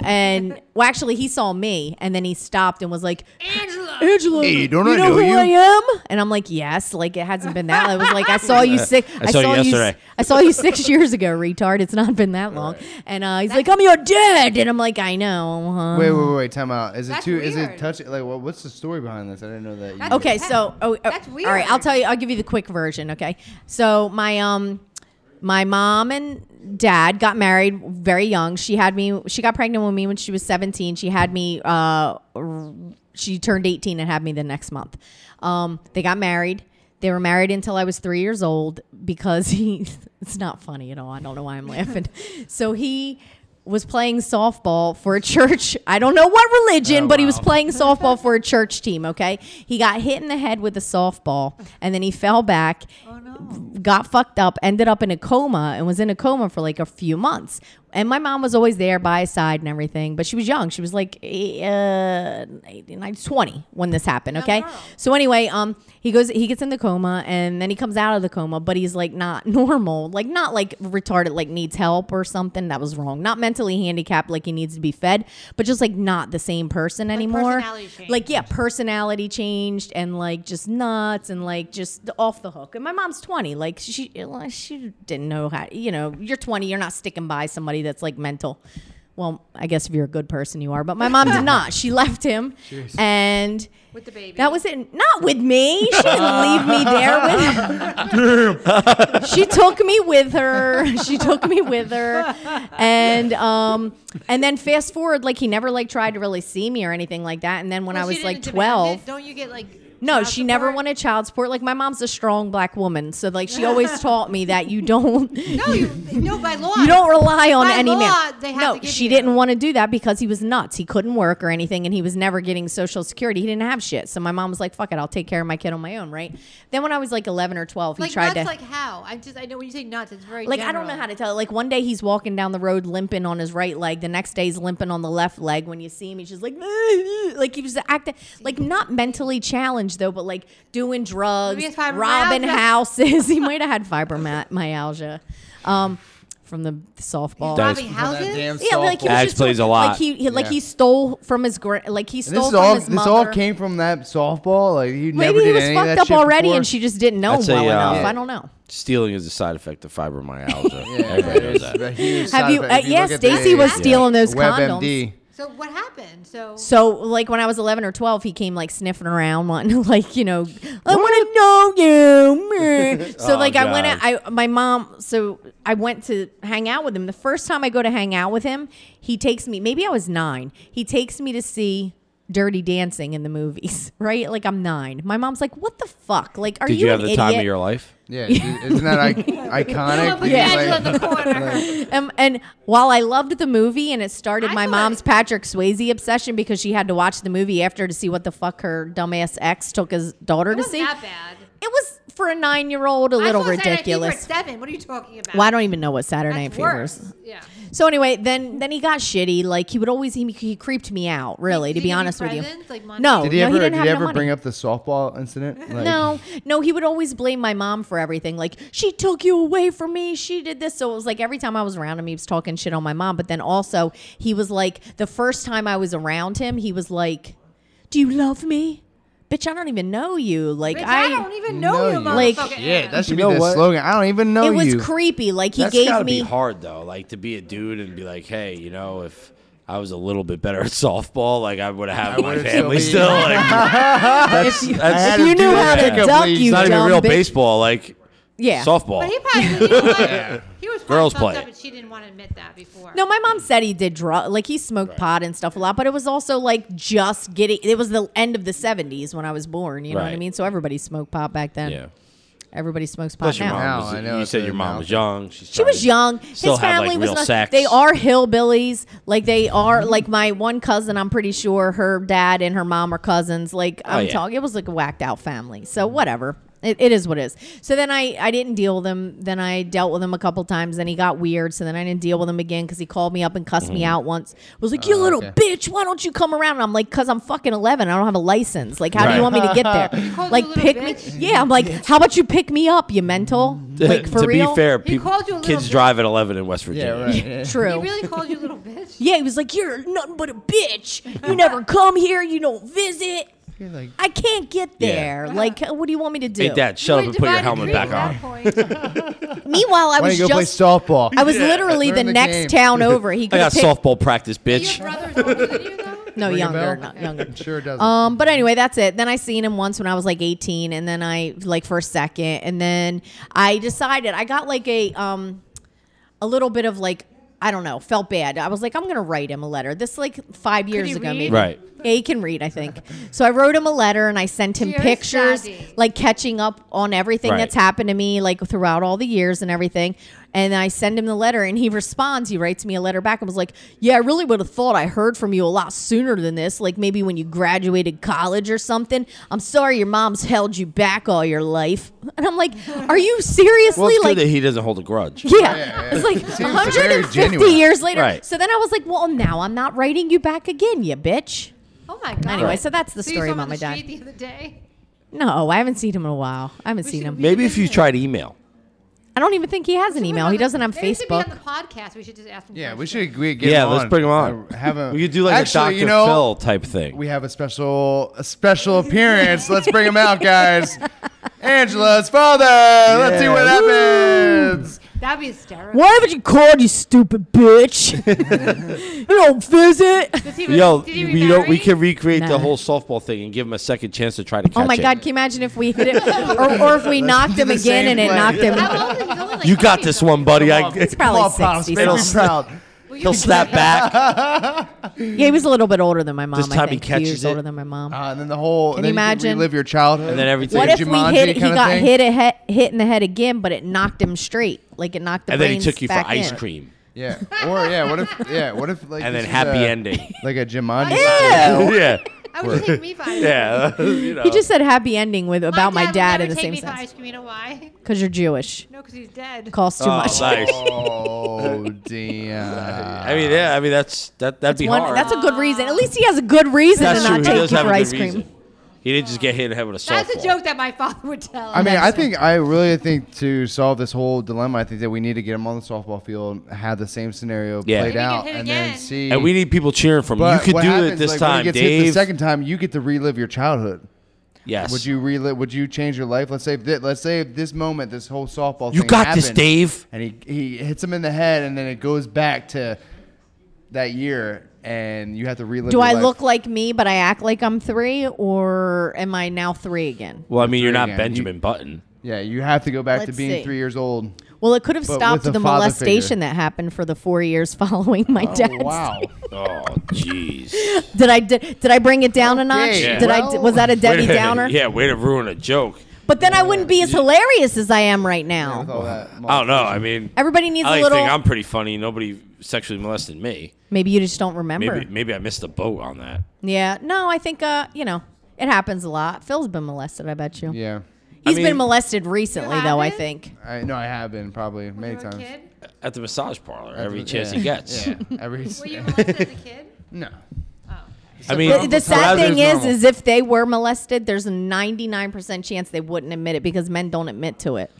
[SPEAKER 1] And well, actually, he saw me, and then he stopped and was like,
[SPEAKER 3] Angela.
[SPEAKER 1] "Angela,
[SPEAKER 4] Hey, don't I
[SPEAKER 1] you know,
[SPEAKER 4] know
[SPEAKER 1] who
[SPEAKER 4] you?"
[SPEAKER 1] I am?" And I'm like, "Yes." Like it hasn't been that. Long. It was like I saw you six.
[SPEAKER 6] I saw you yesterday.
[SPEAKER 1] I saw you six years ago, retard. It's not been that long. And uh, he's like, "I'm your dad," and I'm like, "I know." huh?"
[SPEAKER 4] Wait, wait, wait, wait. Time out. Is it
[SPEAKER 3] That's
[SPEAKER 4] too? Is
[SPEAKER 3] weird.
[SPEAKER 4] it touching? Like, what, what's the story behind this? I didn't know that. You,
[SPEAKER 3] That's-
[SPEAKER 1] Okay,
[SPEAKER 3] Yeah.
[SPEAKER 1] so oh, oh,
[SPEAKER 3] That's
[SPEAKER 1] All right, I'll
[SPEAKER 3] weird.
[SPEAKER 1] tell you. I'll give you the quick version. Okay, so my um, my mom and dad got married very young. She had me. She got pregnant with me when she was seventeen. She had me. Uh, r- she turned eighteen and had me the next month. Um, they got married. They were married until I was three years old because he. It's not funny at all. I don't know why I'm laughing. So he was playing softball for a church. I don't know what religion, but he was playing softball for a church team. Okay, he got hit in the head with a softball, and then he fell back, got fucked up, ended up in a coma, and was in a coma for like a few months. And my mom was always there by his side and everything, but she was young. She was like eh, uh, 19, 20 when this happened. Okay,
[SPEAKER 3] girl.
[SPEAKER 1] so anyway, um, he goes, he gets in the coma, and then he comes out of the coma, but he's like not normal, like not like retarded, like needs help or something. That was wrong. Not mentally handicapped, like he needs to be fed, but just like not the same person anymore.
[SPEAKER 3] personality change.
[SPEAKER 1] Like yeah, personality changed and like just nuts and like just off the hook. And my mom's twenty, like she uh, she didn't know how. You know, you're twenty, you're not sticking by somebody that's like mental. Well, I guess if you're a good person, you are. But my mom did not. She left him, and
[SPEAKER 3] With the baby.
[SPEAKER 1] that was it. Not with me. She didn't leave me there with. she took me with her. She took me with her, and um, and then fast forward, like he never like tried to really see me or anything like that. And then when
[SPEAKER 3] Well,
[SPEAKER 1] I
[SPEAKER 3] she
[SPEAKER 1] was
[SPEAKER 3] didn't
[SPEAKER 1] like
[SPEAKER 3] demand
[SPEAKER 1] twelve,
[SPEAKER 3] it. Don't you get like?
[SPEAKER 1] no,
[SPEAKER 3] child
[SPEAKER 1] she never
[SPEAKER 3] support?
[SPEAKER 1] wanted child support. Like my mom's a strong black woman, so like she always taught me that you don't
[SPEAKER 3] No, you no by law.
[SPEAKER 1] you don't rely on
[SPEAKER 3] By
[SPEAKER 1] any
[SPEAKER 3] law,
[SPEAKER 1] man.
[SPEAKER 3] they have
[SPEAKER 1] no,
[SPEAKER 3] to give
[SPEAKER 1] she
[SPEAKER 3] you.
[SPEAKER 1] didn't want to do that because he was nuts. He couldn't work or anything, and he was never getting social security. He didn't have shit. So my mom was like, "Fuck it, I'll take care of my kid on my own." Right. Then when I was like eleven or twelve, he
[SPEAKER 3] Like
[SPEAKER 1] tried
[SPEAKER 3] nuts,
[SPEAKER 1] to.
[SPEAKER 3] like how? I just I know when you say nuts, it's very
[SPEAKER 1] like I don't know
[SPEAKER 3] general.
[SPEAKER 1] how to tell it. Like one day he's walking down the road limping on his right leg. The next day he's limping on the left leg. When you see him, he's just like, like he was acting like not mentally challenged though, but like doing drugs,
[SPEAKER 3] Maybe it's
[SPEAKER 1] robbing
[SPEAKER 3] fibromyalgia.
[SPEAKER 1] houses. he might have had fibromyalgia um, from the softball.
[SPEAKER 6] That
[SPEAKER 3] Robbing
[SPEAKER 6] is-
[SPEAKER 4] From that
[SPEAKER 3] houses.
[SPEAKER 4] damn
[SPEAKER 1] Yeah, like he was
[SPEAKER 4] softball.
[SPEAKER 6] Axe
[SPEAKER 1] just doing-
[SPEAKER 6] plays a
[SPEAKER 1] Like
[SPEAKER 6] lot.
[SPEAKER 1] he, he- like
[SPEAKER 4] Yeah.
[SPEAKER 1] he stole from his gra- like he
[SPEAKER 4] And
[SPEAKER 1] stole
[SPEAKER 4] this is
[SPEAKER 1] from
[SPEAKER 4] all.
[SPEAKER 1] his
[SPEAKER 4] This
[SPEAKER 1] mother.
[SPEAKER 4] all came from that softball. Like you never
[SPEAKER 1] Maybe
[SPEAKER 4] did
[SPEAKER 1] he was
[SPEAKER 4] any of
[SPEAKER 1] fucked
[SPEAKER 4] that
[SPEAKER 1] up
[SPEAKER 4] shit
[SPEAKER 1] already,
[SPEAKER 4] before?
[SPEAKER 1] and she just didn't know him
[SPEAKER 6] That's a,
[SPEAKER 1] well
[SPEAKER 6] uh,
[SPEAKER 1] enough. I don't know.
[SPEAKER 6] Stealing is a side effect of fibromyalgia.
[SPEAKER 4] Yeah,
[SPEAKER 6] Everybody knows
[SPEAKER 4] it's
[SPEAKER 6] that.
[SPEAKER 4] a huge
[SPEAKER 1] Have
[SPEAKER 4] side
[SPEAKER 1] you- uh,
[SPEAKER 4] effect. If you look
[SPEAKER 1] yes,
[SPEAKER 4] at the-
[SPEAKER 1] Daisy was stealing those
[SPEAKER 4] WebMD.
[SPEAKER 1] condoms.
[SPEAKER 3] So what happened? So,
[SPEAKER 1] So, like when I was eleven or twelve, he came like sniffing around, wanting to, like you know, I want to know you. meh." so,
[SPEAKER 6] Oh,
[SPEAKER 1] like I went,
[SPEAKER 6] God.
[SPEAKER 1] out, I my mom. So I went to hang out with him. The first time I go to hang out with him, he takes me. Maybe I was nine. He takes me to see. Dirty Dancing in the movies, right? Like I'm nine. My mom's like, "What the fuck? Like, are
[SPEAKER 6] Did
[SPEAKER 1] you,
[SPEAKER 6] you have
[SPEAKER 1] an
[SPEAKER 6] the time of
[SPEAKER 1] idiot?"
[SPEAKER 6] your life?
[SPEAKER 4] Yeah, dude, isn't that like, iconic?
[SPEAKER 3] put
[SPEAKER 4] Dude,
[SPEAKER 3] Angela in
[SPEAKER 4] like-
[SPEAKER 3] the corner.
[SPEAKER 1] Um, and while I loved the movie and it started
[SPEAKER 3] I
[SPEAKER 1] my
[SPEAKER 3] thought-
[SPEAKER 1] mom's Patrick Swayze obsession because she had to watch the movie after to see what the fuck her dumbass ex took his daughter
[SPEAKER 3] it
[SPEAKER 1] to
[SPEAKER 3] wasn't
[SPEAKER 1] see.
[SPEAKER 3] that bad.
[SPEAKER 1] It was for a nine year old a
[SPEAKER 3] I
[SPEAKER 1] little
[SPEAKER 3] saw Saturday Night Fever at
[SPEAKER 1] ridiculous.
[SPEAKER 3] Seven. What are you talking about?
[SPEAKER 1] Well, I don't even know what Saturday
[SPEAKER 3] That's
[SPEAKER 1] Night Fever is.
[SPEAKER 3] worse. Yeah.
[SPEAKER 1] So anyway, then then he got shitty. Like he would always he, he creeped me out. Really,
[SPEAKER 3] Did he
[SPEAKER 1] to be
[SPEAKER 3] give you
[SPEAKER 1] honest with you.
[SPEAKER 3] presents, like money?
[SPEAKER 1] no,
[SPEAKER 4] Did he
[SPEAKER 1] no,
[SPEAKER 4] ever?
[SPEAKER 1] he didn't
[SPEAKER 4] did
[SPEAKER 1] have
[SPEAKER 4] he
[SPEAKER 1] no
[SPEAKER 4] ever
[SPEAKER 1] money.
[SPEAKER 4] bring up the softball incident? Like,
[SPEAKER 1] No, no, he would always blame my mom for everything. Like, she took you away from me. She did this. So it was like every time I was around him, he was talking shit on my mom. But then also, he was like, the first time I was around him, he was like, Do you love me? Bitch, I don't even know you. Like,
[SPEAKER 3] Bitch, I,
[SPEAKER 1] I.
[SPEAKER 3] don't even know
[SPEAKER 4] Know
[SPEAKER 3] you,
[SPEAKER 4] you.
[SPEAKER 1] Like-
[SPEAKER 3] motherfucking
[SPEAKER 4] Yeah, that
[SPEAKER 3] ass.
[SPEAKER 4] should
[SPEAKER 6] You
[SPEAKER 4] be
[SPEAKER 6] know
[SPEAKER 4] the
[SPEAKER 6] what?
[SPEAKER 4] slogan. I don't even know
[SPEAKER 1] it was
[SPEAKER 4] you.
[SPEAKER 1] creepy. Like, he
[SPEAKER 6] That's gotta
[SPEAKER 1] gave
[SPEAKER 6] be
[SPEAKER 1] me.
[SPEAKER 6] hard though. Like to be a dude and be like, hey, you know, if I was a little bit better at softball, like I would have my
[SPEAKER 4] would've
[SPEAKER 6] family
[SPEAKER 4] still
[SPEAKER 6] still.
[SPEAKER 4] been-
[SPEAKER 6] Like,
[SPEAKER 1] That's, if you, if
[SPEAKER 6] that's- I had
[SPEAKER 1] you
[SPEAKER 4] to do
[SPEAKER 1] knew
[SPEAKER 4] that
[SPEAKER 1] how to
[SPEAKER 6] pickup
[SPEAKER 1] duck,
[SPEAKER 4] leagues.
[SPEAKER 1] you
[SPEAKER 6] it's not
[SPEAKER 1] dumb
[SPEAKER 6] even real
[SPEAKER 1] bitch.
[SPEAKER 6] baseball. Like
[SPEAKER 1] Yeah.
[SPEAKER 6] softball.
[SPEAKER 3] But he probably you know what? he was probably
[SPEAKER 6] Girls
[SPEAKER 3] fucked
[SPEAKER 6] play
[SPEAKER 3] up,
[SPEAKER 6] it.
[SPEAKER 3] but she didn't want to admit that before.
[SPEAKER 1] No, my mom said he did drug, like he smoked pot and stuff a lot, but it was also like just getting. It was the end of the '70s when I was born. You know what I
[SPEAKER 6] Right.
[SPEAKER 1] mean? So everybody smoked pot back then.
[SPEAKER 6] Yeah.
[SPEAKER 1] Everybody smokes pot
[SPEAKER 6] Plus, your
[SPEAKER 1] now.
[SPEAKER 6] mom
[SPEAKER 4] Now,
[SPEAKER 6] was,
[SPEAKER 4] I know
[SPEAKER 6] you
[SPEAKER 4] it's
[SPEAKER 6] said
[SPEAKER 4] a
[SPEAKER 6] your mom
[SPEAKER 4] mouth.
[SPEAKER 6] was young. She,
[SPEAKER 1] She was
[SPEAKER 6] started-
[SPEAKER 1] young.
[SPEAKER 6] Still
[SPEAKER 1] His
[SPEAKER 6] had,
[SPEAKER 1] family
[SPEAKER 6] like,
[SPEAKER 1] was
[SPEAKER 6] real
[SPEAKER 1] not.
[SPEAKER 6] sex.
[SPEAKER 1] They are hillbillies. Like they are. Like my one cousin, I'm pretty sure her dad and her mom are cousins. Like I'm
[SPEAKER 6] Oh, yeah.
[SPEAKER 1] talking, it was like a whacked out family. So whatever. It, it is what it is. So then I, I didn't deal with him. Then I dealt with him a couple times. Then he got weird. So then I didn't deal with him again because he called me up and cussed
[SPEAKER 6] Mm-hmm.
[SPEAKER 1] me out once. was
[SPEAKER 3] Oh,
[SPEAKER 1] like, you little
[SPEAKER 4] okay.
[SPEAKER 1] bitch, why don't you come around? And I'm like, because I'm fucking 11. I don't have a license. Like, how do
[SPEAKER 6] Right.
[SPEAKER 1] you want me to get there?
[SPEAKER 3] called you
[SPEAKER 1] like,
[SPEAKER 3] little
[SPEAKER 1] pick
[SPEAKER 3] bitch?
[SPEAKER 1] me. Yeah, I'm like, how about you pick me up, you mental? Like, for
[SPEAKER 6] to
[SPEAKER 1] real?
[SPEAKER 6] be fair,
[SPEAKER 3] He
[SPEAKER 6] people,
[SPEAKER 3] called you a little
[SPEAKER 6] kids
[SPEAKER 3] bitch.
[SPEAKER 6] drive at 11 in West
[SPEAKER 4] Yeah,
[SPEAKER 6] Virginia.
[SPEAKER 4] right. yeah.
[SPEAKER 1] True.
[SPEAKER 3] He really called you little bitch.
[SPEAKER 1] Yeah, he was like, "You're nothing but a bitch. You never come here. You don't visit.
[SPEAKER 4] You're like,
[SPEAKER 1] I can't get there. Like, what do you want me to do?"
[SPEAKER 6] Hey, Dad,
[SPEAKER 3] You
[SPEAKER 6] shut
[SPEAKER 3] were
[SPEAKER 6] up and put your
[SPEAKER 3] divided
[SPEAKER 6] helmet
[SPEAKER 3] creed
[SPEAKER 6] back
[SPEAKER 3] at
[SPEAKER 6] on.
[SPEAKER 3] that point.
[SPEAKER 1] Meanwhile, I
[SPEAKER 4] why
[SPEAKER 1] was
[SPEAKER 4] don't you go play
[SPEAKER 1] just.
[SPEAKER 4] softball?
[SPEAKER 1] I was literally
[SPEAKER 4] Learn
[SPEAKER 1] the,
[SPEAKER 4] the
[SPEAKER 1] next
[SPEAKER 4] game.
[SPEAKER 1] town over. He
[SPEAKER 6] I
[SPEAKER 1] could have
[SPEAKER 6] got
[SPEAKER 1] picked
[SPEAKER 6] softball practice,
[SPEAKER 3] Your
[SPEAKER 6] bitch.
[SPEAKER 3] brother's older than you, though.
[SPEAKER 1] no
[SPEAKER 4] Ring a
[SPEAKER 1] younger,
[SPEAKER 4] bell?
[SPEAKER 1] not younger.
[SPEAKER 4] Sure doesn't.
[SPEAKER 1] Um, but anyway, that's it. Then I seen him once when I was like 18, and then I like for a second, and then I decided I got like a um a little bit of like I don't know, felt bad. I was like, I'm gonna write him a letter. This like five years
[SPEAKER 3] he
[SPEAKER 1] ago,
[SPEAKER 3] read?
[SPEAKER 1] maybe.
[SPEAKER 6] Right.
[SPEAKER 1] Yeah, he can read, I think. So I wrote him a letter and I sent him
[SPEAKER 3] Dear
[SPEAKER 1] pictures,
[SPEAKER 3] Daddy.
[SPEAKER 1] like catching up on everything
[SPEAKER 6] Right.
[SPEAKER 1] that's happened to me, like throughout all the years and everything. And I send him the letter and he responds. He writes me a letter back and was like, Yeah, I really would have thought I heard from you a lot sooner than this, like maybe when you graduated college or something. I'm sorry your mom's held you back all your life. And I'm like, Are you seriously
[SPEAKER 6] Well, it's
[SPEAKER 1] like
[SPEAKER 6] good that he doesn't hold a grudge.
[SPEAKER 1] yeah.
[SPEAKER 4] yeah.
[SPEAKER 1] It's like
[SPEAKER 4] Seems very
[SPEAKER 1] 150
[SPEAKER 4] genuine.
[SPEAKER 1] years later.
[SPEAKER 6] Right.
[SPEAKER 1] So then I was like, well, now I'm not writing you back again, you bitch.
[SPEAKER 3] Oh my god.
[SPEAKER 1] Anyway, so that's the
[SPEAKER 3] So you
[SPEAKER 1] story
[SPEAKER 3] saw him
[SPEAKER 1] about
[SPEAKER 3] on
[SPEAKER 1] my
[SPEAKER 3] the
[SPEAKER 1] dad.
[SPEAKER 3] street the other day.
[SPEAKER 1] No, I haven't seen him in a while. I haven't
[SPEAKER 3] We
[SPEAKER 1] seen
[SPEAKER 3] should-
[SPEAKER 1] him.
[SPEAKER 3] we
[SPEAKER 6] Maybe if you tried email.
[SPEAKER 1] I don't even think he has an
[SPEAKER 3] should
[SPEAKER 1] email.
[SPEAKER 3] put
[SPEAKER 1] He
[SPEAKER 3] him on
[SPEAKER 1] doesn't
[SPEAKER 3] the-
[SPEAKER 1] have
[SPEAKER 3] maybe he should be on
[SPEAKER 1] Facebook.
[SPEAKER 3] the podcast. We should just ask him.
[SPEAKER 4] yeah, we
[SPEAKER 3] questions.
[SPEAKER 4] should we get
[SPEAKER 6] yeah,
[SPEAKER 4] him
[SPEAKER 6] let's
[SPEAKER 4] on.
[SPEAKER 6] bring him on.
[SPEAKER 4] Uh, Have a,
[SPEAKER 6] we could do like
[SPEAKER 4] Actually,
[SPEAKER 6] a Dr.
[SPEAKER 4] you know,
[SPEAKER 6] Phil type thing.
[SPEAKER 4] We have a special a special appearance. Let's bring him out, guys. Angela's father. Let's see what
[SPEAKER 6] Yeah.
[SPEAKER 4] happens.
[SPEAKER 3] That'd be hysterical.
[SPEAKER 1] Why haven't you called, you stupid bitch? you don't visit.
[SPEAKER 3] Does he re-
[SPEAKER 6] Yo,
[SPEAKER 3] did he
[SPEAKER 6] you know, we
[SPEAKER 3] remarry?
[SPEAKER 6] can recreate
[SPEAKER 1] Nah.
[SPEAKER 6] the whole softball thing and give him a second chance to try to catch
[SPEAKER 1] Oh my
[SPEAKER 6] it.
[SPEAKER 1] God, can you imagine if we hit it? Or, or if we knocked him
[SPEAKER 4] the
[SPEAKER 1] again
[SPEAKER 4] same
[SPEAKER 1] and it
[SPEAKER 4] play.
[SPEAKER 1] knocked him.
[SPEAKER 3] How old is he? He's only, like,
[SPEAKER 6] You got
[SPEAKER 3] 40
[SPEAKER 6] this
[SPEAKER 3] something.
[SPEAKER 6] one, buddy. I,
[SPEAKER 1] It's probably
[SPEAKER 4] Come on, Pops,
[SPEAKER 1] 60
[SPEAKER 4] make him
[SPEAKER 1] something.
[SPEAKER 4] proud.
[SPEAKER 3] Will you
[SPEAKER 6] he'll
[SPEAKER 3] be
[SPEAKER 6] snap
[SPEAKER 3] happy?
[SPEAKER 6] back.
[SPEAKER 1] Yeah, he was a little bit older than my mom.
[SPEAKER 6] This time
[SPEAKER 1] I
[SPEAKER 6] he
[SPEAKER 1] think.
[SPEAKER 6] catches
[SPEAKER 1] Two years
[SPEAKER 6] it.
[SPEAKER 1] older than my mom.
[SPEAKER 4] Uh, and then the whole.
[SPEAKER 1] Can
[SPEAKER 4] then
[SPEAKER 1] you imagine?
[SPEAKER 4] You can relive your childhood.
[SPEAKER 6] And then everything.
[SPEAKER 1] What
[SPEAKER 6] Like
[SPEAKER 1] if
[SPEAKER 4] Jumanji
[SPEAKER 1] we hit? He
[SPEAKER 4] kinda
[SPEAKER 1] got
[SPEAKER 4] thing?
[SPEAKER 1] hit, a he- hit in the head again, but it knocked him straight. Like it knocked the
[SPEAKER 6] And then he
[SPEAKER 1] brains
[SPEAKER 6] took you for
[SPEAKER 1] back
[SPEAKER 6] ice
[SPEAKER 1] in.
[SPEAKER 6] cream.
[SPEAKER 4] Yeah. Or yeah. What if? Yeah. What if? Like.
[SPEAKER 6] And
[SPEAKER 4] this
[SPEAKER 6] then
[SPEAKER 4] is
[SPEAKER 6] happy
[SPEAKER 4] a-
[SPEAKER 6] ending.
[SPEAKER 4] Like a Jumanji.
[SPEAKER 1] Ew.
[SPEAKER 6] yeah.
[SPEAKER 3] I would take me five.
[SPEAKER 6] Yeah. you know.
[SPEAKER 1] He just said happy ending with about my dad,
[SPEAKER 3] would never
[SPEAKER 1] in the
[SPEAKER 3] take
[SPEAKER 1] same
[SPEAKER 3] me for
[SPEAKER 1] sense.
[SPEAKER 3] Ice cream, you know why?
[SPEAKER 1] Because you're Jewish.
[SPEAKER 3] No, because he's dead.
[SPEAKER 1] Costs too
[SPEAKER 6] Oh,
[SPEAKER 1] much.
[SPEAKER 6] nice.
[SPEAKER 4] Oh damn.
[SPEAKER 6] I mean, yeah. I mean, that's that. That'd be
[SPEAKER 1] One-
[SPEAKER 6] hard.
[SPEAKER 1] that's a good reason. At least he has a good reason
[SPEAKER 6] That's
[SPEAKER 1] to
[SPEAKER 6] true.
[SPEAKER 1] not
[SPEAKER 6] He
[SPEAKER 1] take you
[SPEAKER 6] does have
[SPEAKER 1] for
[SPEAKER 6] a
[SPEAKER 1] ice
[SPEAKER 6] good
[SPEAKER 1] cream.
[SPEAKER 6] reason. He didn't just get hit in the head with a softball.
[SPEAKER 3] That's a joke that my father would tell.
[SPEAKER 4] I mean,
[SPEAKER 3] him.
[SPEAKER 4] I think I really think to solve this whole dilemma, I think that we need to get him on the softball field, have the same scenario
[SPEAKER 6] Yeah.
[SPEAKER 4] played
[SPEAKER 6] Maybe
[SPEAKER 3] get
[SPEAKER 4] out,
[SPEAKER 3] hit
[SPEAKER 4] and
[SPEAKER 3] again.
[SPEAKER 4] then see.
[SPEAKER 6] And we need people cheering from
[SPEAKER 4] But
[SPEAKER 6] you. Could
[SPEAKER 4] what
[SPEAKER 6] do it
[SPEAKER 4] happens,
[SPEAKER 6] this
[SPEAKER 4] like, when
[SPEAKER 6] time,
[SPEAKER 4] he gets Hit the
[SPEAKER 6] Dave.
[SPEAKER 4] second time, you get to relive your childhood.
[SPEAKER 6] yes.
[SPEAKER 4] Would you relive? Would you change your life? Let's say, if thi- let's say if this moment, this whole softball.
[SPEAKER 6] You
[SPEAKER 4] thing
[SPEAKER 6] got this,
[SPEAKER 4] happened,
[SPEAKER 6] Dave.
[SPEAKER 4] And he he hits him in the head, and then it goes back to that year, and you have to relive.
[SPEAKER 1] Do
[SPEAKER 4] your
[SPEAKER 1] I
[SPEAKER 4] life.
[SPEAKER 1] look like me, but I act like I'm three, or am I now three again?
[SPEAKER 6] Well, I mean, you're not
[SPEAKER 4] again. You-
[SPEAKER 6] Benjamin Button.
[SPEAKER 4] Yeah, you have to go back to
[SPEAKER 1] Let's
[SPEAKER 4] being
[SPEAKER 1] see.
[SPEAKER 4] three years old.
[SPEAKER 1] Well, it could have
[SPEAKER 4] But
[SPEAKER 1] stopped
[SPEAKER 4] with
[SPEAKER 1] the
[SPEAKER 4] a father
[SPEAKER 1] molestation
[SPEAKER 4] figure.
[SPEAKER 1] that happened for the four years following my
[SPEAKER 4] Oh,
[SPEAKER 1] dad's.
[SPEAKER 4] wow.
[SPEAKER 6] Oh, jeez.
[SPEAKER 1] Did I did, did I bring it down a notch?
[SPEAKER 4] Okay,
[SPEAKER 1] Did I
[SPEAKER 4] well-
[SPEAKER 1] was that a Debbie Downer?
[SPEAKER 6] yeah, way to ruin a joke.
[SPEAKER 1] But then I wouldn't be as hilarious as I am right now.
[SPEAKER 4] With all that
[SPEAKER 6] I don't know. I mean,
[SPEAKER 1] Everybody needs
[SPEAKER 6] I
[SPEAKER 1] a
[SPEAKER 6] like
[SPEAKER 1] little.
[SPEAKER 6] think I'm pretty funny. Nobody sexually molested me.
[SPEAKER 1] maybe you just don't remember.
[SPEAKER 6] Maybe maybe I missed the boat on that.
[SPEAKER 1] Yeah. No, I think uh, you know, it happens a lot. Phil's been molested, I bet you.
[SPEAKER 4] Yeah.
[SPEAKER 1] He's
[SPEAKER 6] mean-
[SPEAKER 1] been molested recently
[SPEAKER 3] You
[SPEAKER 1] though, I
[SPEAKER 3] haven't?
[SPEAKER 1] think.
[SPEAKER 4] I no, I have been probably
[SPEAKER 3] When you
[SPEAKER 4] many
[SPEAKER 3] were a
[SPEAKER 4] times.
[SPEAKER 3] kid?
[SPEAKER 6] At the massage parlor, every
[SPEAKER 4] Yeah.
[SPEAKER 6] chance he gets.
[SPEAKER 4] Yeah. Every
[SPEAKER 3] Were you molested as a kid?
[SPEAKER 4] no.
[SPEAKER 6] I mean,
[SPEAKER 1] The, the sad
[SPEAKER 6] Rather-
[SPEAKER 1] thing is
[SPEAKER 4] normal.
[SPEAKER 1] is if they were molested, there's a 99% chance they wouldn't admit it because men don't admit to it.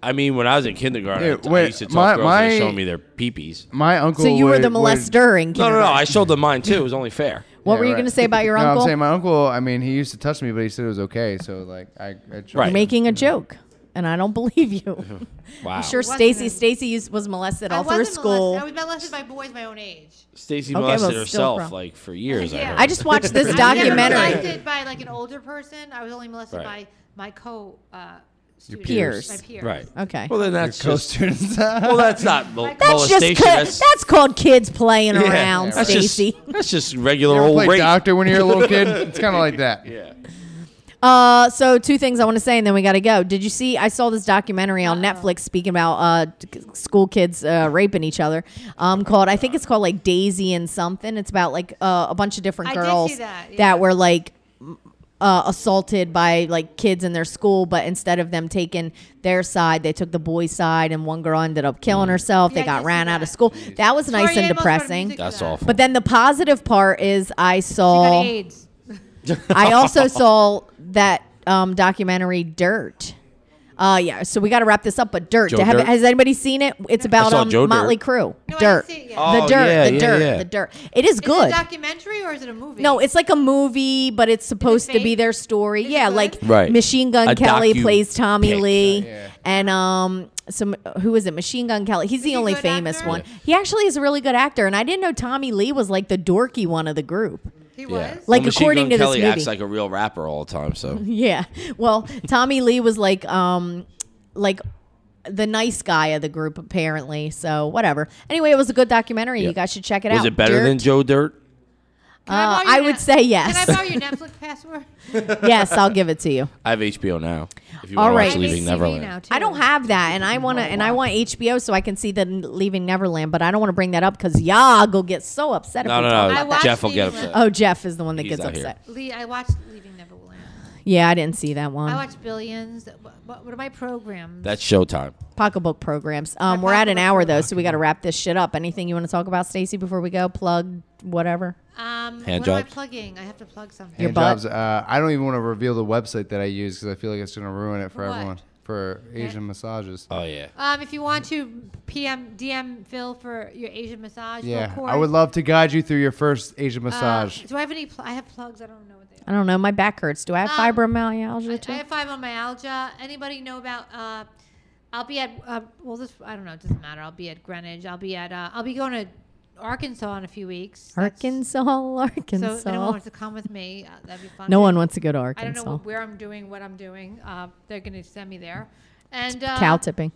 [SPEAKER 6] I mean, when I was in kindergarten,
[SPEAKER 4] Dude,
[SPEAKER 6] I,
[SPEAKER 4] wait,
[SPEAKER 6] used to talk
[SPEAKER 4] my-
[SPEAKER 6] girls and
[SPEAKER 4] my-
[SPEAKER 6] they showed me their peepees.
[SPEAKER 4] My uncle.
[SPEAKER 1] So you were
[SPEAKER 4] would-
[SPEAKER 1] the
[SPEAKER 4] would-
[SPEAKER 1] molester in
[SPEAKER 6] No, no, no.
[SPEAKER 1] kindergarten.
[SPEAKER 6] I showed them mine too. It was only fair.
[SPEAKER 1] What
[SPEAKER 4] Yeah,
[SPEAKER 1] were you
[SPEAKER 4] right.
[SPEAKER 1] going to say about your
[SPEAKER 4] no,
[SPEAKER 1] uncle?
[SPEAKER 4] I'm saying my uncle. I mean, he used to touch me, but he said it was okay. So like, I, I tried.
[SPEAKER 6] Right. Mm-hmm.
[SPEAKER 1] You're making a joke. And I don't believe you.
[SPEAKER 6] Wow.
[SPEAKER 1] I'm sure
[SPEAKER 3] Wasn't
[SPEAKER 1] Stacy
[SPEAKER 3] it?
[SPEAKER 1] Stacy used- was molested
[SPEAKER 3] I
[SPEAKER 1] all through
[SPEAKER 3] wasn't
[SPEAKER 1] school.
[SPEAKER 3] Molested. I was molested by boys my own age.
[SPEAKER 6] Stacy
[SPEAKER 1] well,
[SPEAKER 6] molested
[SPEAKER 1] still
[SPEAKER 6] herself
[SPEAKER 1] pro-
[SPEAKER 6] like for years.
[SPEAKER 3] Yeah.
[SPEAKER 6] heard.
[SPEAKER 1] I just watched
[SPEAKER 3] I
[SPEAKER 1] this
[SPEAKER 3] was never
[SPEAKER 1] documentary.
[SPEAKER 3] molested by like an older person. I was only molested
[SPEAKER 6] Right.
[SPEAKER 3] by my co uh, students.
[SPEAKER 1] peers.
[SPEAKER 3] My peers.
[SPEAKER 6] Right.
[SPEAKER 1] Okay.
[SPEAKER 6] Well, then that's just.
[SPEAKER 4] Co-students.
[SPEAKER 6] Well, that's not mol-
[SPEAKER 1] that's just
[SPEAKER 6] molestation.
[SPEAKER 1] ki- that's, called kids playing
[SPEAKER 6] yeah,
[SPEAKER 1] around,
[SPEAKER 6] that's just-
[SPEAKER 1] Stacy.
[SPEAKER 6] That's just regular
[SPEAKER 4] You ever
[SPEAKER 6] old
[SPEAKER 4] play
[SPEAKER 6] rape.
[SPEAKER 4] doctor when you're a little kid? It's kind of like that.
[SPEAKER 6] Yeah.
[SPEAKER 1] Uh, so two things I want to say, and then we got to go. Did you see? I saw this documentary on Netflix speaking about uh, t- school kids uh, raping each other. Um, called I think it's called like Daisy and something. It's about like uh, a bunch of different
[SPEAKER 3] I did see
[SPEAKER 1] girls
[SPEAKER 3] that, yeah.
[SPEAKER 1] were like m- uh, assaulted by like kids in their school, but instead of them taking their side, they took the boy's side, and one girl ended up killing herself.
[SPEAKER 3] Yeah,
[SPEAKER 1] they
[SPEAKER 3] I
[SPEAKER 1] got
[SPEAKER 3] did
[SPEAKER 1] ran
[SPEAKER 3] see
[SPEAKER 1] out of
[SPEAKER 3] that.
[SPEAKER 1] school. That was nice
[SPEAKER 3] Sorry,
[SPEAKER 1] and
[SPEAKER 3] Ed Moss, go to
[SPEAKER 1] depressing.
[SPEAKER 3] music
[SPEAKER 6] That's
[SPEAKER 3] for that.
[SPEAKER 6] awful.
[SPEAKER 1] But then the positive part is I
[SPEAKER 3] You got
[SPEAKER 1] saw.
[SPEAKER 3] AIDS.
[SPEAKER 1] I also saw that um, documentary Dirt. Uh, yeah, so we got to wrap this up. But Dirt,
[SPEAKER 6] Joe
[SPEAKER 1] have,
[SPEAKER 6] Dirt?
[SPEAKER 1] has anybody seen it? It's about
[SPEAKER 6] saw
[SPEAKER 1] um,
[SPEAKER 6] Joe
[SPEAKER 1] Motley
[SPEAKER 6] Dirt.
[SPEAKER 1] Crue.
[SPEAKER 3] No, I
[SPEAKER 1] Dirt,
[SPEAKER 3] didn't see it yet.
[SPEAKER 1] the
[SPEAKER 6] Oh,
[SPEAKER 1] Dirt,
[SPEAKER 6] yeah,
[SPEAKER 1] the
[SPEAKER 6] yeah,
[SPEAKER 1] Dirt,
[SPEAKER 6] yeah.
[SPEAKER 1] the Dirt. It is
[SPEAKER 3] Is
[SPEAKER 1] good.
[SPEAKER 3] it a documentary or is it a movie?
[SPEAKER 1] no, it's like a movie, but it's supposed to be
[SPEAKER 3] fake?
[SPEAKER 1] their story.
[SPEAKER 3] Is it
[SPEAKER 1] yeah,
[SPEAKER 3] good?
[SPEAKER 1] like
[SPEAKER 6] Right.
[SPEAKER 1] Machine Gun
[SPEAKER 6] A
[SPEAKER 1] Kelly
[SPEAKER 6] docu
[SPEAKER 1] plays Tommy
[SPEAKER 6] pic.
[SPEAKER 1] Lee,
[SPEAKER 4] Yeah.
[SPEAKER 1] and um, some who is it? Machine Gun Kelly. He's the
[SPEAKER 3] he a
[SPEAKER 1] only
[SPEAKER 3] good
[SPEAKER 1] famous
[SPEAKER 3] actor?
[SPEAKER 1] one. He actually is a really good actor, and I didn't know Tommy Lee was like the dorky one of the group.
[SPEAKER 3] he
[SPEAKER 6] Yeah.
[SPEAKER 3] was.
[SPEAKER 1] Like,
[SPEAKER 6] well, Machine
[SPEAKER 1] according
[SPEAKER 6] Gun
[SPEAKER 1] to this
[SPEAKER 6] Kelly
[SPEAKER 1] movie.
[SPEAKER 6] acts like a real rapper all the time, so
[SPEAKER 1] Yeah. Well, Tommy Lee was like um like the nice guy of the group apparently. So whatever. Anyway, it was a good documentary.
[SPEAKER 6] Yeah.
[SPEAKER 1] You guys should check it out.
[SPEAKER 6] was it better
[SPEAKER 1] Dirt.
[SPEAKER 6] than Joe Dirt?
[SPEAKER 3] Can I
[SPEAKER 1] Uh,
[SPEAKER 3] borrow your
[SPEAKER 1] I would
[SPEAKER 3] Net-
[SPEAKER 1] say yes.
[SPEAKER 3] Can I borrow your Netflix password?
[SPEAKER 1] yes, I'll give it to you.
[SPEAKER 6] I have HBO now. If you
[SPEAKER 1] All
[SPEAKER 6] want
[SPEAKER 1] right.
[SPEAKER 6] to watch Leaving
[SPEAKER 3] IBCV
[SPEAKER 6] Neverland,
[SPEAKER 3] now, too.
[SPEAKER 1] I don't have that, and I want to, and I want HBO so I can see the n- Leaving Neverland, but I don't want to bring that up because y'all go get so upset.
[SPEAKER 6] no,
[SPEAKER 1] if we
[SPEAKER 6] no,
[SPEAKER 1] talk
[SPEAKER 6] no.
[SPEAKER 1] about
[SPEAKER 3] I
[SPEAKER 1] that.
[SPEAKER 3] watched
[SPEAKER 6] Jeff will get
[SPEAKER 3] Leaving
[SPEAKER 6] upset.
[SPEAKER 1] Oh, Jeff is the one that
[SPEAKER 6] He's
[SPEAKER 1] gets
[SPEAKER 6] out here.
[SPEAKER 1] upset.
[SPEAKER 3] Lee, I watched Leaving Neverland.
[SPEAKER 1] Yeah, I didn't see that
[SPEAKER 3] I
[SPEAKER 1] one.
[SPEAKER 3] watched Billions. What, what what are my programs?
[SPEAKER 6] That's Showtime.
[SPEAKER 1] Pocketbook programs. Um, we're at an hour though, so we got to wrap this shit up. Anything you want to talk about, Stacy, before we go? Plug whatever.
[SPEAKER 3] Um,
[SPEAKER 6] Hand
[SPEAKER 3] what am I
[SPEAKER 6] jobs?
[SPEAKER 3] plugging? I have to plug something.
[SPEAKER 1] Your
[SPEAKER 4] Hand
[SPEAKER 1] butt.
[SPEAKER 4] jobs. Uh, I don't even want to reveal the website that I use because I feel like it's going to ruin it for
[SPEAKER 3] What?
[SPEAKER 4] everyone for Asian massages.
[SPEAKER 6] Oh yeah.
[SPEAKER 3] Um, if you want to PM DM Phil for your Asian massage, Phil
[SPEAKER 4] yeah,
[SPEAKER 3] Kors.
[SPEAKER 4] I would love to guide you through your first Asian
[SPEAKER 3] Uh,
[SPEAKER 4] massage.
[SPEAKER 3] do I have any? Pl- I have plugs. I don't know what they are.
[SPEAKER 1] I don't know. My back hurts. Do I have
[SPEAKER 3] Um,
[SPEAKER 1] fibromyalgia
[SPEAKER 3] I,
[SPEAKER 1] too?
[SPEAKER 3] I have fibromyalgia. Anybody know about? Uh, I'll be at. Uh, well, this I don't know. It doesn't matter. I'll be at Greenwich. I'll be at. Uh, I'll be going to Arkansas in a few weeks. That's-
[SPEAKER 1] Arkansas,
[SPEAKER 3] So
[SPEAKER 1] Arkansas.
[SPEAKER 3] if anyone wants to come with me, uh, that'd be fun.
[SPEAKER 1] no one wants to go to
[SPEAKER 3] I don't
[SPEAKER 1] Arkansas.
[SPEAKER 3] know what, where I'm doing, what I'm doing. Uh, they're going to send me there, and uh,
[SPEAKER 1] Cow tipping.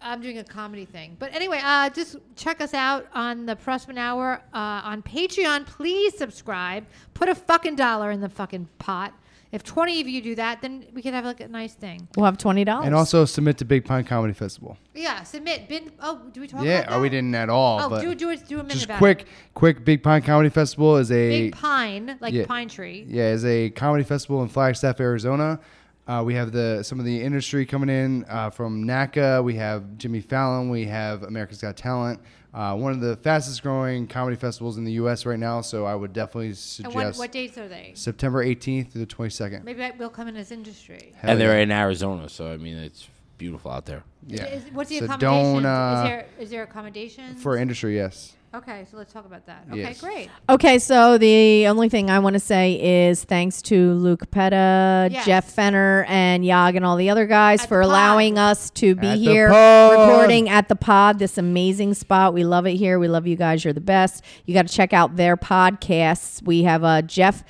[SPEAKER 3] I'm doing a comedy thing. But anyway, uh, just check us out on the Pressman Hour uh, on Patreon. Please subscribe. Put a fucking dollar in the fucking pot. If 20 of you do that, then we could have like a nice thing.
[SPEAKER 1] We'll have twenty
[SPEAKER 3] oh,
[SPEAKER 1] dollars.
[SPEAKER 4] and also submit to Big Pine Comedy Festival.
[SPEAKER 3] Yeah, submit. Bin, oh, do we talk
[SPEAKER 4] yeah,
[SPEAKER 3] about that?
[SPEAKER 4] or we didn't at all.
[SPEAKER 3] Oh,
[SPEAKER 4] but
[SPEAKER 3] do, do, it- do a minute
[SPEAKER 4] just
[SPEAKER 3] about
[SPEAKER 4] quick,
[SPEAKER 3] it.
[SPEAKER 4] quick. Big Pine Comedy Festival is a
[SPEAKER 3] Big pine, like
[SPEAKER 4] Yeah.
[SPEAKER 3] pine tree.
[SPEAKER 4] Yeah, it's a comedy festival in Flagstaff, Arizona. Uh, we have the some of the industry coming in uh, from NACA. We have Jimmy Fallon. We have America's Got Talent. Uh, one of the fastest growing comedy festivals in the U.S. right now. So I would definitely
[SPEAKER 3] And
[SPEAKER 4] suggest
[SPEAKER 3] what, what dates are they?
[SPEAKER 4] September 18th through the 22nd.
[SPEAKER 3] Maybe I, we'll come in as industry.
[SPEAKER 4] Hell
[SPEAKER 6] and
[SPEAKER 4] yeah.
[SPEAKER 6] they're in Arizona, so I mean it's beautiful out there.
[SPEAKER 4] yeah.
[SPEAKER 3] Is, what's the
[SPEAKER 4] So
[SPEAKER 3] accommodation?
[SPEAKER 4] don't, uh,
[SPEAKER 3] is there is there accommodation?
[SPEAKER 4] for industry. Yes.
[SPEAKER 3] okay, so let's talk about that. Okay,
[SPEAKER 4] Yes.
[SPEAKER 3] great.
[SPEAKER 1] okay, so the only thing I want to say is thanks to Luke Petta,
[SPEAKER 3] Yes.
[SPEAKER 1] Jeff Fenner, and Yag and all the other guys
[SPEAKER 3] At
[SPEAKER 1] for
[SPEAKER 3] the pod.
[SPEAKER 1] allowing us to be
[SPEAKER 4] At the
[SPEAKER 1] here
[SPEAKER 4] pod.
[SPEAKER 1] recording at the pod, this amazing spot. We love it here. We love you guys. You're the best. You got to check out their podcasts. We have uh, Jeff.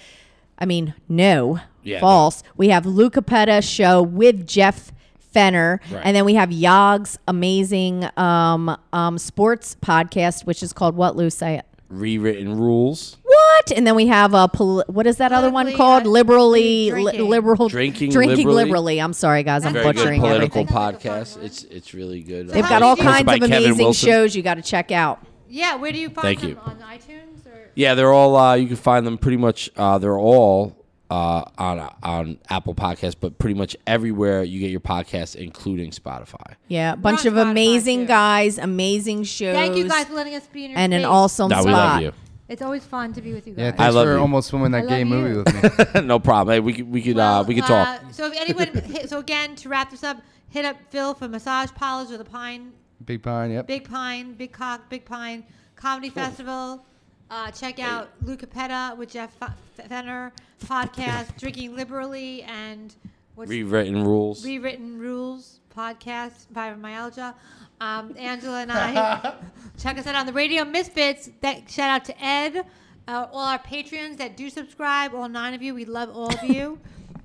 [SPEAKER 1] I mean, no,
[SPEAKER 6] Yeah,
[SPEAKER 1] false. else. We have Luca Petta show with Jeff Fenner,
[SPEAKER 6] Right.
[SPEAKER 1] and then we have Yog's amazing um, um, sports podcast, which is called What Lou Say It.
[SPEAKER 6] Rewritten rules,
[SPEAKER 1] What? And then we have a poli- what is that other one
[SPEAKER 3] Politically,
[SPEAKER 1] called?
[SPEAKER 3] uh,
[SPEAKER 1] Liberally, li-
[SPEAKER 3] drinking.
[SPEAKER 1] liberal
[SPEAKER 6] Drinking
[SPEAKER 1] drinking liberally.
[SPEAKER 6] liberally.
[SPEAKER 1] I'm sorry, guys, I'm
[SPEAKER 3] That's
[SPEAKER 6] very good
[SPEAKER 1] butchering
[SPEAKER 3] fine.
[SPEAKER 6] political
[SPEAKER 1] everything.
[SPEAKER 3] Sounds like a
[SPEAKER 6] podcast.
[SPEAKER 3] fun
[SPEAKER 6] It's it's really good.
[SPEAKER 1] They've
[SPEAKER 3] How
[SPEAKER 1] got
[SPEAKER 3] do
[SPEAKER 1] all
[SPEAKER 3] you do-
[SPEAKER 1] kinds
[SPEAKER 6] Hosted by
[SPEAKER 1] of
[SPEAKER 6] Kevin
[SPEAKER 1] amazing
[SPEAKER 6] Wilson.
[SPEAKER 1] shows you got to check out.
[SPEAKER 3] Yeah, where do you find
[SPEAKER 6] Thank
[SPEAKER 3] them
[SPEAKER 6] you.
[SPEAKER 3] on iTunes or
[SPEAKER 6] Yeah, they're all. Uh, you can find them pretty much. Uh, they're all uh, on on Apple Podcasts, but pretty much everywhere you get your podcasts, including Spotify.
[SPEAKER 1] Yeah, a bunch
[SPEAKER 3] on
[SPEAKER 1] of
[SPEAKER 3] Spotify,
[SPEAKER 1] amazing
[SPEAKER 3] too.
[SPEAKER 1] guys, amazing shows.
[SPEAKER 3] Thank you guys for letting us be in your
[SPEAKER 1] and an
[SPEAKER 3] space.
[SPEAKER 1] awesome
[SPEAKER 6] No,
[SPEAKER 1] spot.
[SPEAKER 6] we love you.
[SPEAKER 3] It's always fun to be with you guys.
[SPEAKER 4] Yeah. Thanks
[SPEAKER 6] I love
[SPEAKER 4] for
[SPEAKER 6] you.
[SPEAKER 4] almost filming that
[SPEAKER 3] I
[SPEAKER 4] gay
[SPEAKER 3] love
[SPEAKER 4] movie
[SPEAKER 3] you.
[SPEAKER 4] with me.
[SPEAKER 6] no problem. Hey, we could we could uh,
[SPEAKER 3] Well,
[SPEAKER 6] we could talk.
[SPEAKER 3] uh, so if anyone, hit, so again, to wrap this up, hit up Phil for Massage Polish or the Pine,
[SPEAKER 4] Big Pine. Yep.
[SPEAKER 3] Big Pine, Big Cock, Big Pine Comedy Festival. Uh, check out Luca Petta with Jeff F- Fenner podcast, Drinking Liberally, and what's
[SPEAKER 6] Rewritten rules.
[SPEAKER 3] Rewritten Rules podcast, Fibromyalgia. Um, Angela and I. check us out on the Radio Misfits. That, shout out to Ed, uh, all our patrons that do subscribe, all nine of you. We love all of you.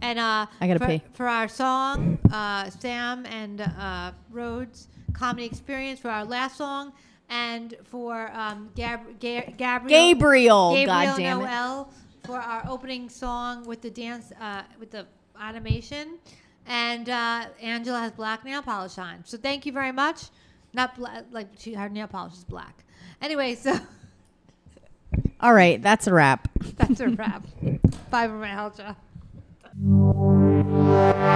[SPEAKER 3] And uh,
[SPEAKER 1] I gotta
[SPEAKER 3] for,
[SPEAKER 1] pee.
[SPEAKER 3] for our song, uh, Sam and uh, Rhodes Comedy Experience for our last song, and for um, Gab- Ga- Gabriel
[SPEAKER 1] Gabriel,
[SPEAKER 3] Gabriel
[SPEAKER 1] goddamn it.
[SPEAKER 3] Noel for our opening song with the dance uh, with the animation, and uh, Angela has black nail polish on. So thank you very much. Not bla- like she, her nail polish is black. Anyway, so
[SPEAKER 1] All right, that's a wrap.
[SPEAKER 3] that's a wrap. Bye, Mama Helja.